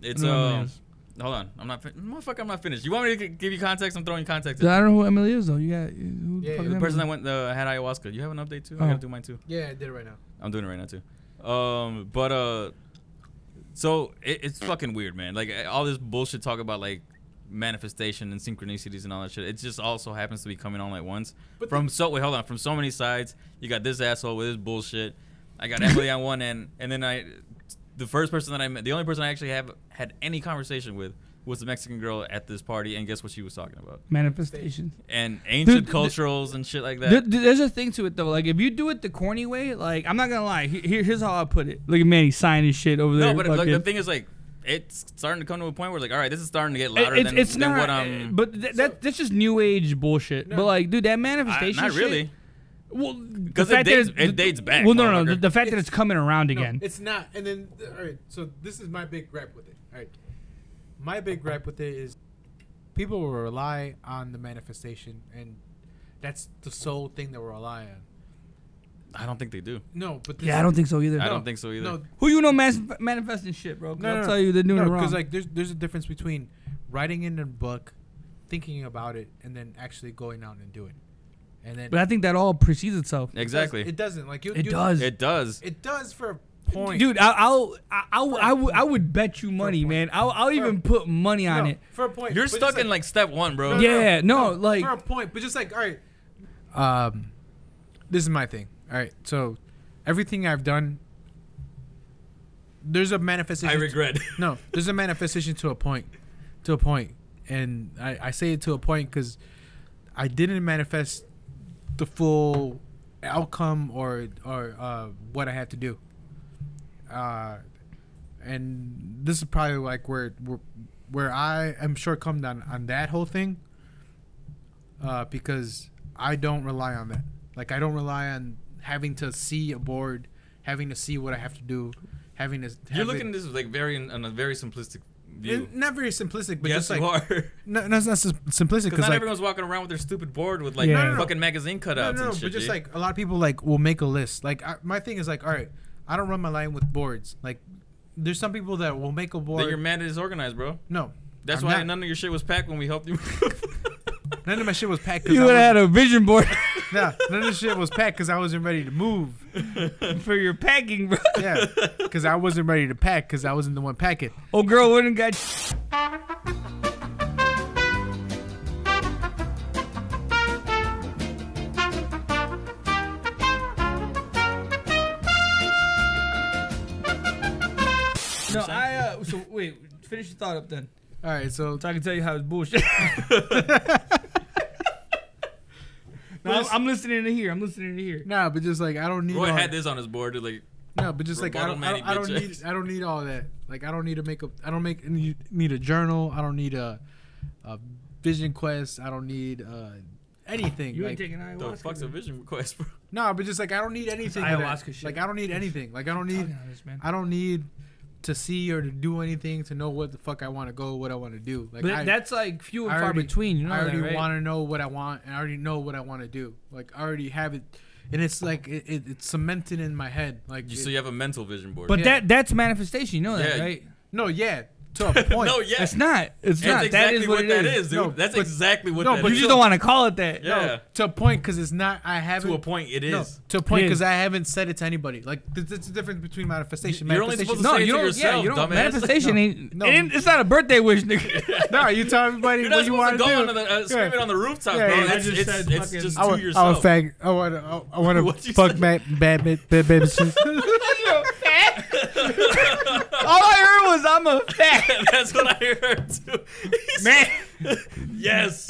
[SPEAKER 4] It's
[SPEAKER 3] I don't know who
[SPEAKER 4] uh,
[SPEAKER 3] Emily is.
[SPEAKER 4] hold on, I'm not fin- motherfucker, I'm not finished. You want me to g- give you context? I'm throwing context.
[SPEAKER 3] I don't know who Emily is though. You got who
[SPEAKER 1] Yeah, the
[SPEAKER 3] fuck is
[SPEAKER 4] The person
[SPEAKER 3] Emily?
[SPEAKER 4] that went uh, had ayahuasca. You have an update too.
[SPEAKER 3] Oh.
[SPEAKER 4] I gotta do mine too.
[SPEAKER 1] Yeah, I did it right now.
[SPEAKER 4] I'm doing it right now too. Um, but uh, so it, it's fucking weird, man. Like I- all this bullshit talk about like manifestation and synchronicities and all that shit. It just also happens to be coming on at once from so wait hold on from so many sides. You got this asshole with his bullshit. I got Emily on one end, and then I, the first person that I met, the only person I actually have had any conversation with was the Mexican girl at this party, and guess what she was talking about?
[SPEAKER 3] manifestation.
[SPEAKER 4] And ancient
[SPEAKER 3] th-
[SPEAKER 4] culturals and shit like that.
[SPEAKER 3] There- there- there's a thing to it though. Like if you do it the corny way, like I'm not gonna lie. Here, here- here's how I put it. Look at Manny signing his shit over there.
[SPEAKER 4] No, but like, the
[SPEAKER 3] fucking-
[SPEAKER 4] thing is, like, it's starting to come to a point where, like, all right, this is starting to get louder
[SPEAKER 3] It-
[SPEAKER 4] than,
[SPEAKER 3] it's
[SPEAKER 4] than
[SPEAKER 3] not. eh,
[SPEAKER 4] what um, I'm.
[SPEAKER 3] but th- that that's just new age bullshit. But like, dude, that
[SPEAKER 4] I,
[SPEAKER 3] manifestation.
[SPEAKER 4] not
[SPEAKER 3] shit-
[SPEAKER 4] really.
[SPEAKER 3] Well, because
[SPEAKER 4] it dates- it dates back,
[SPEAKER 3] Well, no, no, no. The,
[SPEAKER 4] motherfucker.
[SPEAKER 3] the fact that it's coming around
[SPEAKER 1] No,
[SPEAKER 3] again.
[SPEAKER 1] it's not. And then, all right. So this is my big gripe with it. All right. My big gripe with it is people will rely on the manifestation, and that's the sole thing that we're relying on.
[SPEAKER 4] I don't think they do.
[SPEAKER 1] No, but this
[SPEAKER 3] yeah, I don't think so either.
[SPEAKER 4] I don't think so either.
[SPEAKER 1] No,
[SPEAKER 3] Who you know mas- manifesting shit, bro? 'Cause
[SPEAKER 1] no,
[SPEAKER 3] I'll
[SPEAKER 1] no, no.
[SPEAKER 3] tell you, they're doing
[SPEAKER 1] no,
[SPEAKER 3] it wrong.
[SPEAKER 1] like there's there's a difference between writing in a book, thinking about it, and then actually going out and doing. it. And then
[SPEAKER 3] but I think that all precedes itself.
[SPEAKER 4] exactly.
[SPEAKER 1] it doesn't like you.
[SPEAKER 3] It
[SPEAKER 1] you-
[SPEAKER 3] does.
[SPEAKER 4] It does.
[SPEAKER 1] It does for a point,
[SPEAKER 3] Dude, I, I'll, I, I'll, I, would, I would bet you money, man. I'll, I'll even put money
[SPEAKER 1] No,
[SPEAKER 3] on it.
[SPEAKER 1] for a point.
[SPEAKER 4] You're
[SPEAKER 1] but it's
[SPEAKER 4] stuck in like step one, bro.
[SPEAKER 3] Yeah. no, like-
[SPEAKER 1] for a point, but just like all right. Um, this is my thing. All right, so everything I've done, there's a
[SPEAKER 4] I
[SPEAKER 1] manifestation.
[SPEAKER 4] regret.
[SPEAKER 1] No, there's a manifestation to a point, to a point, and I, I say it to a point because I didn't manifest the full outcome or or uh, what I had to do. Uh, and this is probably like where where, where I am shortcoming on on that whole thing. Uh, because I don't rely on that. Like I don't rely on having to see a board, having to see what I have to do, having to.
[SPEAKER 4] [LAUGHS] You're
[SPEAKER 1] have
[SPEAKER 4] looking
[SPEAKER 1] it-
[SPEAKER 4] at this like very in, on a very simplistic view.
[SPEAKER 1] it- not very simplistic, but
[SPEAKER 4] yes,
[SPEAKER 1] just like
[SPEAKER 4] you are.
[SPEAKER 1] no, no, it's not sim- simplistic
[SPEAKER 4] Because
[SPEAKER 1] because
[SPEAKER 4] not
[SPEAKER 1] like
[SPEAKER 4] everyone's walking around with their stupid board with like
[SPEAKER 3] Yeah. No, no, no.
[SPEAKER 4] fucking magazine cutouts
[SPEAKER 1] no, no, no,
[SPEAKER 4] and shit.
[SPEAKER 1] but just
[SPEAKER 4] dude.
[SPEAKER 1] like a lot of people like will make a list. Like I, my thing is like, all right, I don't run my line with boards. Like there's some people that will make a
[SPEAKER 4] then you're
[SPEAKER 1] board.
[SPEAKER 4] mad at disorganized, bro.
[SPEAKER 1] No,
[SPEAKER 4] That's
[SPEAKER 1] I'm
[SPEAKER 4] why
[SPEAKER 1] not.
[SPEAKER 4] none of your shit was packed when we helped you.
[SPEAKER 1] none of my shit was
[SPEAKER 4] [LAUGHS]
[SPEAKER 1] packed. 'cause
[SPEAKER 3] You
[SPEAKER 1] I
[SPEAKER 3] would have had
[SPEAKER 1] wasn't-
[SPEAKER 3] a
[SPEAKER 1] [LAUGHS]
[SPEAKER 3] vision board [LAUGHS]
[SPEAKER 1] Nah, none of the shit was packed because I wasn't ready to move.
[SPEAKER 3] for your packing, bro.
[SPEAKER 1] Yeah, because I wasn't ready to pack because I wasn't the one packing.
[SPEAKER 3] Old girl wouldn't got. No, I. Uh, so wait, finish your thought up then,
[SPEAKER 1] All right, so
[SPEAKER 3] so I can tell you how it's bullshit. no, I'm, I'm listening to here. I'm listening to here.
[SPEAKER 1] nah, but just like I don't need.
[SPEAKER 4] Roy
[SPEAKER 1] all that.
[SPEAKER 4] had this on his board. dude, Like
[SPEAKER 1] No, but just like I
[SPEAKER 4] Rebuttal
[SPEAKER 1] don't, I don't, I don't
[SPEAKER 4] Manny
[SPEAKER 1] need,
[SPEAKER 4] Bitches.
[SPEAKER 1] I don't need all that. Like I don't need to make a, I don't make need need a journal. I don't need a, a vision quest. I don't need uh, anything.
[SPEAKER 3] You
[SPEAKER 1] like,
[SPEAKER 3] ain't taking ayahuasca.
[SPEAKER 4] The fuck's a
[SPEAKER 3] man.
[SPEAKER 4] vision request, bro?
[SPEAKER 1] no, but just like I don't need anything. of that.
[SPEAKER 13] ayahuasca shit.
[SPEAKER 1] Like I don't need anything. Like I don't need,
[SPEAKER 3] Talking on this, man.
[SPEAKER 1] I don't need to see or to do anything to know what the fuck I want to go, what I want to do. Like
[SPEAKER 13] But
[SPEAKER 1] I,
[SPEAKER 13] that's like few and
[SPEAKER 1] I
[SPEAKER 13] far
[SPEAKER 1] already-
[SPEAKER 13] between. You know
[SPEAKER 1] I already
[SPEAKER 13] that, right?
[SPEAKER 1] want to know what I want, and I already know what I want to do. Like I already have it, and it's like it, it, it's cemented in my head. Like
[SPEAKER 4] You,
[SPEAKER 1] it-
[SPEAKER 4] so you have a mental vision board.
[SPEAKER 3] But
[SPEAKER 1] Yeah.
[SPEAKER 3] that that's manifestation. You know that,
[SPEAKER 4] Yeah.
[SPEAKER 3] right?
[SPEAKER 1] no, yeah, to
[SPEAKER 4] [LAUGHS]
[SPEAKER 1] a point.
[SPEAKER 4] no, yeah,
[SPEAKER 3] It's not. It's
[SPEAKER 4] That's
[SPEAKER 3] not. that
[SPEAKER 4] exactly
[SPEAKER 3] is
[SPEAKER 4] what,
[SPEAKER 3] what, it
[SPEAKER 4] that
[SPEAKER 3] is.
[SPEAKER 4] is, dude.
[SPEAKER 1] No,
[SPEAKER 4] That's
[SPEAKER 1] but-
[SPEAKER 4] exactly what
[SPEAKER 1] no,
[SPEAKER 4] that
[SPEAKER 1] but
[SPEAKER 3] You
[SPEAKER 4] is.
[SPEAKER 3] just don't want to call it that.
[SPEAKER 4] yeah,
[SPEAKER 1] to a point because it's not. I haven't
[SPEAKER 4] to a point, it is.
[SPEAKER 1] No, to a point
[SPEAKER 3] It is.
[SPEAKER 1] because I haven't said it to anybody. Like th- that's the difference between manifestation.
[SPEAKER 4] You're only
[SPEAKER 1] manifestation.
[SPEAKER 4] supposed
[SPEAKER 3] No,
[SPEAKER 4] Say it
[SPEAKER 3] you
[SPEAKER 4] to
[SPEAKER 3] don't. yeah,
[SPEAKER 4] yourself,
[SPEAKER 3] you don't.
[SPEAKER 4] dumbass.
[SPEAKER 3] Manifestation ain't,
[SPEAKER 1] No.
[SPEAKER 3] it ain't. It's not a birthday wish, [LAUGHS] nigga.
[SPEAKER 1] no, you tell everybody
[SPEAKER 4] You're not
[SPEAKER 1] what you
[SPEAKER 4] supposed
[SPEAKER 1] want to
[SPEAKER 4] to go
[SPEAKER 1] do.
[SPEAKER 4] on the, uh, scream
[SPEAKER 1] Yeah.
[SPEAKER 4] it on the rooftop,
[SPEAKER 1] Yeah,
[SPEAKER 4] bro.
[SPEAKER 1] yeah, I
[SPEAKER 4] That's-
[SPEAKER 14] just
[SPEAKER 4] it's,
[SPEAKER 14] said
[SPEAKER 4] it's,
[SPEAKER 14] fucking-
[SPEAKER 4] just
[SPEAKER 1] I
[SPEAKER 4] to
[SPEAKER 1] want, I want
[SPEAKER 4] yourself.
[SPEAKER 1] fag. I want to.
[SPEAKER 4] [LAUGHS]
[SPEAKER 1] I want
[SPEAKER 4] What'd you
[SPEAKER 1] to fuck
[SPEAKER 4] say?
[SPEAKER 1] bad, bad, bad, bad, bad
[SPEAKER 4] [LAUGHS]
[SPEAKER 1] bitches.
[SPEAKER 3] [LAUGHS] All I heard was I'm a fat
[SPEAKER 4] That's what I heard too. He's-
[SPEAKER 3] man.
[SPEAKER 4] yes.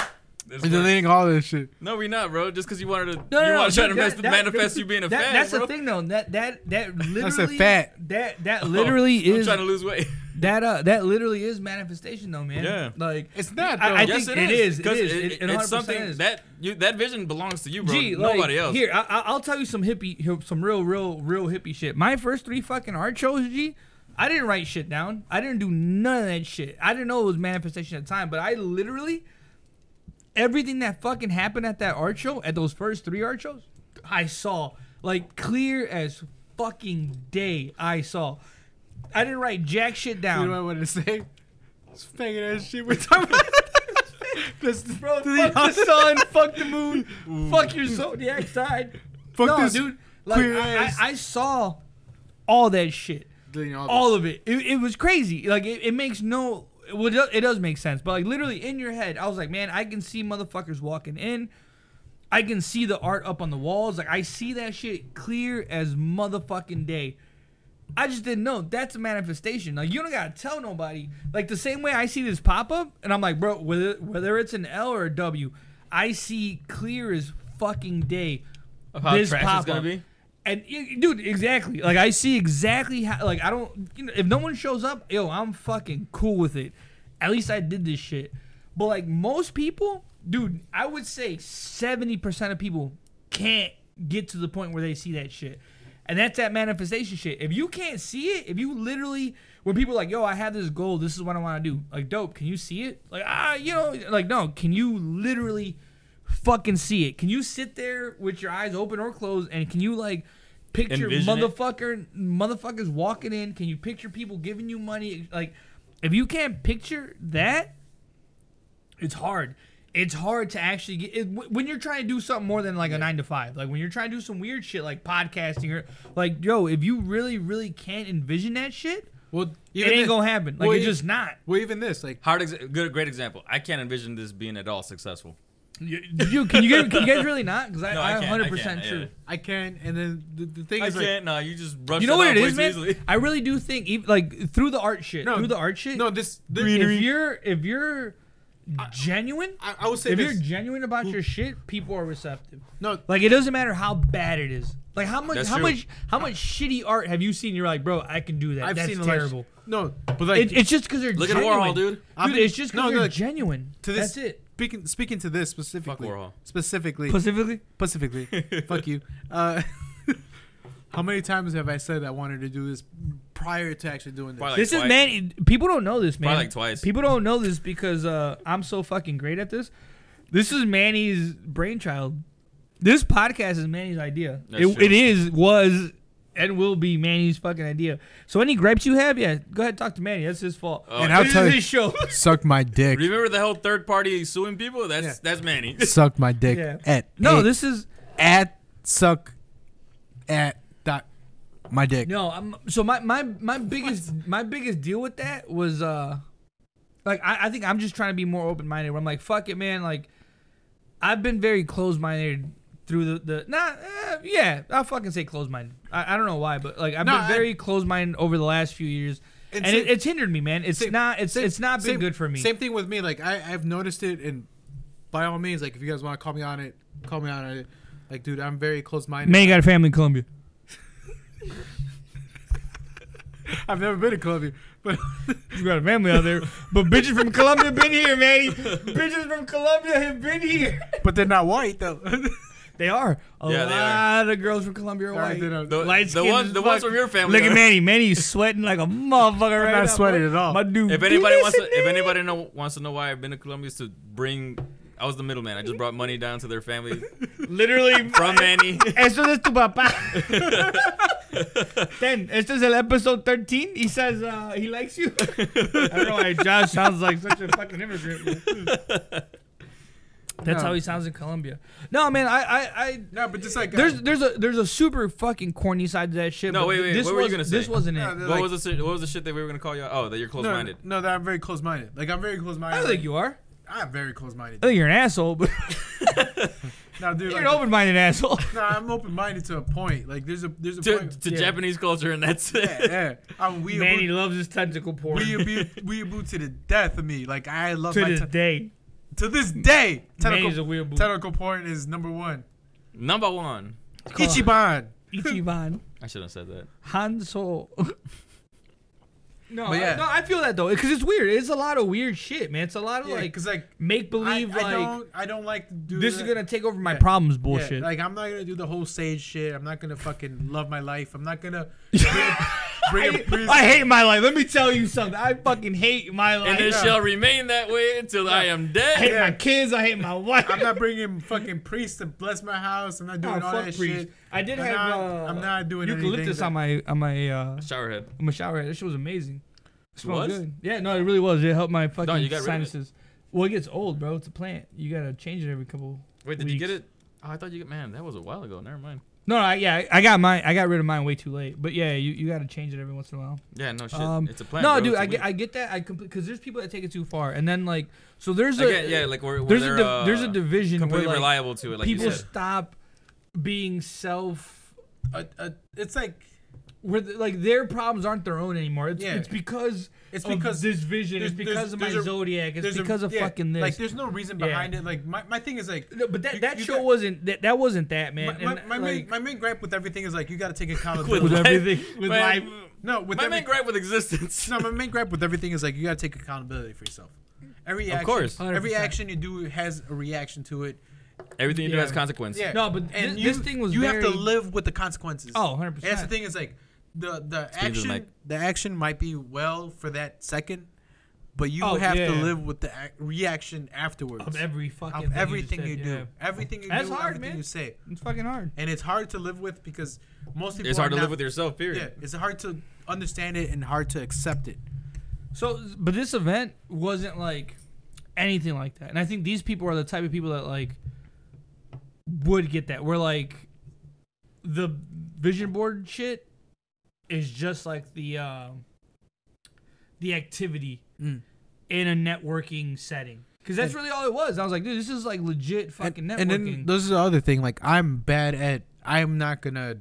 [SPEAKER 4] That's
[SPEAKER 1] We're
[SPEAKER 4] right.
[SPEAKER 1] deleting all this shit.
[SPEAKER 4] No, we're not, bro. Just because you wanted to,
[SPEAKER 3] [LAUGHS] No,
[SPEAKER 4] you
[SPEAKER 3] no,
[SPEAKER 4] want to
[SPEAKER 3] no,
[SPEAKER 4] try to
[SPEAKER 3] that-
[SPEAKER 4] manifest-
[SPEAKER 3] that-
[SPEAKER 4] manifest you being a
[SPEAKER 3] That,
[SPEAKER 4] fag,
[SPEAKER 3] that's
[SPEAKER 4] bro.
[SPEAKER 3] the thing, though. That that [LAUGHS] that literally.
[SPEAKER 1] fat.
[SPEAKER 3] That that
[SPEAKER 4] Oh,
[SPEAKER 3] literally is
[SPEAKER 4] [LAUGHS] I'm trying to lose weight.
[SPEAKER 3] that uh that literally is manifestation, though, man.
[SPEAKER 4] Yeah.
[SPEAKER 3] Like
[SPEAKER 1] It's not. Though.
[SPEAKER 3] I- I
[SPEAKER 4] yes,
[SPEAKER 3] think
[SPEAKER 4] it
[SPEAKER 3] it
[SPEAKER 4] is.
[SPEAKER 3] is, it
[SPEAKER 4] 'cause
[SPEAKER 3] is, it- it
[SPEAKER 4] it's
[SPEAKER 3] 100%
[SPEAKER 4] something
[SPEAKER 3] is.
[SPEAKER 4] that you that vision belongs to you, bro.
[SPEAKER 3] Gee, like,
[SPEAKER 4] Nobody else.
[SPEAKER 3] Here, I, I- I'll tell you some hippie, hi- some real, real, real hippie shit. My first three fucking art shows, G, I didn't write shit down. I didn't do none of that shit. I didn't know it was manifestation at the time, but I literally, everything that fucking happened at that art show, at those first three art shows, I saw like clear as fucking day. I saw. I didn't write jack shit
[SPEAKER 1] you
[SPEAKER 3] down.
[SPEAKER 1] know what I want to say? It's faggot ass [LAUGHS] shit. We're talking about. That's the, bro,
[SPEAKER 3] fuck the sun, fuck the moon, fuck your zodiac sign.
[SPEAKER 1] Fuck
[SPEAKER 3] no,
[SPEAKER 1] this
[SPEAKER 3] dude. Like
[SPEAKER 1] queer
[SPEAKER 3] I, I,
[SPEAKER 1] ass.
[SPEAKER 3] I saw all that shit,
[SPEAKER 1] deleting all,
[SPEAKER 3] all of it. It, it was crazy. Like it, it makes no. Well, it does- it does make sense, but like literally in your head, I was like, man, I can see motherfuckers walking in. I can see the art up on the walls. Like I see that shit clear as motherfucking day. I just didn't know. That's a manifestation. Like you don't gotta tell nobody. Like the same way I see this pop up, and I'm like, bro, whether whether it's an L or a W, I see clear as fucking day.
[SPEAKER 4] Of how trash it's gonna
[SPEAKER 3] pop-up.
[SPEAKER 4] be?
[SPEAKER 3] And y- dude, exactly. Like I see exactly how. Like I don't. You know, if no one shows up, yo, I'm fucking cool with it. At least I did this shit. But like most people, dude, I would say seventy percent of people can't get to the point where they see that shit. And that's that manifestation shit. If you can't see it, if you literally, when people are like, yo, I have this goal, this is what I want to do. Like, dope, can you see it? Like, ah, you know, like, no, can you literally fucking see it? Can you sit there with your eyes open or closed and can you, like, picture
[SPEAKER 4] Envision it?
[SPEAKER 3] motherfucker, motherfuckers walking in? Can you picture people giving you money? Like, if you can't picture that, it's hard. It's hard to actually get it, wh- when you're trying to do something more than like a nine to five. Like when you're trying to do some weird shit like podcasting or like yo, if you really really can't envision that shit,
[SPEAKER 1] Well,
[SPEAKER 3] it
[SPEAKER 1] even
[SPEAKER 3] ain't
[SPEAKER 1] this-
[SPEAKER 3] gonna happen. Like
[SPEAKER 1] well,
[SPEAKER 3] it's
[SPEAKER 1] even-
[SPEAKER 3] just not.
[SPEAKER 1] Well, even this, like,
[SPEAKER 4] Hard, ex- good, great example. I can't envision this being at all successful.
[SPEAKER 3] Dude, can you guys, can
[SPEAKER 4] [LAUGHS]
[SPEAKER 3] you guys really not? Because I,
[SPEAKER 4] No, I
[SPEAKER 3] I'm
[SPEAKER 4] can't, I
[SPEAKER 3] 100
[SPEAKER 4] can't,
[SPEAKER 3] percent
[SPEAKER 4] yeah.
[SPEAKER 3] true.
[SPEAKER 1] I can, and then the, the thing
[SPEAKER 4] I
[SPEAKER 1] is, like,
[SPEAKER 4] can't. Nah, you just brush.
[SPEAKER 3] You know what
[SPEAKER 4] that
[SPEAKER 3] it
[SPEAKER 4] off way
[SPEAKER 3] is,
[SPEAKER 4] too
[SPEAKER 3] man.
[SPEAKER 4] easily.
[SPEAKER 3] I really do think, even, like through the art shit,
[SPEAKER 1] No,
[SPEAKER 3] through the art shit.
[SPEAKER 1] no, this, this
[SPEAKER 3] if you're if you're genuine,
[SPEAKER 1] I, I would say
[SPEAKER 3] if
[SPEAKER 1] this.
[SPEAKER 3] you're genuine about your shit, people are receptive.
[SPEAKER 1] no,
[SPEAKER 3] Like it doesn't matter how bad it is. Like how much
[SPEAKER 4] That's
[SPEAKER 3] how
[SPEAKER 4] true.
[SPEAKER 3] much how much shitty art have you seen? You're like, bro, I can do that.
[SPEAKER 1] I've
[SPEAKER 3] That's
[SPEAKER 1] seen a lot of
[SPEAKER 3] terrible.
[SPEAKER 1] sh- No, but like
[SPEAKER 3] It- it's just because they're
[SPEAKER 4] Look at
[SPEAKER 3] genuine.
[SPEAKER 4] Warhol, dude.
[SPEAKER 3] Dude,
[SPEAKER 1] I'm-
[SPEAKER 3] it's just
[SPEAKER 1] no,
[SPEAKER 3] because they're
[SPEAKER 1] no, like,
[SPEAKER 3] genuine.
[SPEAKER 1] to this,
[SPEAKER 3] That's it.
[SPEAKER 1] Speaking speaking to this specifically,
[SPEAKER 4] Warhol.
[SPEAKER 1] specifically,
[SPEAKER 3] Specifically,
[SPEAKER 1] [LAUGHS] specifically, fuck you. Uh, [LAUGHS] how many times have I said I wanted to do this prior to actually doing this?
[SPEAKER 4] Probably
[SPEAKER 3] this
[SPEAKER 4] twice.
[SPEAKER 3] is man. it- People don't know this, man.
[SPEAKER 4] Probably like twice.
[SPEAKER 3] People don't know this because uh, I'm so fucking great at this. This is Manny's brainchild. This podcast is Manny's idea.
[SPEAKER 4] That's
[SPEAKER 3] It,
[SPEAKER 4] true.
[SPEAKER 3] it is, was, and will be Manny's fucking idea. So any gripes you have, yeah, go ahead talk to Manny. That's his fault.
[SPEAKER 4] Oh,
[SPEAKER 1] And I'll
[SPEAKER 3] this
[SPEAKER 1] tell
[SPEAKER 3] is
[SPEAKER 1] you-
[SPEAKER 3] his show.
[SPEAKER 1] [LAUGHS] Suck my dick.
[SPEAKER 4] Remember the whole third party suing people? That's that's Manny.
[SPEAKER 1] Suck my dick.
[SPEAKER 3] [LAUGHS] Yeah.
[SPEAKER 1] At
[SPEAKER 3] no,
[SPEAKER 1] at-
[SPEAKER 3] this is
[SPEAKER 1] at suck at dot my dick.
[SPEAKER 3] No, I'm, so my my
[SPEAKER 1] [LAUGHS]
[SPEAKER 3] my biggest my biggest deal with that was uh, like I, I think I'm just trying to be more open minded. Where I'm like, fuck it, man. Like, I've been very closed minded through the the nah, eh, yeah. I'll fucking say closed minded. I, I don't know why, but like I've
[SPEAKER 1] No,
[SPEAKER 3] been
[SPEAKER 1] I-
[SPEAKER 3] very closed minded over the last few years, and,
[SPEAKER 1] same-
[SPEAKER 3] it, it's hindered me, man. It's
[SPEAKER 1] same-
[SPEAKER 3] not it's it's not been
[SPEAKER 1] same-
[SPEAKER 3] good for me.
[SPEAKER 1] Same thing with me. Like I, I've noticed it, and by all means, like if you guys want to call me on it, call me on it. Like, dude, I'm very close minded.
[SPEAKER 3] Man got a family in Colombia.
[SPEAKER 15] I've never been to Colombia,
[SPEAKER 3] [LAUGHS]
[SPEAKER 15] but
[SPEAKER 16] You got a family out there, but bitches from Colombia been here, man.
[SPEAKER 1] [LAUGHS]
[SPEAKER 16] Bitches from Colombia have been here.
[SPEAKER 15] but they're not white
[SPEAKER 1] [LAUGHS]
[SPEAKER 15] though.
[SPEAKER 16] They are. A
[SPEAKER 4] Yeah, they are.
[SPEAKER 16] lot of girls from Colombia are
[SPEAKER 15] Sorry,
[SPEAKER 16] white.
[SPEAKER 15] they're not-
[SPEAKER 4] The,
[SPEAKER 16] Light
[SPEAKER 4] the
[SPEAKER 16] skin
[SPEAKER 4] ones,
[SPEAKER 16] as
[SPEAKER 4] the
[SPEAKER 16] fuck.
[SPEAKER 4] ones from your family.
[SPEAKER 16] Look at
[SPEAKER 4] are-
[SPEAKER 16] Manny. Manny's sweating like a motherfucker right
[SPEAKER 15] not
[SPEAKER 16] now.
[SPEAKER 15] sweating
[SPEAKER 16] bro.
[SPEAKER 15] at all.
[SPEAKER 16] My dude.
[SPEAKER 4] If anybody wants to,
[SPEAKER 16] Listen,
[SPEAKER 4] if
[SPEAKER 16] nigga.
[SPEAKER 4] anybody know, wants to know why I've been to Colombia, is to bring. I was the middleman. I just brought money down to their family
[SPEAKER 16] literally.
[SPEAKER 4] [LAUGHS] from Manny.
[SPEAKER 16] Eso es tu
[SPEAKER 4] [LAUGHS]
[SPEAKER 16] papá. Then, esto es el episode 13. He says uh, he likes you. I don't know why Josh sounds like such a fucking immigrant.
[SPEAKER 3] That's
[SPEAKER 15] No.
[SPEAKER 3] how he sounds in Colombia. No, man, I, I, I
[SPEAKER 1] No, but just like um,
[SPEAKER 3] there's, there's a, there's a super fucking corny side to that shit.
[SPEAKER 4] No,
[SPEAKER 3] but
[SPEAKER 4] wait, wait,
[SPEAKER 3] This
[SPEAKER 4] what were you
[SPEAKER 3] wasn't-
[SPEAKER 4] gonna say?
[SPEAKER 3] This wasn't it.
[SPEAKER 4] What was the shit- what was the shit that we were gonna call you? Oh, that you're
[SPEAKER 1] no,
[SPEAKER 4] close-minded.
[SPEAKER 1] No, that I'm very close-minded. Like I'm very
[SPEAKER 3] I
[SPEAKER 1] close-minded.
[SPEAKER 3] don't think you are.
[SPEAKER 1] I'm very close-minded.
[SPEAKER 16] I think you're an asshole, but [LAUGHS]
[SPEAKER 1] No,
[SPEAKER 16] you're
[SPEAKER 1] dude. Like,
[SPEAKER 16] an open-minded asshole.
[SPEAKER 1] no, I'm open-minded to a point. Like there's a there's a
[SPEAKER 4] To,
[SPEAKER 1] point.
[SPEAKER 4] to Japanese culture, and that's it.
[SPEAKER 1] yeah, yeah. I'm weeaboo.
[SPEAKER 16] Manny loves his tentacle porn
[SPEAKER 1] weeaboo, weeaboo to the death of me. Like I
[SPEAKER 16] [LAUGHS]
[SPEAKER 1] love
[SPEAKER 16] to
[SPEAKER 1] my
[SPEAKER 16] this
[SPEAKER 1] te-
[SPEAKER 16] day.
[SPEAKER 1] to this day.
[SPEAKER 16] Manny's a
[SPEAKER 1] Tentacle,
[SPEAKER 16] weird boo.
[SPEAKER 1] tentacle porn is number one.
[SPEAKER 4] [LAUGHS] Number one.
[SPEAKER 1] Ichiban.
[SPEAKER 3] Ichiban,
[SPEAKER 4] I should have said that.
[SPEAKER 1] [LAUGHS]
[SPEAKER 3] Hanzo. No,
[SPEAKER 1] But yeah.
[SPEAKER 3] I, no, I feel that though, because it's weird. It's a lot of weird shit, man. It's a lot of
[SPEAKER 1] Yeah,
[SPEAKER 3] like
[SPEAKER 1] because like
[SPEAKER 3] make
[SPEAKER 1] I,
[SPEAKER 3] believe,
[SPEAKER 1] I
[SPEAKER 3] like
[SPEAKER 1] don't I don't like to do
[SPEAKER 3] this
[SPEAKER 1] is
[SPEAKER 3] is gonna take over my
[SPEAKER 1] Yeah.
[SPEAKER 3] problems,
[SPEAKER 1] Yeah,
[SPEAKER 16] [LAUGHS]
[SPEAKER 3] bullshit.
[SPEAKER 1] like I'm not gonna do the whole sage shit. I'm not gonna fucking love my life. I'm not gonna bring, bring a priest.
[SPEAKER 16] I hate my life. Let me tell you something. I fucking hate my life.
[SPEAKER 4] And it shall remain that way until I am
[SPEAKER 16] I hate
[SPEAKER 4] dead.
[SPEAKER 16] my kids. I hate my wife.
[SPEAKER 1] I'm not bringing fucking priests to bless my house. I'm not doing
[SPEAKER 3] Oh,
[SPEAKER 1] all
[SPEAKER 3] fuck
[SPEAKER 1] that
[SPEAKER 3] priest.
[SPEAKER 1] shit.
[SPEAKER 3] I did
[SPEAKER 1] I'm
[SPEAKER 3] have
[SPEAKER 1] not,
[SPEAKER 3] uh,
[SPEAKER 1] I'm not doing
[SPEAKER 3] eucalyptus
[SPEAKER 1] anything
[SPEAKER 3] on my on my uh,
[SPEAKER 4] Showerhead.
[SPEAKER 3] on my shower head. That shit was amazing. It smelled
[SPEAKER 4] Was?
[SPEAKER 3] good. Yeah, no, it really was. It helped my fucking
[SPEAKER 4] you got rid of it.
[SPEAKER 3] sinuses. Well, it gets old, bro. It's a plant. You gotta change it every couple.
[SPEAKER 4] Wait, did you get
[SPEAKER 3] Weeks.
[SPEAKER 4] it? Oh, I thought you. Man, that was a while ago. Never mind.
[SPEAKER 3] No, I, yeah, I- I got mine. I got rid of mine way too late. But yeah, you, you gotta change it every once in a while.
[SPEAKER 4] Yeah, no shit.
[SPEAKER 3] Um,
[SPEAKER 4] it's a plant.
[SPEAKER 3] no,
[SPEAKER 4] bro.
[SPEAKER 3] dude,
[SPEAKER 4] It's a
[SPEAKER 3] I get,
[SPEAKER 4] weed.
[SPEAKER 3] I get that. I complete because there's people that take it too far, and then like so there's a
[SPEAKER 4] Again, yeah, like we're, we're
[SPEAKER 3] there's
[SPEAKER 4] they're,
[SPEAKER 3] a di-
[SPEAKER 4] uh,
[SPEAKER 3] there's a division where
[SPEAKER 4] completely
[SPEAKER 3] like,
[SPEAKER 4] reliable to it. Like
[SPEAKER 3] people
[SPEAKER 4] you said.
[SPEAKER 3] stop being self.
[SPEAKER 1] like that. Uh, uh, it's like
[SPEAKER 3] Where the, like their problems aren't their own anymore. It's,
[SPEAKER 1] Yeah.
[SPEAKER 3] it's because
[SPEAKER 1] it's
[SPEAKER 3] of
[SPEAKER 1] because
[SPEAKER 3] Oh, this vision. It's
[SPEAKER 1] there's-
[SPEAKER 3] because
[SPEAKER 1] there's-
[SPEAKER 3] of my
[SPEAKER 1] there's a-
[SPEAKER 3] zodiac. It's
[SPEAKER 1] there's a-
[SPEAKER 3] because of
[SPEAKER 1] yeah,
[SPEAKER 3] fucking this.
[SPEAKER 1] Like there's no reason
[SPEAKER 3] Yeah.
[SPEAKER 1] behind it. Like my, my thing is like
[SPEAKER 3] No, but that,
[SPEAKER 1] you-
[SPEAKER 3] that
[SPEAKER 1] you
[SPEAKER 3] show
[SPEAKER 1] got-
[SPEAKER 3] wasn't that, that wasn't that man.
[SPEAKER 1] my, my,
[SPEAKER 3] And,
[SPEAKER 1] my, main,
[SPEAKER 3] like,
[SPEAKER 1] my main gripe with everything is like you
[SPEAKER 3] [LAUGHS]
[SPEAKER 1] gotta take
[SPEAKER 4] With
[SPEAKER 1] accountability. [LAUGHS]
[SPEAKER 4] life-
[SPEAKER 3] everything- with
[SPEAKER 4] man,
[SPEAKER 1] no, with
[SPEAKER 4] My
[SPEAKER 1] every,
[SPEAKER 4] main gripe with
[SPEAKER 3] [LAUGHS]
[SPEAKER 4] existence.
[SPEAKER 1] no, my main gripe with everything is like you gotta take accountability for yourself. Every
[SPEAKER 4] Of
[SPEAKER 1] action,
[SPEAKER 4] course.
[SPEAKER 1] every
[SPEAKER 3] 100%.
[SPEAKER 1] action you do has a reaction to it.
[SPEAKER 4] Everything you do
[SPEAKER 3] Yeah.
[SPEAKER 4] has consequence.
[SPEAKER 1] Yeah.
[SPEAKER 3] no, but
[SPEAKER 1] and
[SPEAKER 3] thi-
[SPEAKER 1] you,
[SPEAKER 3] this thing was
[SPEAKER 1] you
[SPEAKER 3] very,
[SPEAKER 1] have to live with the consequences.
[SPEAKER 3] Oh, 100%.
[SPEAKER 1] And that's the thing is like the the
[SPEAKER 4] into the
[SPEAKER 1] action
[SPEAKER 4] mic.
[SPEAKER 1] the, action might be well for that second, but you
[SPEAKER 3] Oh,
[SPEAKER 1] have
[SPEAKER 3] yeah.
[SPEAKER 1] to live with the ac- reaction afterwards
[SPEAKER 3] of every fucking
[SPEAKER 1] of
[SPEAKER 3] thing
[SPEAKER 1] everything
[SPEAKER 3] just
[SPEAKER 1] you,
[SPEAKER 3] said,
[SPEAKER 1] do,
[SPEAKER 3] yeah.
[SPEAKER 1] everything you
[SPEAKER 3] That's
[SPEAKER 1] do,
[SPEAKER 3] hard,
[SPEAKER 1] everything
[SPEAKER 3] man.
[SPEAKER 1] you say,
[SPEAKER 3] It's fucking hard.
[SPEAKER 1] and it's hard to live with because most people
[SPEAKER 4] It's
[SPEAKER 1] are
[SPEAKER 4] hard to
[SPEAKER 1] not-
[SPEAKER 4] live with yourself.
[SPEAKER 1] Yeah,
[SPEAKER 4] Period.
[SPEAKER 1] it's hard to understand it and hard to accept it.
[SPEAKER 3] So, but this event wasn't like anything like that, and I think these people are the type of people that like would get that. Where like the vision board shit is just like the um the activity
[SPEAKER 1] Mm.
[SPEAKER 3] in a networking setting because that's really all it was. I was like, dude, this is like legit fucking
[SPEAKER 1] and,
[SPEAKER 3] networking.
[SPEAKER 1] and then this is the other thing. Like I'm bad at. I'm not gonna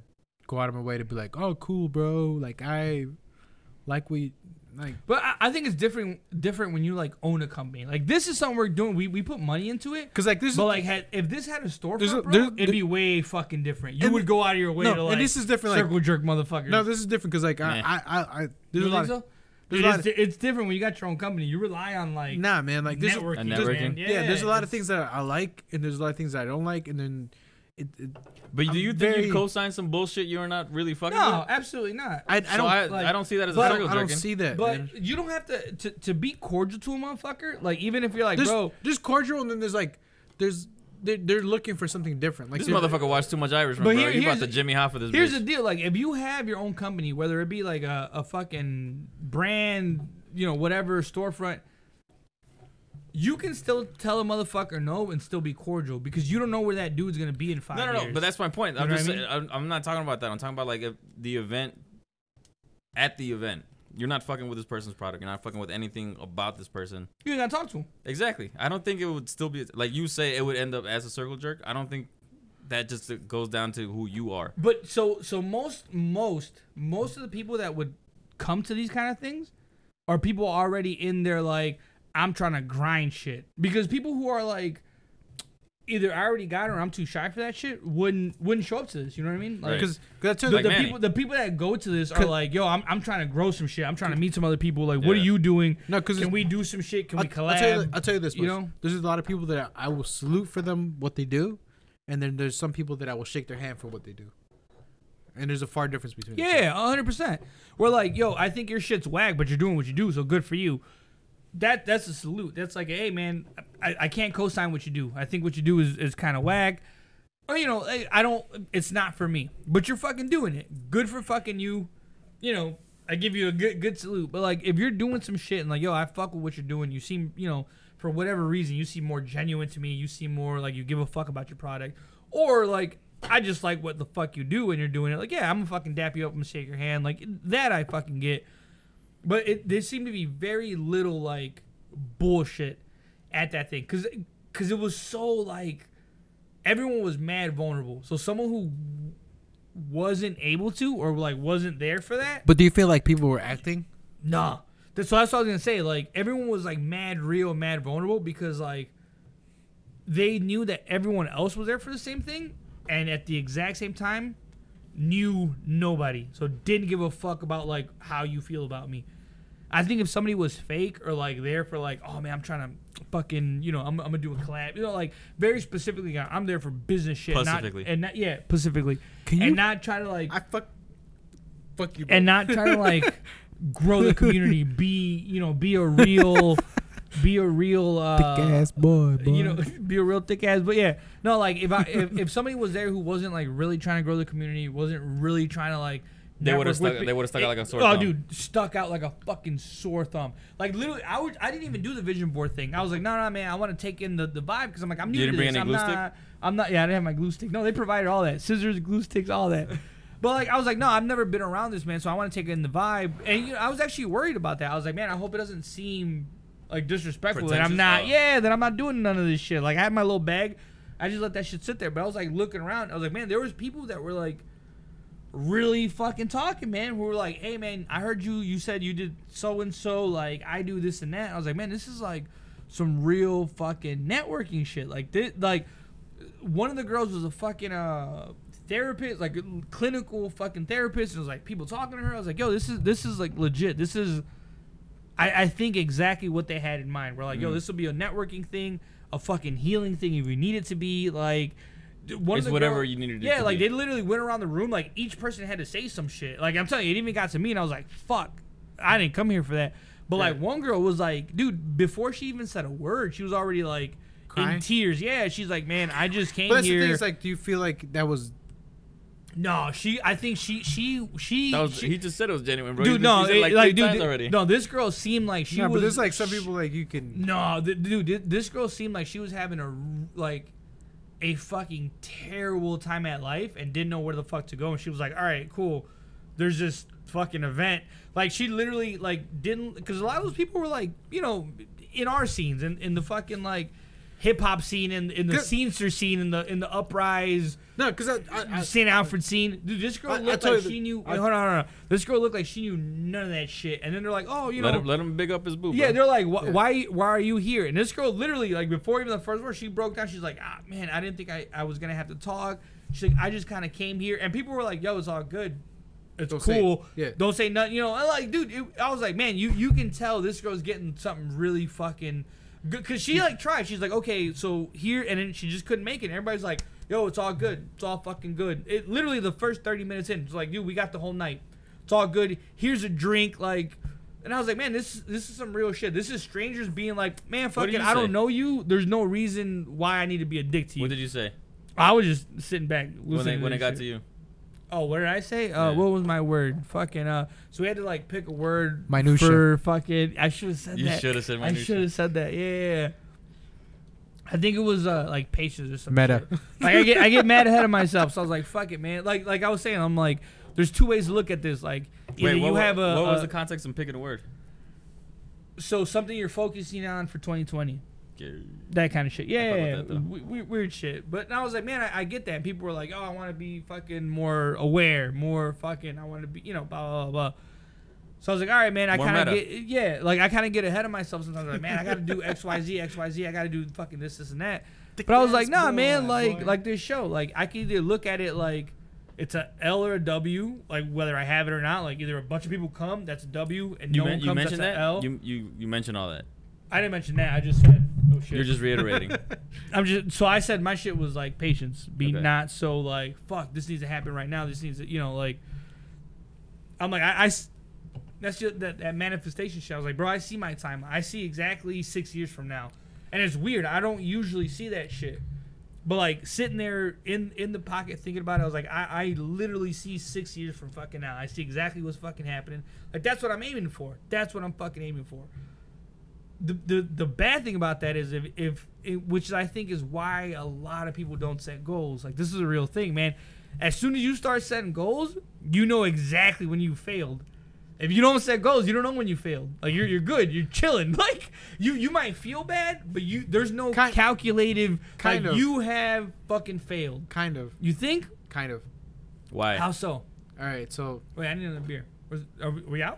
[SPEAKER 1] go out of my way to be like, oh, cool, bro. Like I like we like.
[SPEAKER 3] but I, I think it's different different when you like own a company. Like this is something we're doing. We we put money into it.
[SPEAKER 1] Cause like this, is
[SPEAKER 3] But like, had, if this had a
[SPEAKER 1] There's
[SPEAKER 3] storefront,
[SPEAKER 1] a-
[SPEAKER 3] bro,
[SPEAKER 1] there's-
[SPEAKER 3] it'd be way fucking different. You
[SPEAKER 1] And-
[SPEAKER 3] would go out of your way
[SPEAKER 1] no,
[SPEAKER 3] to
[SPEAKER 1] and
[SPEAKER 3] like
[SPEAKER 1] this is different. Like
[SPEAKER 3] circle jerk motherfuckers.
[SPEAKER 1] no, this is different. Cause like I,
[SPEAKER 4] Nah.
[SPEAKER 1] I, I, I
[SPEAKER 3] you
[SPEAKER 1] there's a
[SPEAKER 3] think
[SPEAKER 1] lot. Of,
[SPEAKER 3] so?
[SPEAKER 1] there's
[SPEAKER 3] Dude,
[SPEAKER 1] a lot
[SPEAKER 3] it's, di- it's different when you got your own company. You rely on like
[SPEAKER 1] nah, man. Like there's,
[SPEAKER 3] networking.
[SPEAKER 4] A networking.
[SPEAKER 3] man.
[SPEAKER 1] yeah, there's a lot of things that I like, and there's a lot of things that I don't like, and then it. it
[SPEAKER 4] But do
[SPEAKER 1] I'm
[SPEAKER 4] you think
[SPEAKER 1] very-
[SPEAKER 4] you co-sign some bullshit you're not really fucking
[SPEAKER 3] No,
[SPEAKER 4] with?
[SPEAKER 3] absolutely not.
[SPEAKER 1] I, I
[SPEAKER 4] So
[SPEAKER 1] don't.
[SPEAKER 4] I,
[SPEAKER 3] like-
[SPEAKER 4] I don't see that as a
[SPEAKER 1] I
[SPEAKER 4] circle
[SPEAKER 1] don't, I don't
[SPEAKER 4] jerking.
[SPEAKER 1] see that. man.
[SPEAKER 3] But you don't have to, to to be cordial to a motherfucker. Like even if you're like,
[SPEAKER 1] there's,
[SPEAKER 3] bro,
[SPEAKER 1] there's cordial, and then there's like, there's they're, they're looking for something different. Like
[SPEAKER 4] This
[SPEAKER 1] they're-
[SPEAKER 4] motherfucker watched too much Irishman,
[SPEAKER 3] But
[SPEAKER 4] bro.
[SPEAKER 3] here-
[SPEAKER 4] you
[SPEAKER 3] here's
[SPEAKER 4] bought the
[SPEAKER 3] the-
[SPEAKER 4] Jimmy Hoffa this
[SPEAKER 3] here's
[SPEAKER 4] bitch.
[SPEAKER 3] the deal. Like if you have your own company, whether it be like a, a fucking brand, you know, whatever storefront, you can still tell a motherfucker no and still be cordial because you don't know where that dude's gonna be in five
[SPEAKER 4] No, no,
[SPEAKER 3] years.
[SPEAKER 4] no. But that's my point. I'm
[SPEAKER 3] know
[SPEAKER 4] just.
[SPEAKER 3] what I mean?
[SPEAKER 4] I'm, I'm not talking about that. I'm talking about like if the event. At the event, you're not fucking with this person's product. You're not fucking with anything about this person.
[SPEAKER 3] you ain't gotta talk to him.
[SPEAKER 4] Exactly. I don't think it would still be like you say. It would end up as a circle jerk. I don't think that just goes down to who you are.
[SPEAKER 3] But so so most most most of the people that would come to these kind of things are people already in their like I'm trying to grind shit because people who are like either I already got it or I'm too shy for that shit wouldn't wouldn't show up to this. You know what I mean? Like,
[SPEAKER 4] Right.
[SPEAKER 12] Because that's
[SPEAKER 3] the,
[SPEAKER 4] Like
[SPEAKER 3] the
[SPEAKER 4] Manny.
[SPEAKER 3] people the people that go to this are like, yo, I'm, I'm trying to grow some shit. I'm trying to meet some other people. Like, what are
[SPEAKER 4] Yeah.
[SPEAKER 3] you doing?
[SPEAKER 12] No, 'cause
[SPEAKER 3] can
[SPEAKER 12] it's-
[SPEAKER 3] we do some shit? Can we
[SPEAKER 12] I'll, I'll tell you,
[SPEAKER 3] collab?
[SPEAKER 12] I'll tell you this.
[SPEAKER 3] you
[SPEAKER 12] You
[SPEAKER 3] know?
[SPEAKER 12] there's a lot of people that I, I will salute for them what they do, and then there's some people that I will shake their hand for what they do. And there's a far difference between. the two.
[SPEAKER 3] Yeah, hundred percent. We're like, yo, I think your shit's whack, but you're doing what you do, so good for you. That that's a salute. That's like, hey man, I, I can't co-sign what you do. I think what you do is, is kind of whack. Or you know, I, I don't. It's not for me. But you're fucking doing it. Good for fucking you. You know, I give you a good good salute. But like, if you're doing some shit and like, yo, I fuck with what you're doing. You seem, you know, for whatever reason, you seem more genuine to me. You seem more like you give a fuck about your product. Or like, I just like what the fuck you do and you're doing it. Like, yeah, I'm gonna fucking dap you up and shake your hand. Like that, I fucking get. But it, there seemed to be very little like bullshit at that thing, cause cause it was so like everyone was mad vulnerable. So someone who wasn't able to or like wasn't there for that,
[SPEAKER 12] But do you feel like people were acting?
[SPEAKER 3] nah. That's so that's what I was gonna say. Like everyone was like mad real, mad vulnerable because like they knew that everyone else was there for the same thing, and at the exact same time, knew nobody. So didn't give a fuck about like how you feel about me. I think if somebody was fake or like there for like, oh man, I'm trying to fucking, you know, I'm, I'm gonna do a collab, you know, like very specifically, like, I'm there for business shit, not-
[SPEAKER 4] Specifically.
[SPEAKER 3] and not yeah, specifically,
[SPEAKER 12] Can you-
[SPEAKER 3] and not try to like
[SPEAKER 12] I fuck. Fuck you. Bro.
[SPEAKER 3] and not try to like grow the community. Be you know, be a real, be a real, uh,
[SPEAKER 12] boy,
[SPEAKER 3] you know, [LAUGHS] be a real thick ass. But yeah, no, like if I if, if somebody was there who wasn't like really trying to grow the community, wasn't really trying to like.
[SPEAKER 4] They would've
[SPEAKER 3] network with
[SPEAKER 4] stuck-
[SPEAKER 3] pe-
[SPEAKER 4] they would've stuck out like a sore
[SPEAKER 3] oh,
[SPEAKER 4] thumb.
[SPEAKER 3] dude, stuck out like a fucking sore thumb. Like literally, I would, I didn't even do the vision board thing. I was like, no, no, man, I want to take in the, the vibe because I'm like, I'm new
[SPEAKER 4] You
[SPEAKER 3] to
[SPEAKER 4] didn't bring
[SPEAKER 3] this.
[SPEAKER 4] any
[SPEAKER 3] I'm
[SPEAKER 4] glue
[SPEAKER 3] not,
[SPEAKER 4] stick?
[SPEAKER 3] I'm not. Yeah, I didn't have my glue stick. No, they provided all that: scissors, glue sticks, all that. But like, I was like, no, I've never been around this man, so I want to take in the vibe. And you know, I was actually worried about that. I was like, man, I hope it doesn't seem like disrespectful. That I'm
[SPEAKER 4] Pretentious?
[SPEAKER 3] not.
[SPEAKER 4] Oh.
[SPEAKER 3] Yeah, that I'm not doing none of this shit. Like, I had my little bag. I just let that shit sit there. But I was like looking around. I was like, man, there was people that were like really fucking talking, man. Who were like, hey, man, I heard you. You said you did so and so. Like, I do this and that. I was like, man, this is like some real fucking networking shit. Like, this, like one of the girls was a fucking uh therapist, like a clinical fucking therapist, and it was like people talking to her. I was like, yo, this is this is like legit. This is I, I think exactly what they had in mind. We're like,
[SPEAKER 4] Mm-hmm.
[SPEAKER 3] yo, this will be a networking thing, a fucking healing thing if you need it to be. Like, d- one
[SPEAKER 4] It's
[SPEAKER 3] of the
[SPEAKER 4] whatever
[SPEAKER 3] girl-
[SPEAKER 4] you needed it
[SPEAKER 3] Yeah,
[SPEAKER 4] to
[SPEAKER 3] like
[SPEAKER 4] be.
[SPEAKER 3] they literally went around the room. Like each person had to say some shit. Like I'm telling you, it even got to me, and I was like, fuck, I didn't come here for that. But like one girl was like, dude, before she even said a word, she was already like. In
[SPEAKER 12] Crying?
[SPEAKER 3] tears, yeah. She's like, man, I just came
[SPEAKER 12] But that's
[SPEAKER 3] here.
[SPEAKER 12] the thing. Is like, do you feel like that was?
[SPEAKER 3] No, she. I think she. She. She.
[SPEAKER 4] That was,
[SPEAKER 3] she
[SPEAKER 4] he just said it was genuine, bro. He
[SPEAKER 3] dude,
[SPEAKER 4] just-
[SPEAKER 3] no,
[SPEAKER 4] he said
[SPEAKER 3] it-
[SPEAKER 4] like,
[SPEAKER 3] like,
[SPEAKER 4] three
[SPEAKER 3] dude,
[SPEAKER 4] times
[SPEAKER 3] th-
[SPEAKER 4] already.
[SPEAKER 3] no. This girl seemed like she
[SPEAKER 12] No,
[SPEAKER 3] was.
[SPEAKER 12] but there's like some
[SPEAKER 3] she-
[SPEAKER 12] people like you can.
[SPEAKER 3] no, th- dude, th- this girl seemed like she was having a r- like a fucking terrible time at life and didn't know where the fuck to go. And she was like, "All right, cool. There's this fucking event." Like she literally like didn't because a lot of those people were like you know in our scenes in, in the fucking like hip hop scene in in the
[SPEAKER 12] Good.
[SPEAKER 3] scenester scene in the in the uprise.
[SPEAKER 12] No, because I, I,
[SPEAKER 1] [LAUGHS]
[SPEAKER 12] I,
[SPEAKER 3] St. Alfred scene. Dude, this girl
[SPEAKER 12] I- I
[SPEAKER 3] looked
[SPEAKER 12] tell
[SPEAKER 3] like
[SPEAKER 12] you the-
[SPEAKER 3] she knew.
[SPEAKER 12] I-
[SPEAKER 3] hold on, hold on. This girl looked like she knew none of that shit. And then they're like, oh, you
[SPEAKER 4] let
[SPEAKER 3] know.
[SPEAKER 4] him let him big up his boo.
[SPEAKER 3] yeah,
[SPEAKER 4] bro.
[SPEAKER 3] they're like, why, why, why are you here? And this girl literally, like, before even the first word, she broke down. She's like, ah, man, I didn't think I, I was gonna have to talk. She's like, I just kind of came here, and people were like, yo, it's all good, it's
[SPEAKER 12] say-
[SPEAKER 3] cool.
[SPEAKER 12] yeah.
[SPEAKER 3] Don't say nothing. You know, and like, dude, it, I was like, man, you you can tell this girl's getting something really fucking good because she like tried. She's like, okay, so here, and then she just couldn't make it. And everybody's like, yo, it's all good. It's all fucking good. It literally the first thirty minutes in, it's like, dude, we got the whole night. It's all good. Here's a drink, like. And I was like, man, this this is some real shit. This is strangers being like, man,
[SPEAKER 4] What did
[SPEAKER 3] fucking,
[SPEAKER 4] you
[SPEAKER 3] I don't
[SPEAKER 4] say?
[SPEAKER 3] know you. There's no reason why I need to be a dick to you.
[SPEAKER 4] What did you say
[SPEAKER 3] I was just sitting back
[SPEAKER 4] when
[SPEAKER 3] listening
[SPEAKER 4] they
[SPEAKER 3] to
[SPEAKER 4] when it
[SPEAKER 3] this
[SPEAKER 4] got
[SPEAKER 3] shit.
[SPEAKER 4] to you?
[SPEAKER 3] Oh, what did I say? Uh,
[SPEAKER 4] Yeah.
[SPEAKER 3] What was my word? Fucking. Uh, so we had to like pick a word.
[SPEAKER 12] Minutia.
[SPEAKER 3] For fucking, I should have said
[SPEAKER 4] You
[SPEAKER 3] that.
[SPEAKER 4] should have said
[SPEAKER 3] I
[SPEAKER 4] minutia.
[SPEAKER 3] should have said that. Yeah, yeah, yeah. I think it was uh, like patience or something.
[SPEAKER 1] Meta.
[SPEAKER 3] Like I get, I get mad ahead of myself, so I was like, "Fuck it, man." Like, like I was saying, I'm like, there's two ways to look at this. Like, either
[SPEAKER 4] Wait, what,
[SPEAKER 3] you
[SPEAKER 4] wa-
[SPEAKER 3] have a,
[SPEAKER 4] what was
[SPEAKER 3] a-
[SPEAKER 4] the context in picking a word?
[SPEAKER 3] so something you're focusing on for 2020.
[SPEAKER 4] Okay.
[SPEAKER 3] that kind of shit. Yeah,
[SPEAKER 4] fuck
[SPEAKER 3] yeah,
[SPEAKER 4] with
[SPEAKER 3] yeah.
[SPEAKER 4] that, though.
[SPEAKER 3] We- we- weird shit. But I was like, man, I, I get that. People were like, oh, I want to be fucking more aware, more fucking. I want to be, you know, blah blah blah. So I was like, all right, man, I
[SPEAKER 4] More
[SPEAKER 3] kind of
[SPEAKER 4] meta.
[SPEAKER 3] get, yeah, like I kind of get ahead of myself sometimes. Like, man, I got to do X Y Z X Y Z. I got to do fucking this, this, and that. But I was like, nah, man, like like this show, like I can either look at it like it's a L or a W, like whether I have it or not. Like either a bunch of people come, that's a W, and
[SPEAKER 4] You,
[SPEAKER 3] no
[SPEAKER 4] men-
[SPEAKER 3] one
[SPEAKER 4] you
[SPEAKER 3] comes,
[SPEAKER 4] mentioned
[SPEAKER 3] that's
[SPEAKER 4] that.
[SPEAKER 3] a L.
[SPEAKER 4] You, you you mentioned all that.
[SPEAKER 3] I didn't mention that. I just said, oh shit.
[SPEAKER 4] You're
[SPEAKER 3] [LAUGHS]
[SPEAKER 4] just reiterating.
[SPEAKER 3] I'm just so I said my shit was like patience, be
[SPEAKER 4] Okay.
[SPEAKER 3] not so like fuck. This needs to happen right now. This needs to you know like. I'm like I, I s- that's just that, that manifestation shit. I was like, bro, I see my timeline. I see exactly six years from now, and it's weird. I don't usually see that shit, but like sitting there in in the pocket thinking about it, I was like, I, I literally see six years from fucking now. I see exactly what's fucking happening. Like that's what I'm aiming for. That's what I'm fucking aiming for the, the the bad thing about that is if if it, which I think is why a lot of people don't set goals. Like this is a real thing, man. As soon as you start setting goals, you know exactly when you failed. If you don't set goals, you don't know when you failed. Like you're you're good, you're chilling. [LAUGHS] Like you you might feel bad, but you there's no
[SPEAKER 1] Kind-
[SPEAKER 3] calculative.
[SPEAKER 1] kind
[SPEAKER 3] like
[SPEAKER 1] of.
[SPEAKER 3] you have fucking failed.
[SPEAKER 1] Kind of,
[SPEAKER 3] You think?
[SPEAKER 1] kind of.
[SPEAKER 4] Why?
[SPEAKER 3] How so?
[SPEAKER 1] All right, so
[SPEAKER 3] Wait, I need another beer. Was, are we, we out?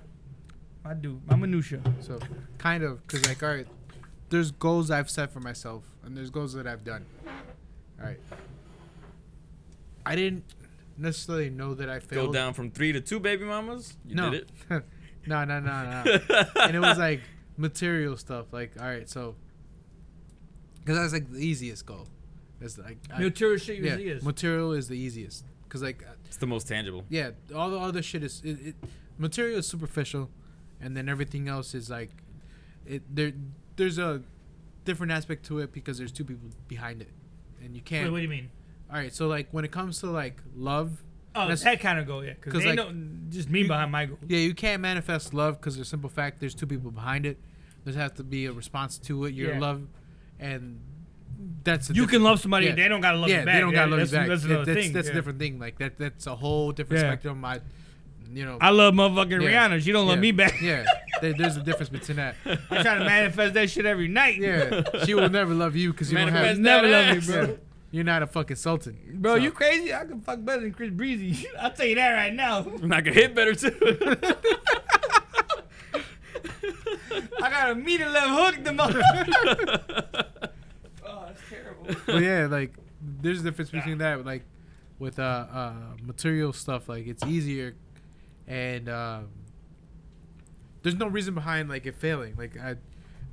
[SPEAKER 3] I do. My minutia.
[SPEAKER 1] so kind of because like all right, there's goals I've set for myself and there's goals that I've done. All right, I didn't necessarily know that I failed.
[SPEAKER 4] Go down from three to two baby mamas. You
[SPEAKER 1] no.
[SPEAKER 4] did it.
[SPEAKER 1] [LAUGHS] no, no, no, no. and it
[SPEAKER 4] [LAUGHS]
[SPEAKER 1] was like material stuff. Like, all right, so because that's like the easiest goal. It's like I-
[SPEAKER 3] Material shit
[SPEAKER 1] yeah,
[SPEAKER 3] usually is.
[SPEAKER 1] material is the easiest. Cause like uh,
[SPEAKER 4] It's the most tangible.
[SPEAKER 1] yeah, all the other shit is it, it, material is superficial, and then everything else is like it there. There's a different aspect to it because there's two people behind it, and you
[SPEAKER 3] Wait,
[SPEAKER 1] can't.
[SPEAKER 3] what do you mean?
[SPEAKER 1] All right, so like when it comes to like love,
[SPEAKER 3] Oh,
[SPEAKER 1] That's-
[SPEAKER 3] that kind of goal, yeah. Because
[SPEAKER 1] 'Cause,
[SPEAKER 3] they
[SPEAKER 1] like,
[SPEAKER 3] know just me behind my goal.
[SPEAKER 1] Yeah, you can't manifest love because the simple fact there's two people behind it. There has to be a response to it. Your
[SPEAKER 3] Yeah.
[SPEAKER 1] love, and that's a
[SPEAKER 3] You
[SPEAKER 1] different-
[SPEAKER 3] can love somebody,
[SPEAKER 1] yeah.
[SPEAKER 3] they don't gotta love
[SPEAKER 1] yeah,
[SPEAKER 3] you back.
[SPEAKER 1] they don't got love you
[SPEAKER 3] that's,
[SPEAKER 1] back.
[SPEAKER 3] That's
[SPEAKER 1] That-
[SPEAKER 3] another
[SPEAKER 1] that's
[SPEAKER 3] thing.
[SPEAKER 1] that's
[SPEAKER 3] yeah.
[SPEAKER 1] a different thing. Like that that's a whole different
[SPEAKER 3] Yeah.
[SPEAKER 1] spectrum. I, you know,
[SPEAKER 3] I love motherfucking
[SPEAKER 1] Yeah.
[SPEAKER 3] Rihanna. She don't love
[SPEAKER 1] Yeah.
[SPEAKER 3] me
[SPEAKER 1] [LAUGHS]
[SPEAKER 3] back.
[SPEAKER 1] yeah, there, there's a difference between that.
[SPEAKER 3] I try to manifest that shit every night. [LAUGHS]
[SPEAKER 1] Yeah, she will never love you because you don't have.
[SPEAKER 3] Manifest Never
[SPEAKER 4] that
[SPEAKER 3] love me,
[SPEAKER 1] yeah,
[SPEAKER 3] bro.
[SPEAKER 1] You're not a fucking sultan,
[SPEAKER 3] Bro,
[SPEAKER 1] So,
[SPEAKER 3] you crazy? I can fuck better than Chris Breezy. [LAUGHS] I'll tell you that right now.
[SPEAKER 4] [LAUGHS] And I could hit
[SPEAKER 3] [LAUGHS]
[SPEAKER 4] better too.
[SPEAKER 3] I got a meter left hook the motherfucker.
[SPEAKER 4] [LAUGHS]
[SPEAKER 3] oh, that's terrible.
[SPEAKER 1] but yeah, like there's a difference between that, like with uh, uh material stuff, like it's easier, and um, there's no reason behind like it failing. Like I,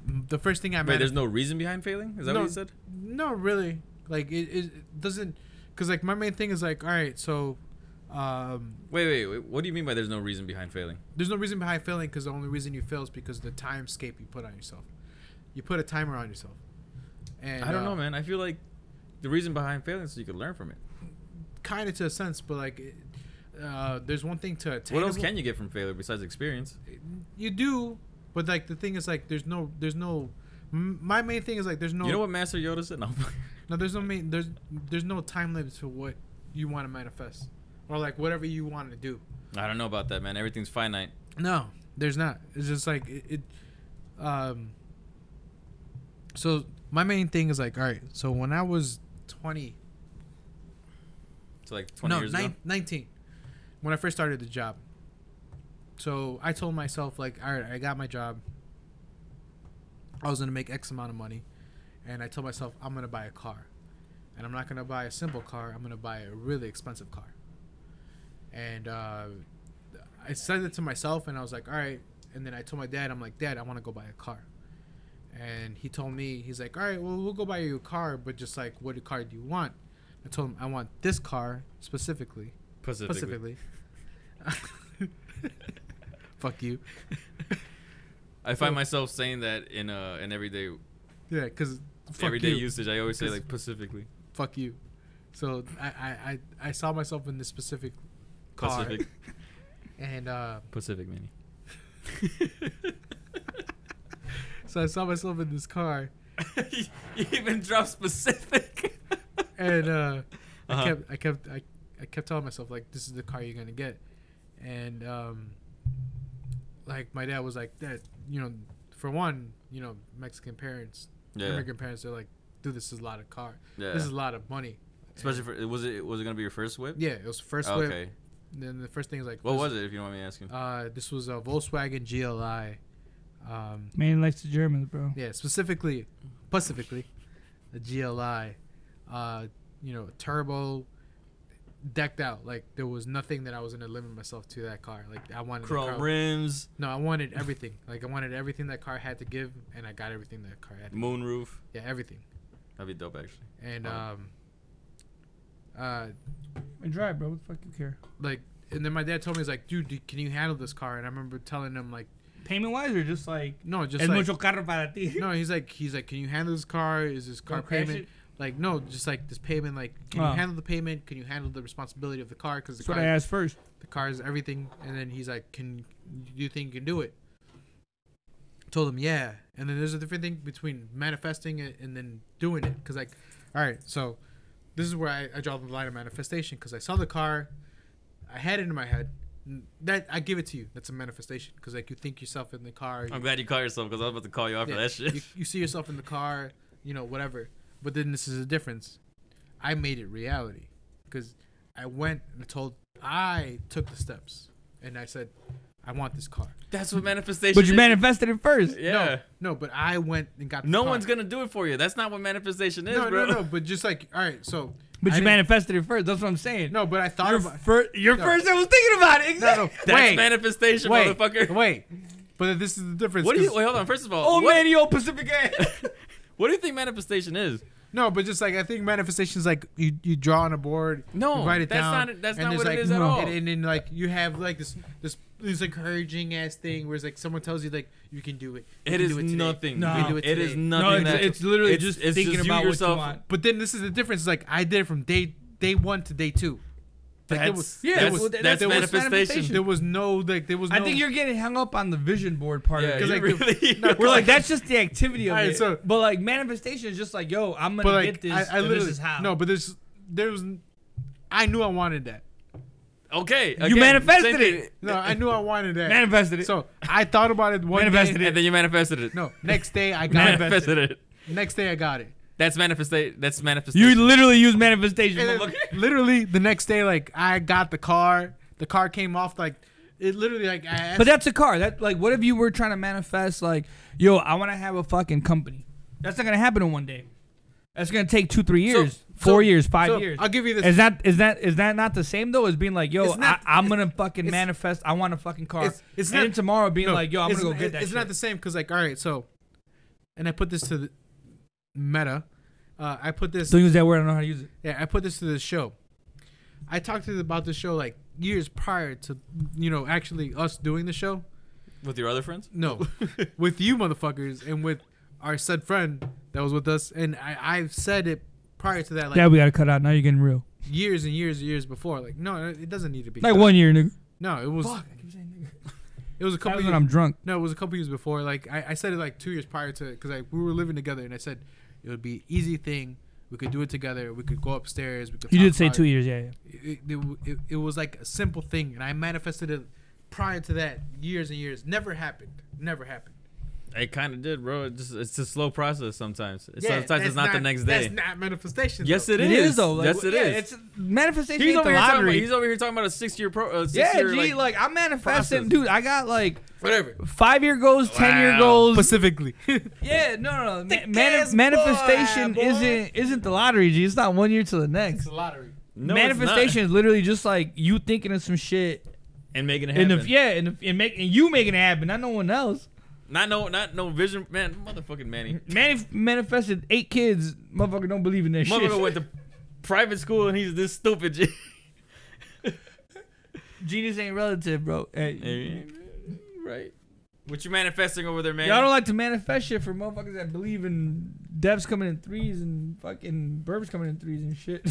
[SPEAKER 1] m- the first thing I
[SPEAKER 4] Wait,
[SPEAKER 1] made
[SPEAKER 4] there's no reason behind failing. Is that
[SPEAKER 1] No.
[SPEAKER 4] what you said?
[SPEAKER 1] no really like it, it, it doesn't because like my main thing is like all right so um
[SPEAKER 4] Wait, wait, wait. What do you mean by there's no reason behind failing?
[SPEAKER 1] there's no reason behind failing because the only reason you fail is because of the timescape you put on yourself you put a timer on yourself and
[SPEAKER 4] I don't
[SPEAKER 1] uh,
[SPEAKER 4] know, man. I feel like the reason behind failing is so you could learn from it.
[SPEAKER 1] kind of to a sense but like it, uh there's one thing to attain
[SPEAKER 4] What else can you get from failure besides experience?
[SPEAKER 1] you do but like the thing is like there's no there's no m- my main thing is like there's no
[SPEAKER 4] You know what Master Yoda said? No. [LAUGHS]
[SPEAKER 1] No, there's no main, there's there's no time limit to what you want to manifest or like whatever you want to do.
[SPEAKER 4] I don't know about that, man. Everything's finite.
[SPEAKER 1] No, there's not. It's just like it, it. Um. So my main thing is like, all right. So when I was twenty,
[SPEAKER 4] So like 20
[SPEAKER 1] no,
[SPEAKER 4] years
[SPEAKER 1] nine,
[SPEAKER 4] ago.
[SPEAKER 1] 19, when I first started the job. So I told myself like, all right, I got my job. I was gonna make X amount of money, and I told myself I'm gonna buy a car, and I'm not gonna buy a simple car. I'm gonna buy a really expensive car. And uh, I said it to myself, and I was like, all right. And then I told my dad, I'm like, Dad, I want to go buy a car. And he told me, he's like, all right, well, we'll go buy you a car, but just like, what car do you want? I told him I want this car specifically.
[SPEAKER 4] Pacifically.
[SPEAKER 1] Specifically. [LAUGHS] Fuck you.
[SPEAKER 4] [LAUGHS]
[SPEAKER 1] [LAUGHS]
[SPEAKER 4] I find myself saying that in uh in everyday
[SPEAKER 1] Yeah, because fuck
[SPEAKER 4] everyday
[SPEAKER 1] you.
[SPEAKER 4] usage. I always say
[SPEAKER 1] Cause-
[SPEAKER 4] like specifically.
[SPEAKER 1] Fuck you. So I, I, I, I saw myself in this specific car.
[SPEAKER 4] Pacific.
[SPEAKER 1] And uh, [LAUGHS]
[SPEAKER 4] Pacific Mini.
[SPEAKER 1] so I saw myself in this car.
[SPEAKER 4] [LAUGHS] you even drop specific.
[SPEAKER 1] And uh,
[SPEAKER 4] Uh-huh.
[SPEAKER 1] I kept I kept I, I kept telling myself like this is the car you're gonna get. And um, like my dad was like that you know, for one, you know, Mexican parents,
[SPEAKER 4] Yeah.
[SPEAKER 1] American parents, they're like, dude, this is a lot of car.
[SPEAKER 4] Yeah.
[SPEAKER 1] This is a lot of money.
[SPEAKER 4] Especially for was it was it gonna be your first whip?
[SPEAKER 1] Yeah, it was first
[SPEAKER 4] okay.
[SPEAKER 1] whip. Then the first thing is like
[SPEAKER 4] What
[SPEAKER 1] this-
[SPEAKER 4] was it if you don't mind me asking?
[SPEAKER 1] Uh, this was a Volkswagen GLI. Um,
[SPEAKER 3] Man likes the Germans, bro.
[SPEAKER 1] yeah, specifically, specifically, a GLI, uh, you know, turbo, decked out. Like there was nothing that I was gonna limit myself to that car. Like I wanted the car-
[SPEAKER 4] Chrome rims,
[SPEAKER 1] No, I wanted everything. Like I wanted everything that car had to give, and I got everything that car had. To
[SPEAKER 4] moonroof.
[SPEAKER 1] Yeah, everything.
[SPEAKER 4] That'd be dope, actually.
[SPEAKER 1] And
[SPEAKER 4] Wow.
[SPEAKER 1] um, uh,
[SPEAKER 3] And drive, bro. What the fuck you care?
[SPEAKER 1] like, and then my dad told me he's like, dude, do- can you handle this car? And I remember telling him like,
[SPEAKER 3] Payment wise or just like
[SPEAKER 1] no, just
[SPEAKER 3] el
[SPEAKER 1] like,
[SPEAKER 3] mucho carro para ti.
[SPEAKER 1] no. He's like, he's like, can you handle this car? Is this car
[SPEAKER 17] Don't crash
[SPEAKER 1] payment?
[SPEAKER 17] it.
[SPEAKER 1] Like, no, just like this payment. Like, can
[SPEAKER 3] Oh.
[SPEAKER 1] you handle the payment? Can you handle the responsibility of the car? Because the
[SPEAKER 3] That's what
[SPEAKER 1] car
[SPEAKER 3] I asked first.
[SPEAKER 1] the car is everything and then he's like can do you think you can do it told him yeah and then there's a different thing between manifesting it and then doing it because like all right so this is where i, I draw the line of manifestation because i saw the car i had it in my head N- that i give it to you that's a manifestation because like you think yourself in the car
[SPEAKER 4] I'm glad you caught yourself because I was about to call you out
[SPEAKER 1] yeah,
[SPEAKER 4] for that shit.
[SPEAKER 1] you, you see yourself in the car you know whatever but then this is a difference i made it reality because i went and told i took the steps and i said i want this car
[SPEAKER 4] That's [LAUGHS] what manifestation.
[SPEAKER 3] But you
[SPEAKER 4] is.
[SPEAKER 3] manifested it first.
[SPEAKER 4] Yeah.
[SPEAKER 1] no but i went and got the
[SPEAKER 4] No,
[SPEAKER 1] car.
[SPEAKER 4] one's gonna do it for you. That's not what manifestation is,
[SPEAKER 1] no
[SPEAKER 4] bro.
[SPEAKER 1] no no but just like all right so
[SPEAKER 3] But
[SPEAKER 1] I
[SPEAKER 3] you
[SPEAKER 1] didn't-
[SPEAKER 3] manifested it first. That's what I'm saying.
[SPEAKER 1] no but i thought
[SPEAKER 3] Your
[SPEAKER 1] about
[SPEAKER 3] fir- your
[SPEAKER 1] No.
[SPEAKER 3] first. I was thinking about it.
[SPEAKER 1] no, no,
[SPEAKER 3] Exactly.
[SPEAKER 4] [LAUGHS] That's
[SPEAKER 1] wait,
[SPEAKER 4] manifestation,
[SPEAKER 1] wait,
[SPEAKER 4] motherfucker.
[SPEAKER 1] wait. But this is the difference.
[SPEAKER 4] [LAUGHS] What do you?
[SPEAKER 1] 'cause-
[SPEAKER 4] Wait, hold on. First of all,
[SPEAKER 3] Oh
[SPEAKER 4] what,
[SPEAKER 3] man, yo, Pacific
[SPEAKER 4] [LAUGHS]
[SPEAKER 3] Air.
[SPEAKER 4] what do you think manifestation is?
[SPEAKER 1] No, but just like I think manifestation's like you, you draw on a board,
[SPEAKER 4] No,
[SPEAKER 1] you write it
[SPEAKER 4] that's
[SPEAKER 1] down.
[SPEAKER 4] not- that's
[SPEAKER 1] and
[SPEAKER 4] not
[SPEAKER 1] there's,
[SPEAKER 4] what it
[SPEAKER 1] like,
[SPEAKER 4] is at all.
[SPEAKER 1] And, and then like you have like this this this encouraging ass thing where it's like someone tells you like you can do it. You
[SPEAKER 4] It
[SPEAKER 1] can
[SPEAKER 4] is
[SPEAKER 1] do it today.
[SPEAKER 4] nothing.
[SPEAKER 1] You
[SPEAKER 3] No.
[SPEAKER 1] can do it
[SPEAKER 4] it is
[SPEAKER 1] today."
[SPEAKER 3] no,
[SPEAKER 4] nothing.
[SPEAKER 3] it's,
[SPEAKER 4] that-
[SPEAKER 3] it's literally
[SPEAKER 4] it's-
[SPEAKER 3] just
[SPEAKER 4] it's
[SPEAKER 3] thinking
[SPEAKER 4] you
[SPEAKER 3] about
[SPEAKER 4] yourself.
[SPEAKER 3] what you want.
[SPEAKER 1] But then this is the difference. Like I did it from day day one to day two. Like, there
[SPEAKER 4] That's,
[SPEAKER 1] was,
[SPEAKER 3] yeah,
[SPEAKER 4] that's,
[SPEAKER 3] well, that-
[SPEAKER 4] that's
[SPEAKER 3] that was
[SPEAKER 4] manifestation.
[SPEAKER 3] manifestation.
[SPEAKER 1] there was no like there was.
[SPEAKER 3] I
[SPEAKER 1] no-
[SPEAKER 3] think you're getting hung up on the vision board part
[SPEAKER 4] Yeah,
[SPEAKER 3] of it.
[SPEAKER 4] you
[SPEAKER 3] 'Cause, like,
[SPEAKER 4] really.
[SPEAKER 3] [LAUGHS]
[SPEAKER 4] [LAUGHS]
[SPEAKER 1] [LAUGHS]
[SPEAKER 3] We're like, that's just the activity of
[SPEAKER 1] Alright,
[SPEAKER 3] it.
[SPEAKER 1] so-
[SPEAKER 3] but like manifestation is just like, yo, I'm gonna
[SPEAKER 1] But like
[SPEAKER 3] get this.
[SPEAKER 1] I, I
[SPEAKER 3] and
[SPEAKER 1] literally
[SPEAKER 3] this is how.
[SPEAKER 1] no, but there's there was I knew I wanted that.
[SPEAKER 4] okay.
[SPEAKER 3] you
[SPEAKER 4] again,
[SPEAKER 3] manifested
[SPEAKER 4] same thing.
[SPEAKER 3] it.
[SPEAKER 1] No, I knew I wanted that.
[SPEAKER 3] [LAUGHS] Manifested it.
[SPEAKER 1] so I thought about it one
[SPEAKER 3] Manifested
[SPEAKER 1] day.
[SPEAKER 3] it.
[SPEAKER 4] And then you manifested it.
[SPEAKER 1] No, next day I got it.
[SPEAKER 4] [LAUGHS] manifested it.
[SPEAKER 1] Next day I got it.
[SPEAKER 4] That's manifestation. That's manifestation.
[SPEAKER 3] you literally use manifestation.
[SPEAKER 1] And then literally the next day, like I got the car. The car came off like it literally like I asked,
[SPEAKER 3] But that's a car. That like, what if you were trying to manifest like, yo, I want to have a fucking company. That's not gonna happen in one day. That's gonna take two, three years, four
[SPEAKER 1] so-
[SPEAKER 3] years, five
[SPEAKER 1] so,
[SPEAKER 3] years.
[SPEAKER 1] I'll give you this.
[SPEAKER 3] Is that is that is that not the same though as being like, yo,
[SPEAKER 1] It's not-
[SPEAKER 3] I, I'm gonna fucking
[SPEAKER 1] it's-
[SPEAKER 3] manifest. I want a fucking car.
[SPEAKER 1] it's- it's
[SPEAKER 3] and
[SPEAKER 1] not-
[SPEAKER 3] then tomorrow being
[SPEAKER 1] No,
[SPEAKER 3] like, yo, I'm
[SPEAKER 1] it's-
[SPEAKER 3] gonna go get that.
[SPEAKER 1] It's not the same because like all right, so, and I put this to the meta. Uh, I put this.
[SPEAKER 3] Don't use that word. I don't know how to use it.
[SPEAKER 1] Yeah, I put this to the show. I talked to them about the show like years prior to you know actually us doing the show.
[SPEAKER 4] with your other friends.
[SPEAKER 1] No, with you motherfuckers and with our said friend that was with us, and I, I've said it prior to that like
[SPEAKER 3] yeah, we gotta cut out. Now you're getting real.
[SPEAKER 1] years and years and years before. Like no, it doesn't need to be
[SPEAKER 3] Like one year, nigga.
[SPEAKER 1] No, it was it was a
[SPEAKER 3] That
[SPEAKER 1] couple. Years,
[SPEAKER 3] was when I'm drunk.
[SPEAKER 1] no, it was a couple years before. Like I, I said it like two years prior to because like we were living together, and I said it would be an easy thing. We could do it together. We could go upstairs. We could
[SPEAKER 3] You
[SPEAKER 1] talk
[SPEAKER 3] did say
[SPEAKER 1] about
[SPEAKER 3] two
[SPEAKER 1] It.
[SPEAKER 3] years. Yeah, yeah.
[SPEAKER 1] It, it, it, it was like a simple thing, and I manifested it prior to that years and years. Never happened. Never happened.
[SPEAKER 4] It kind of did, bro. It just, it's a slow process sometimes.
[SPEAKER 1] Yeah,
[SPEAKER 4] sometimes
[SPEAKER 1] that's
[SPEAKER 4] it's not, the next day.
[SPEAKER 1] That's not manifestation.
[SPEAKER 4] yes,
[SPEAKER 1] though.
[SPEAKER 4] it is.
[SPEAKER 3] it is though. Like,
[SPEAKER 4] yes, it is.
[SPEAKER 3] yeah, It's manifestation.
[SPEAKER 4] he's
[SPEAKER 3] ain't
[SPEAKER 4] over
[SPEAKER 3] the
[SPEAKER 4] here talking about,
[SPEAKER 3] lottery.
[SPEAKER 4] he's over here talking about a six year pro. Uh, six
[SPEAKER 3] Yeah,
[SPEAKER 4] year,
[SPEAKER 3] G, like, I manifested,
[SPEAKER 4] process.
[SPEAKER 3] dude. I got like
[SPEAKER 1] Whatever.
[SPEAKER 3] five year goals, ten year
[SPEAKER 4] Wow.
[SPEAKER 1] [LAUGHS]
[SPEAKER 3] goals.
[SPEAKER 1] Specifically.
[SPEAKER 3] yeah, no, no, no. Ma-
[SPEAKER 17] Thick
[SPEAKER 3] mani-
[SPEAKER 17] ass boy,
[SPEAKER 3] manifestation
[SPEAKER 17] boy.
[SPEAKER 3] isn't isn't the lottery, G. It's not one year to the next.
[SPEAKER 1] lottery.
[SPEAKER 4] no, it's not.
[SPEAKER 3] manifestation is literally just like you thinking of some shit,
[SPEAKER 4] and making it
[SPEAKER 3] and
[SPEAKER 4] happen.
[SPEAKER 3] if yeah, and if, and make and you making it happen, not no one else.
[SPEAKER 4] Not no, not no vision, man. Motherfucking Manny.
[SPEAKER 3] [LAUGHS] Manif- manifested eight kids, motherfucker don't believe in that shit.
[SPEAKER 4] Motherfucker went to private school and he's this stupid. G.
[SPEAKER 3] Genius ain't relative, bro. [LAUGHS] Hey,
[SPEAKER 4] right. What you manifesting over there, man?
[SPEAKER 3] Y'all don't like to manifest shit for motherfuckers that believe in deaths coming in threes and fucking births coming in threes and shit.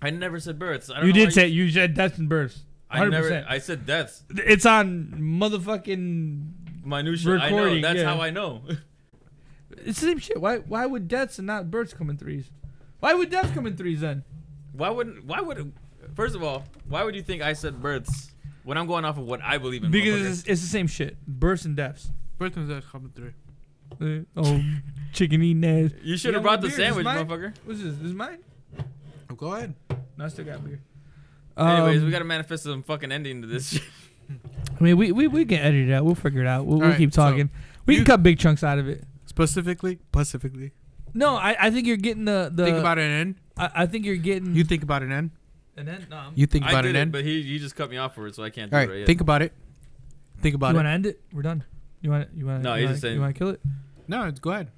[SPEAKER 4] I never said births.
[SPEAKER 3] [LAUGHS]
[SPEAKER 4] I don't
[SPEAKER 3] You
[SPEAKER 4] know why
[SPEAKER 3] did say you said deaths and births.
[SPEAKER 4] I
[SPEAKER 3] 100%.
[SPEAKER 4] never. I said deaths.
[SPEAKER 3] it's on motherfucking.
[SPEAKER 4] Minutia. I know.
[SPEAKER 3] Recording,
[SPEAKER 4] That's
[SPEAKER 3] yeah.
[SPEAKER 4] how I know.
[SPEAKER 3] It's the same shit. Why? Why would deaths and not births come in threes? Why would deaths come in threes then?
[SPEAKER 4] Why wouldn't? Why would? First of all, why would you think I said births when I'm going off of what I believe in?
[SPEAKER 3] Because
[SPEAKER 4] motherfucker?
[SPEAKER 3] it's, it's the same shit. Births and deaths.
[SPEAKER 1] Birth was coming through.
[SPEAKER 3] Uh,
[SPEAKER 4] [LAUGHS]
[SPEAKER 3] oh, chicken eating ass.
[SPEAKER 4] you should
[SPEAKER 3] You
[SPEAKER 4] have
[SPEAKER 3] got
[SPEAKER 4] brought the
[SPEAKER 3] more beer? Is this
[SPEAKER 4] sandwich,
[SPEAKER 3] mine?
[SPEAKER 4] motherfucker.
[SPEAKER 3] What's this? This is mine?
[SPEAKER 1] Oh, Go ahead.
[SPEAKER 3] No, I still got beer.
[SPEAKER 4] Anyways,
[SPEAKER 3] Um,
[SPEAKER 4] we gotta manifest some fucking ending to this. shit.
[SPEAKER 3] I mean, we, we, we can edit it out. We'll figure it out. We'll, we'll
[SPEAKER 1] Alright,
[SPEAKER 3] keep
[SPEAKER 1] so
[SPEAKER 3] talking. we
[SPEAKER 1] you-
[SPEAKER 3] can cut big chunks out of it.
[SPEAKER 1] Specifically, specifically.
[SPEAKER 3] No, I, I think you're getting the the.
[SPEAKER 1] think about an N.
[SPEAKER 3] I, I think you're getting.
[SPEAKER 1] You think about an N.
[SPEAKER 18] And then no, I'm,
[SPEAKER 1] You think
[SPEAKER 4] [LAUGHS] I
[SPEAKER 1] about
[SPEAKER 4] did
[SPEAKER 1] an
[SPEAKER 4] it,
[SPEAKER 1] N.
[SPEAKER 4] but he he just cut me off for it, so I can't do
[SPEAKER 1] All
[SPEAKER 4] it
[SPEAKER 1] right,
[SPEAKER 4] right
[SPEAKER 1] think about it. Think about
[SPEAKER 3] you
[SPEAKER 1] it.
[SPEAKER 3] want to end it? We're done. You want you want
[SPEAKER 4] No,
[SPEAKER 3] you
[SPEAKER 4] he's
[SPEAKER 3] wanna,
[SPEAKER 4] just saying-
[SPEAKER 3] you want to kill it?
[SPEAKER 1] No, it's- go ahead.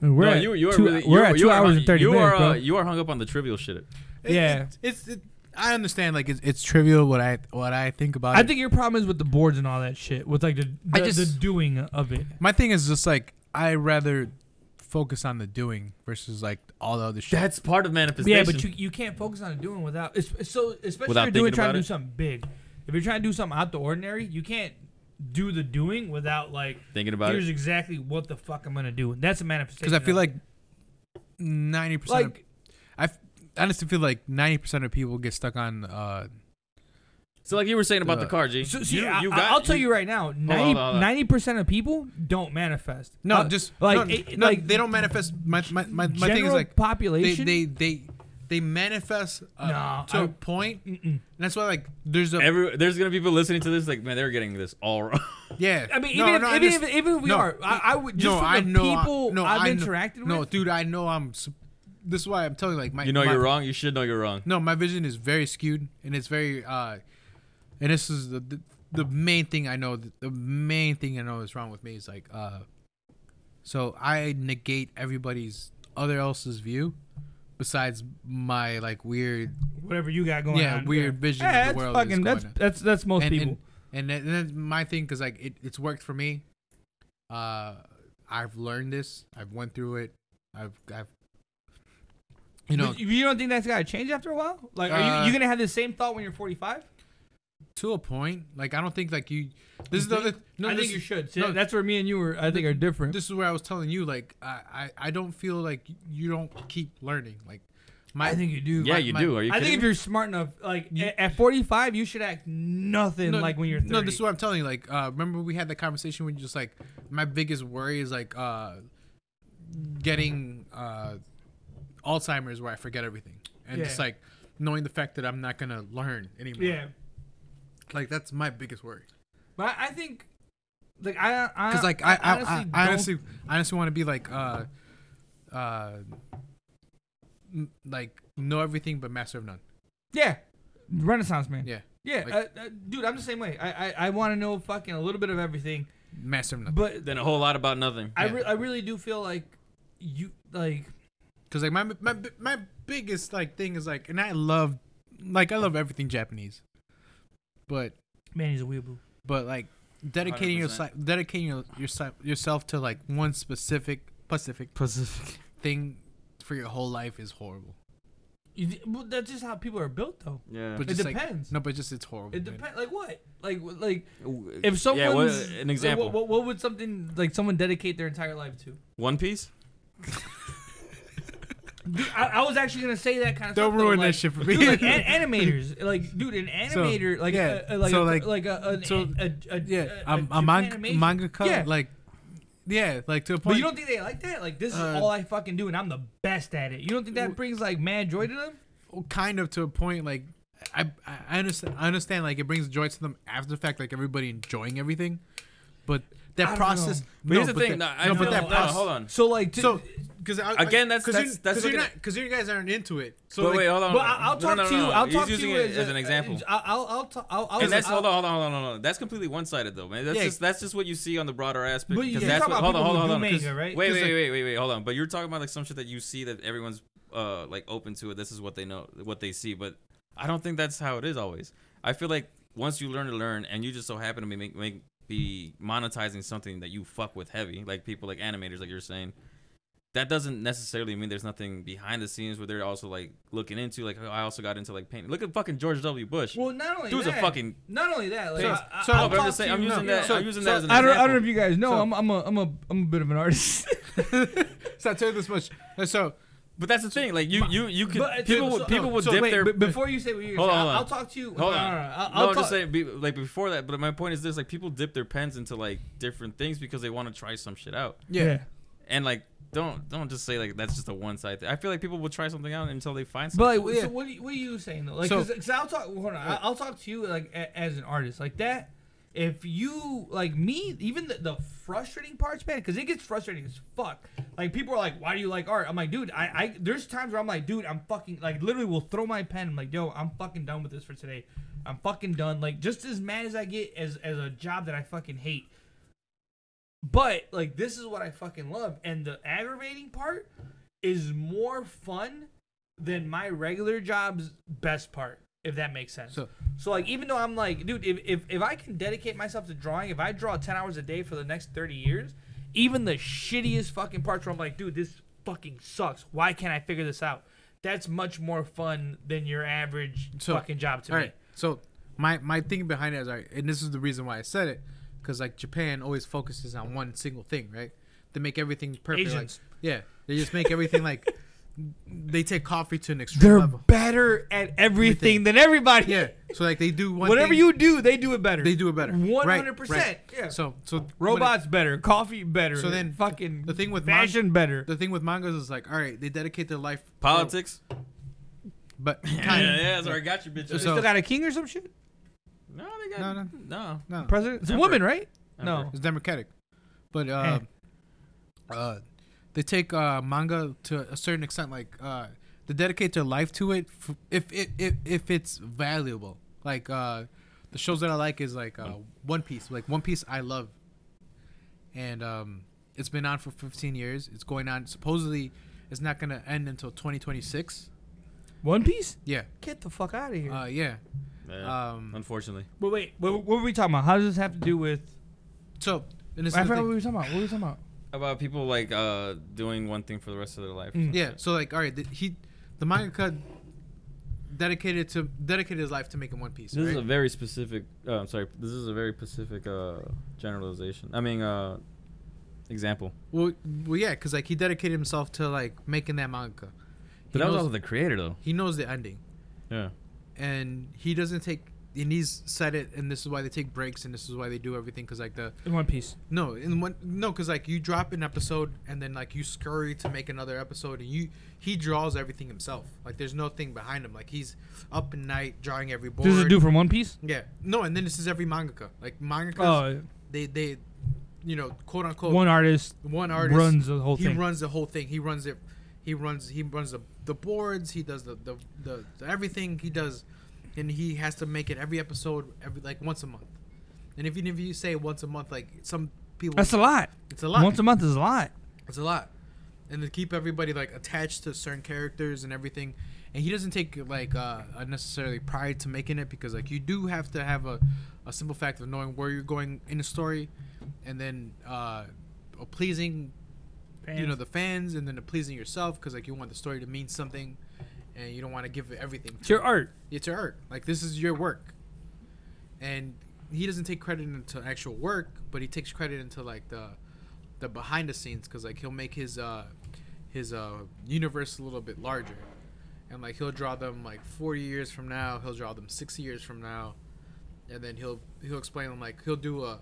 [SPEAKER 3] We're
[SPEAKER 4] No,
[SPEAKER 3] at
[SPEAKER 4] you, you are
[SPEAKER 3] two,
[SPEAKER 4] really,
[SPEAKER 3] we're
[SPEAKER 4] you,
[SPEAKER 3] at
[SPEAKER 4] you
[SPEAKER 3] two
[SPEAKER 4] are
[SPEAKER 3] hours
[SPEAKER 4] hung-
[SPEAKER 3] and thirty
[SPEAKER 4] you
[SPEAKER 3] minutes,
[SPEAKER 4] Are,
[SPEAKER 3] bro.
[SPEAKER 4] uh, you are hung up on the trivial shit.
[SPEAKER 1] It-
[SPEAKER 3] Yeah.
[SPEAKER 1] it's- it's. it- I understand. Like it's, it's trivial what I what I think about.
[SPEAKER 3] I
[SPEAKER 1] it.
[SPEAKER 3] think your problem is with the boards and all that shit, with like the
[SPEAKER 1] I
[SPEAKER 3] the, the
[SPEAKER 1] just-
[SPEAKER 3] doing of it.
[SPEAKER 1] my thing is just like I rather focus on the doing versus like all the other shit.
[SPEAKER 4] That's part of manifestation.
[SPEAKER 3] Yeah, but you
[SPEAKER 18] you can't focus on doing without. It's, it's so especially
[SPEAKER 4] Without
[SPEAKER 18] if you're doing,
[SPEAKER 4] thinking
[SPEAKER 18] trying to
[SPEAKER 4] about
[SPEAKER 18] do
[SPEAKER 4] it.
[SPEAKER 18] something big. If you're trying to do something out the ordinary, you can't do the doing without like
[SPEAKER 4] thinking about
[SPEAKER 18] here's
[SPEAKER 4] it.
[SPEAKER 18] exactly what the fuck I'm gonna do. That's a manifestation.
[SPEAKER 1] Because I feel
[SPEAKER 18] of it.
[SPEAKER 1] like ninety percent.
[SPEAKER 18] like
[SPEAKER 1] I f- honestly feel like ninety percent of people get stuck on. uh
[SPEAKER 4] So like you were saying about the
[SPEAKER 1] Uh,
[SPEAKER 4] car, G.
[SPEAKER 18] So, see,
[SPEAKER 4] you,
[SPEAKER 18] I,
[SPEAKER 4] you
[SPEAKER 18] I'll tell you right now,
[SPEAKER 4] hold on, hold on.
[SPEAKER 18] 90 percent of people don't manifest.
[SPEAKER 1] No,
[SPEAKER 18] Uh,
[SPEAKER 1] just
[SPEAKER 18] like
[SPEAKER 1] like no,
[SPEAKER 18] it-
[SPEAKER 1] no,
[SPEAKER 18] like
[SPEAKER 1] they don't manifest. My my my, my
[SPEAKER 18] general
[SPEAKER 1] thing is like they
[SPEAKER 18] population.
[SPEAKER 1] they they, they manifest uh,
[SPEAKER 18] No,
[SPEAKER 1] to
[SPEAKER 18] I-
[SPEAKER 1] a point. And that's why like there's a
[SPEAKER 4] Every, there's gonna be people listening to this like, man, they're getting this all wrong. [LAUGHS]
[SPEAKER 1] yeah.
[SPEAKER 18] I mean,
[SPEAKER 1] No,
[SPEAKER 18] even, if,
[SPEAKER 1] no, I
[SPEAKER 18] even,
[SPEAKER 1] just-
[SPEAKER 18] if, even if we
[SPEAKER 1] no,
[SPEAKER 18] are, I, I would just
[SPEAKER 1] no,
[SPEAKER 18] from
[SPEAKER 1] I
[SPEAKER 18] the
[SPEAKER 1] know I-
[SPEAKER 18] people
[SPEAKER 1] no,
[SPEAKER 18] I've
[SPEAKER 1] I kn-
[SPEAKER 18] interacted with.
[SPEAKER 1] No, dude, I know I'm. s- This is why I'm telling you, like my
[SPEAKER 4] you know
[SPEAKER 1] my-
[SPEAKER 4] you're wrong. You should know you're wrong.
[SPEAKER 1] No, my vision is very skewed, and it's very, uh, and this is the the, the main thing I know. The main thing I know is wrong with me is like, uh, so I negate everybody's other else's view, besides my like weird,
[SPEAKER 3] Whatever you got going
[SPEAKER 1] yeah,
[SPEAKER 3] on,
[SPEAKER 1] weird vision
[SPEAKER 3] Yeah,
[SPEAKER 1] of the
[SPEAKER 3] that's
[SPEAKER 1] world.
[SPEAKER 3] fucking
[SPEAKER 1] is
[SPEAKER 3] that's
[SPEAKER 1] going on.
[SPEAKER 3] that's that's most
[SPEAKER 1] and,
[SPEAKER 3] people.
[SPEAKER 1] and, and, that- and that's my thing because like it, it's worked for me. Uh, I've learned this. I've went through it. I've I've you know
[SPEAKER 3] But you don't think that's got to change after a while? Like, are
[SPEAKER 1] Uh,
[SPEAKER 3] you you gonna have the same thought when you're 45?
[SPEAKER 1] to a point. Like I don't think like you. This is the other. No,
[SPEAKER 3] I
[SPEAKER 1] this
[SPEAKER 3] think you
[SPEAKER 1] is-
[SPEAKER 3] should. See,
[SPEAKER 1] no,
[SPEAKER 3] that's where me and you are. I think are different.
[SPEAKER 1] This is where I was telling you. Like I, I, I don't feel like you don't keep learning. Like my.
[SPEAKER 3] I think you do.
[SPEAKER 4] Yeah,
[SPEAKER 1] My-
[SPEAKER 4] you
[SPEAKER 1] my-
[SPEAKER 4] do. Are you?
[SPEAKER 3] I think
[SPEAKER 4] kidding
[SPEAKER 3] if
[SPEAKER 4] me?
[SPEAKER 3] you're smart enough, like a- at 45, you should act nothing
[SPEAKER 1] no,
[SPEAKER 3] like when you're 30.
[SPEAKER 1] no, this is what I'm telling you. Like, uh, remember we had that conversation when you just like, my biggest worry is like, uh, getting uh, Alzheimer's where I forget everything, and just
[SPEAKER 3] Yeah.
[SPEAKER 1] like knowing the fact that I'm not gonna learn anymore.
[SPEAKER 3] yeah,
[SPEAKER 1] like that's my biggest worry.
[SPEAKER 3] but I think like I
[SPEAKER 1] because like I, I honestly, I, I
[SPEAKER 3] don't-
[SPEAKER 1] honestly, I honestly want to be like uh, uh, m- like know everything but master of none.
[SPEAKER 3] yeah, Renaissance man.
[SPEAKER 1] Yeah,
[SPEAKER 3] Yeah,
[SPEAKER 1] Like-
[SPEAKER 3] uh, uh, dude, I'm the same way. I I, I want to know fucking a little bit of everything,
[SPEAKER 1] master of none.
[SPEAKER 3] but
[SPEAKER 4] then a whole lot about nothing.
[SPEAKER 3] I
[SPEAKER 1] Yeah.
[SPEAKER 3] re- I really do feel like you like
[SPEAKER 1] Because like my my bi- my biggest like thing is like, and I love like I love everything Japanese, but
[SPEAKER 3] man, he's a weeaboo.
[SPEAKER 1] but like dedicating
[SPEAKER 4] 100%.
[SPEAKER 1] yourself dedicating your, yourself yourself to like one specific Pacific Pacific thing for your whole life is horrible.
[SPEAKER 3] You th- well, that's just how people are built, though.
[SPEAKER 4] Yeah.
[SPEAKER 1] But
[SPEAKER 3] It
[SPEAKER 1] just like-
[SPEAKER 3] depends.
[SPEAKER 1] no, but just it's horrible.
[SPEAKER 3] It
[SPEAKER 1] man.
[SPEAKER 3] depends. Like what? Like w- like
[SPEAKER 4] if
[SPEAKER 3] if
[SPEAKER 4] someone,
[SPEAKER 3] someone
[SPEAKER 4] yeah, what, an example.
[SPEAKER 3] What, what, what would something like someone dedicate their entire life to?
[SPEAKER 4] One Piece.
[SPEAKER 3] Dude, I, I was actually gonna say that kind of.
[SPEAKER 1] Don't
[SPEAKER 3] stuff, though,
[SPEAKER 1] ruin
[SPEAKER 3] like,
[SPEAKER 1] that shit
[SPEAKER 3] [LAUGHS]
[SPEAKER 1] for me.
[SPEAKER 3] Dude, like an- animators, like dude, an animator, like
[SPEAKER 1] yeah,
[SPEAKER 3] a, a- like
[SPEAKER 1] so,
[SPEAKER 3] a,
[SPEAKER 1] like-
[SPEAKER 3] like a, an,
[SPEAKER 1] so,
[SPEAKER 3] a, a, a
[SPEAKER 1] yeah,
[SPEAKER 3] a,
[SPEAKER 1] a, a, manga,
[SPEAKER 3] Japanimation.
[SPEAKER 1] mangaka,
[SPEAKER 3] Yeah.
[SPEAKER 1] like, yeah, like to a
[SPEAKER 3] But
[SPEAKER 1] point.
[SPEAKER 3] you don't think they like that? Like this is
[SPEAKER 1] Uh,
[SPEAKER 3] all I fucking do, and I'm the best at it. You don't think that brings like mad joy to them?
[SPEAKER 1] kind of to a point, like, I, I I understand, I understand, like, it brings joy to them after the fact, like everybody enjoying everything, but
[SPEAKER 3] I
[SPEAKER 1] that
[SPEAKER 3] don't
[SPEAKER 1] process.
[SPEAKER 3] know.
[SPEAKER 4] But here's the thing. No, I
[SPEAKER 1] no,
[SPEAKER 4] feel,
[SPEAKER 1] but that
[SPEAKER 4] no,
[SPEAKER 1] process.
[SPEAKER 4] hold on.
[SPEAKER 3] So like, to,
[SPEAKER 1] So, because
[SPEAKER 4] Again, that's- that's- that's
[SPEAKER 1] because you're
[SPEAKER 4] looking
[SPEAKER 1] not because you guys aren't into it. So
[SPEAKER 4] but
[SPEAKER 1] like,
[SPEAKER 4] wait, hold on.
[SPEAKER 3] but I, I'll
[SPEAKER 4] No,
[SPEAKER 3] talk
[SPEAKER 4] no, no,
[SPEAKER 3] to you.
[SPEAKER 4] no.
[SPEAKER 3] I'll
[SPEAKER 4] He's
[SPEAKER 3] talk to
[SPEAKER 4] using
[SPEAKER 3] you
[SPEAKER 4] it
[SPEAKER 3] as,
[SPEAKER 4] as
[SPEAKER 3] a-
[SPEAKER 4] an example.
[SPEAKER 3] I'll I'll I'll ta- I'll. I'll
[SPEAKER 4] And that's
[SPEAKER 3] I'll,
[SPEAKER 4] hold on, hold on, hold on, hold on, hold on. That's completely one-sided though, man. That's
[SPEAKER 1] Yeah.
[SPEAKER 4] just that's just what you see on the broader aspect.
[SPEAKER 3] But you-
[SPEAKER 4] because
[SPEAKER 3] you're
[SPEAKER 4] that's
[SPEAKER 3] talking
[SPEAKER 4] what,
[SPEAKER 3] about people
[SPEAKER 4] hold on, hold
[SPEAKER 3] who
[SPEAKER 4] on,
[SPEAKER 3] do
[SPEAKER 4] hold on. 'cause-
[SPEAKER 3] manga, right?
[SPEAKER 4] Wait,
[SPEAKER 3] 'Cause,
[SPEAKER 4] wait,
[SPEAKER 3] like-
[SPEAKER 4] wait, wait, wait, hold on. But you're talking about like some shit that you see that everyone's uh like open to it. This is what they know, what they see. But I don't think that's how it is always. I feel like once you learn to learn, and you just so happen to be make, make be monetizing something that you fuck with heavy, like people like animators, like you're saying. That doesn't necessarily mean there's nothing behind the scenes where they're also like looking into. Like oh, I also got into like painting. Look at fucking George W. Bush.
[SPEAKER 3] Well, not only
[SPEAKER 4] Dude's a
[SPEAKER 3] that,
[SPEAKER 4] fucking-
[SPEAKER 3] Not only that, like
[SPEAKER 1] So-
[SPEAKER 3] I- I,
[SPEAKER 1] so-
[SPEAKER 3] I'll
[SPEAKER 4] No, but I'm
[SPEAKER 3] talk
[SPEAKER 4] just saying,
[SPEAKER 3] to
[SPEAKER 4] I'm
[SPEAKER 3] you-
[SPEAKER 4] using
[SPEAKER 3] no,
[SPEAKER 4] that.
[SPEAKER 3] no.
[SPEAKER 4] I'm using
[SPEAKER 1] so-
[SPEAKER 4] that as an
[SPEAKER 3] I don't, I
[SPEAKER 4] example.
[SPEAKER 3] don't know if you guys know.
[SPEAKER 1] So-
[SPEAKER 3] I'm, I'm a, I'm a, I'm a bit of an artist. [LAUGHS]
[SPEAKER 1] so I tell you this much. Uh, So
[SPEAKER 4] But that's the thing. Like you, you, you could
[SPEAKER 3] But-
[SPEAKER 4] people,
[SPEAKER 3] so-
[SPEAKER 4] would people will
[SPEAKER 1] so
[SPEAKER 4] dip
[SPEAKER 3] Wait,
[SPEAKER 4] their.
[SPEAKER 3] b- before you say what you're
[SPEAKER 4] Hold
[SPEAKER 3] gonna say,
[SPEAKER 4] on,
[SPEAKER 3] I'll,
[SPEAKER 4] hold
[SPEAKER 3] I'll
[SPEAKER 4] on.
[SPEAKER 3] talk to you.
[SPEAKER 4] hold
[SPEAKER 3] no, no, no,
[SPEAKER 4] on.
[SPEAKER 3] I'll,
[SPEAKER 4] No,
[SPEAKER 3] I'll
[SPEAKER 4] I'm
[SPEAKER 3] talk.
[SPEAKER 4] just saying. Be, like before that, but my point is this: like people dip their pens into like different things because they want to try some shit out,
[SPEAKER 3] yeah.
[SPEAKER 4] and like don't don't just say like that's just a one side thing. I feel like people will try something out until they find something.
[SPEAKER 3] But like,
[SPEAKER 1] Yeah.
[SPEAKER 3] so what are you, what are you saying though? Like,
[SPEAKER 1] So-
[SPEAKER 3] because I'll talk. Hold on, I- I'll talk to you like a, as an artist, like that. If you like me, even the, the frustrating parts, man, because it gets frustrating as fuck. Like people are like, "Why do you like art?" I'm like, "Dude, I, I." There's times where I'm like, "Dude, I'm fucking like literally will throw my pen." I'm like, "Yo, I'm fucking done with this for today. I'm fucking done." Like just as mad as I get as as a job that I fucking hate. But like this is what I fucking love, and the aggravating part is more fun than my regular job's best part, if that makes sense. So, like even though I'm like, dude, if, if if I can dedicate myself to drawing, if I draw ten hours a day for the next thirty years, even the shittiest fucking parts where I'm like, dude, this fucking sucks. Why can't I figure this out? That's much more fun than your average
[SPEAKER 1] So,
[SPEAKER 3] fucking job to
[SPEAKER 1] All
[SPEAKER 3] me.
[SPEAKER 1] right. So my my thing behind it is, all right, and this is the reason why I said it, because like Japan always focuses on one single thing, right? They make everything perfect. like-
[SPEAKER 3] Asians.
[SPEAKER 1] yeah, they just make everything like they take coffee to an extreme
[SPEAKER 3] They're
[SPEAKER 1] level.
[SPEAKER 3] better at everything than everybody.
[SPEAKER 1] Yeah. So like they do one
[SPEAKER 3] Whatever
[SPEAKER 1] thing,
[SPEAKER 3] you do, they do it better.
[SPEAKER 1] they do it better.
[SPEAKER 3] One
[SPEAKER 1] Right,
[SPEAKER 3] hundred
[SPEAKER 1] right.
[SPEAKER 3] percent. Yeah.
[SPEAKER 1] So so when it-
[SPEAKER 3] Robots better, coffee better.
[SPEAKER 1] So then
[SPEAKER 3] fucking
[SPEAKER 1] the thing with man-
[SPEAKER 3] fashion better.
[SPEAKER 1] the thing with mangas is like, all right, they dedicate their life
[SPEAKER 3] [LAUGHS]
[SPEAKER 4] Politics. [LAUGHS]
[SPEAKER 1] but
[SPEAKER 4] Yeah,
[SPEAKER 1] time.
[SPEAKER 4] yeah, that's where I got you, bitch.
[SPEAKER 1] So-
[SPEAKER 3] Still got a king or some shit?
[SPEAKER 4] no, they
[SPEAKER 1] No,
[SPEAKER 4] got
[SPEAKER 1] no.
[SPEAKER 4] no.
[SPEAKER 1] No,
[SPEAKER 3] President? It's a
[SPEAKER 4] Emperor.
[SPEAKER 3] woman, right?
[SPEAKER 4] Emperor.
[SPEAKER 3] No.
[SPEAKER 1] it's democratic, but uh, uh, they take uh manga to a certain extent, like uh, they dedicate their life to it f- if it if, if it's valuable. Like uh, the shows that I like is like uh, One Piece. Like One Piece, I love, and um, it's been on for 15 years. It's going on. Supposedly, it's not gonna end until 2026.
[SPEAKER 3] One Piece?
[SPEAKER 1] Yeah,
[SPEAKER 3] Get the fuck out of here.
[SPEAKER 1] uh, yeah.
[SPEAKER 4] Yeah,
[SPEAKER 1] Um,
[SPEAKER 4] Unfortunately,
[SPEAKER 3] but wait, what, what were we talking about? How does this have to do with?
[SPEAKER 1] so and this
[SPEAKER 3] I
[SPEAKER 1] is the
[SPEAKER 3] forgot
[SPEAKER 1] thing.
[SPEAKER 3] what we were talking about. What were we talking about?
[SPEAKER 4] about people like uh, doing one thing for the rest of their life.
[SPEAKER 3] Mm.
[SPEAKER 1] Yeah. So like, all right, the, he, the mangaka, dedicated to dedicated his life to making One Piece.
[SPEAKER 4] This
[SPEAKER 1] right?
[SPEAKER 4] is a very specific. Uh, I'm sorry. This is a very specific uh, generalization. I mean, uh, example.
[SPEAKER 1] well, well, yeah, because like he dedicated himself to like making that manga. He
[SPEAKER 4] But that was
[SPEAKER 1] knows-
[SPEAKER 4] also the creator, though.
[SPEAKER 1] he knows the ending,
[SPEAKER 4] Yeah.
[SPEAKER 1] and he doesn't take. And he's said it, and this is why they take breaks, and this is why they do everything. Because like the
[SPEAKER 3] In One Piece.
[SPEAKER 1] no, in one no, because like you drop an episode, and then like you scurry to make another episode, and you he draws everything himself. Like there's no thing behind him. Like he's up at night drawing every board.
[SPEAKER 3] This is dude from One Piece?
[SPEAKER 1] Yeah. No, and then this is every mangaka. Like mangaka,
[SPEAKER 3] Oh,
[SPEAKER 1] they they, you know, quote unquote,
[SPEAKER 3] one
[SPEAKER 1] one,
[SPEAKER 3] artist
[SPEAKER 1] artist
[SPEAKER 3] runs the whole
[SPEAKER 1] He
[SPEAKER 3] thing.
[SPEAKER 1] runs the whole thing. He runs it. He runs. He runs the the boards. He does the the, the, the everything he does, and he has to make it every episode every like once a month. And if you if you say once a month, like some people,
[SPEAKER 3] That's a lot.
[SPEAKER 1] it's a lot.
[SPEAKER 3] Once a month is a lot.
[SPEAKER 1] It's a lot. And to keep everybody like attached to certain characters and everything. And he doesn't take like uh unnecessarily pride to making it because like you do have to have a, a simple fact of knowing where you're going in the story and then uh pleasing you know the fans and then pleasing yourself because like you want the story to mean something and you don't want to give it everything
[SPEAKER 3] It's your art.
[SPEAKER 1] it's your art. Like this is your work. And he doesn't take credit into actual work, but he takes credit into like the the behind the scenes because like he'll make his uh his uh universe a little bit larger, and like he'll draw them like 40 years from now. He'll draw them 60 years from now, and then he'll he'll explain them like he'll do a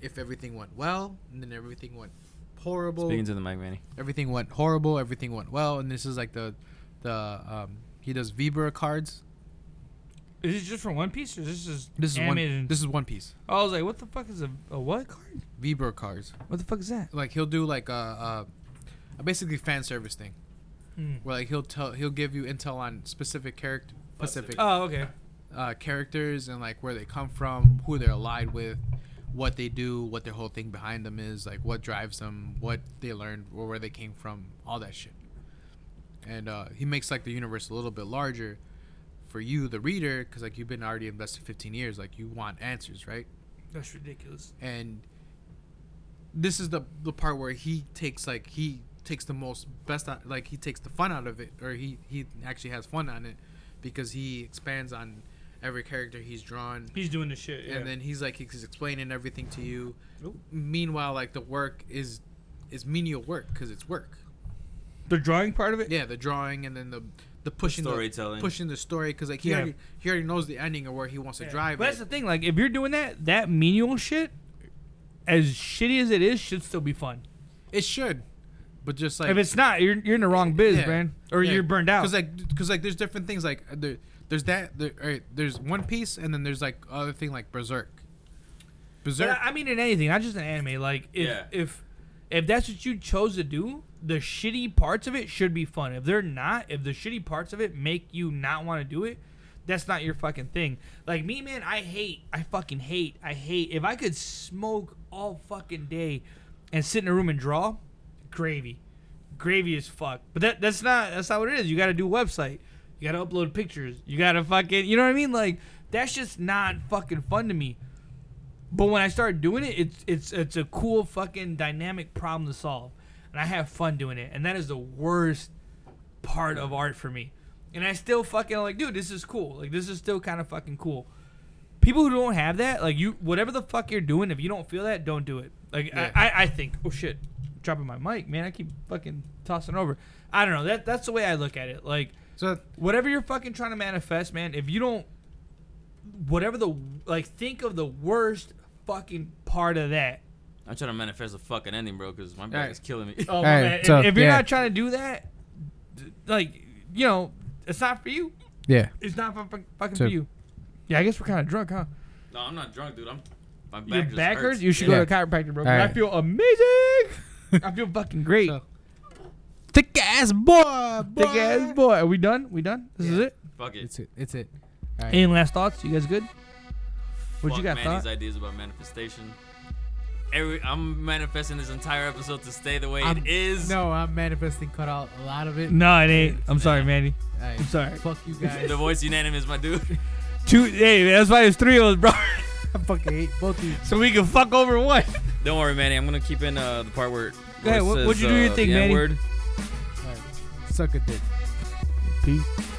[SPEAKER 1] if everything went well and then everything went horrible
[SPEAKER 4] Speaking to the mic, Manny.
[SPEAKER 1] everything went horrible, everything went well, and this is like the the um, he does Vibra cards.
[SPEAKER 3] Is this just from One Piece or is this just
[SPEAKER 1] This is one.
[SPEAKER 3] animated?
[SPEAKER 1] This is One Piece.
[SPEAKER 3] I was like, what the fuck is a, a what card?
[SPEAKER 1] Vibra cards.
[SPEAKER 3] What the fuck is that?
[SPEAKER 1] Like he'll do like a, a, a basically fan service thing,
[SPEAKER 3] Hmm.
[SPEAKER 1] where like he'll tell he'll give you intel on specific character specific
[SPEAKER 3] Oh, okay.
[SPEAKER 1] uh, characters and like where they come from, who they're allied with, what they do, what their whole thing behind them is, like what drives them, what they learned, or where they came from, all that shit. And uh, he makes like the universe a little bit larger for you, the reader, because like you've been already invested 15 years, like you want answers, right?
[SPEAKER 3] That's ridiculous.
[SPEAKER 1] and this is the the part where he takes like he takes the most best out, like he takes the fun out of it or he he actually has fun on it because he expands on every character he's drawn
[SPEAKER 3] He's doing the shit. Yeah.
[SPEAKER 1] and then he's like he's explaining everything to you meanwhile like the work is is menial work because it's work
[SPEAKER 3] the drawing part of it?
[SPEAKER 1] yeah the drawing and then the the pushing the
[SPEAKER 4] storytelling.
[SPEAKER 1] pushing the story because like he
[SPEAKER 3] Yeah.
[SPEAKER 1] already he already knows the ending or where he wants to drive
[SPEAKER 3] But
[SPEAKER 1] it.
[SPEAKER 3] that's the thing. Like, if you're doing that, that menial shit, as shitty as it is, should still be fun.
[SPEAKER 1] it should but just like
[SPEAKER 3] if it's not, you're, you're in the wrong biz,
[SPEAKER 1] Yeah.
[SPEAKER 3] man, or you're burned out.
[SPEAKER 1] Because like, because like, there's different things. Like there, there's that. There, all right, there's One Piece, and then there's like other thing like Berserk.
[SPEAKER 12] Berserk.
[SPEAKER 3] But I I mean, in anything, not just in anime. Like if
[SPEAKER 4] Yeah.
[SPEAKER 3] if if that's what you chose to do, the shitty parts of it should be fun. If they're not, if the shitty parts of it make you not want to do it, that's not your fucking thing. Like me, man, I hate. I fucking hate. I hate. If I could smoke all fucking day and sit in a room and draw, gravy, gravy as fuck. But that that's not that's not what it is. You got to do website. You got to upload pictures. You got to fucking. You know what I mean? Like that's just not fucking fun to me. But when I started doing it, it's it's it's a cool fucking dynamic problem to solve, and I have fun doing it. And that is the worst part of art for me. And I still fucking like, dude, this is cool. Like this is still kind of fucking cool. People who don't have that, like you, whatever the fuck you're doing, if you don't feel that, don't do it. Like I, I, I think, oh shit, dropping my mic, man. I keep fucking tossing over. I don't know. That that's the way I look at it. Like
[SPEAKER 12] so
[SPEAKER 3] whatever you're fucking trying to manifest, man, if you don't, whatever the, like, think of the worst fucking part of that.
[SPEAKER 4] I'm trying to manifest a fucking ending, bro, because my back
[SPEAKER 12] Alright.
[SPEAKER 4] is killing me.
[SPEAKER 3] Oh,
[SPEAKER 12] Hey,
[SPEAKER 3] man, if-
[SPEAKER 12] so,
[SPEAKER 3] if, you're
[SPEAKER 12] yeah.
[SPEAKER 3] not trying to do that, d- like, you know, it's not for you.
[SPEAKER 12] yeah,
[SPEAKER 3] It's not fu- fu- fucking
[SPEAKER 12] So-
[SPEAKER 3] for you. Yeah, I guess we're kind of drunk, huh?
[SPEAKER 4] [LAUGHS] No, I'm not drunk, dude. I'm my back
[SPEAKER 3] Your
[SPEAKER 4] just
[SPEAKER 3] back
[SPEAKER 4] hurts.
[SPEAKER 3] hurts. You should
[SPEAKER 12] Yeah.
[SPEAKER 3] go to a chiropractor, bro.
[SPEAKER 12] All
[SPEAKER 3] I
[SPEAKER 12] right.
[SPEAKER 3] feel
[SPEAKER 12] [LAUGHS]
[SPEAKER 3] amazing. I feel fucking great.
[SPEAKER 12] So- thick ass boy.
[SPEAKER 3] Thick ass boy. Are we done? We done? This is it.
[SPEAKER 4] Fuck it.
[SPEAKER 12] It's it. It's it.
[SPEAKER 3] Any last thoughts? You guys good? What
[SPEAKER 4] Fuck
[SPEAKER 3] you got?
[SPEAKER 4] Manny's
[SPEAKER 3] Thought?
[SPEAKER 4] ideas about manifestation. Every I'm manifesting this entire episode to stay the way
[SPEAKER 12] I'm-
[SPEAKER 4] it is.
[SPEAKER 12] No, I'm manifesting. Cut out a lot of it.
[SPEAKER 3] No, it ain't. I'm sorry, Manny.
[SPEAKER 12] Hey,
[SPEAKER 3] I'm sorry.
[SPEAKER 12] fuck you guys.
[SPEAKER 1] [LAUGHS]
[SPEAKER 4] The voice unanimous, my dude. [LAUGHS]
[SPEAKER 3] Two. Hey, that's why there's three of us, bro.
[SPEAKER 12] I fucking hate both of you.
[SPEAKER 3] so we can fuck over one.
[SPEAKER 4] Don't worry, Manny. I'm gonna keep in uh, the part where.
[SPEAKER 3] Go ahead,
[SPEAKER 4] where it uh,
[SPEAKER 3] what- what'd you
[SPEAKER 4] says,
[SPEAKER 3] do your
[SPEAKER 4] uh,
[SPEAKER 3] thing,
[SPEAKER 4] the
[SPEAKER 3] Manny?
[SPEAKER 4] N-word.
[SPEAKER 12] Suck a dick.
[SPEAKER 3] Peace.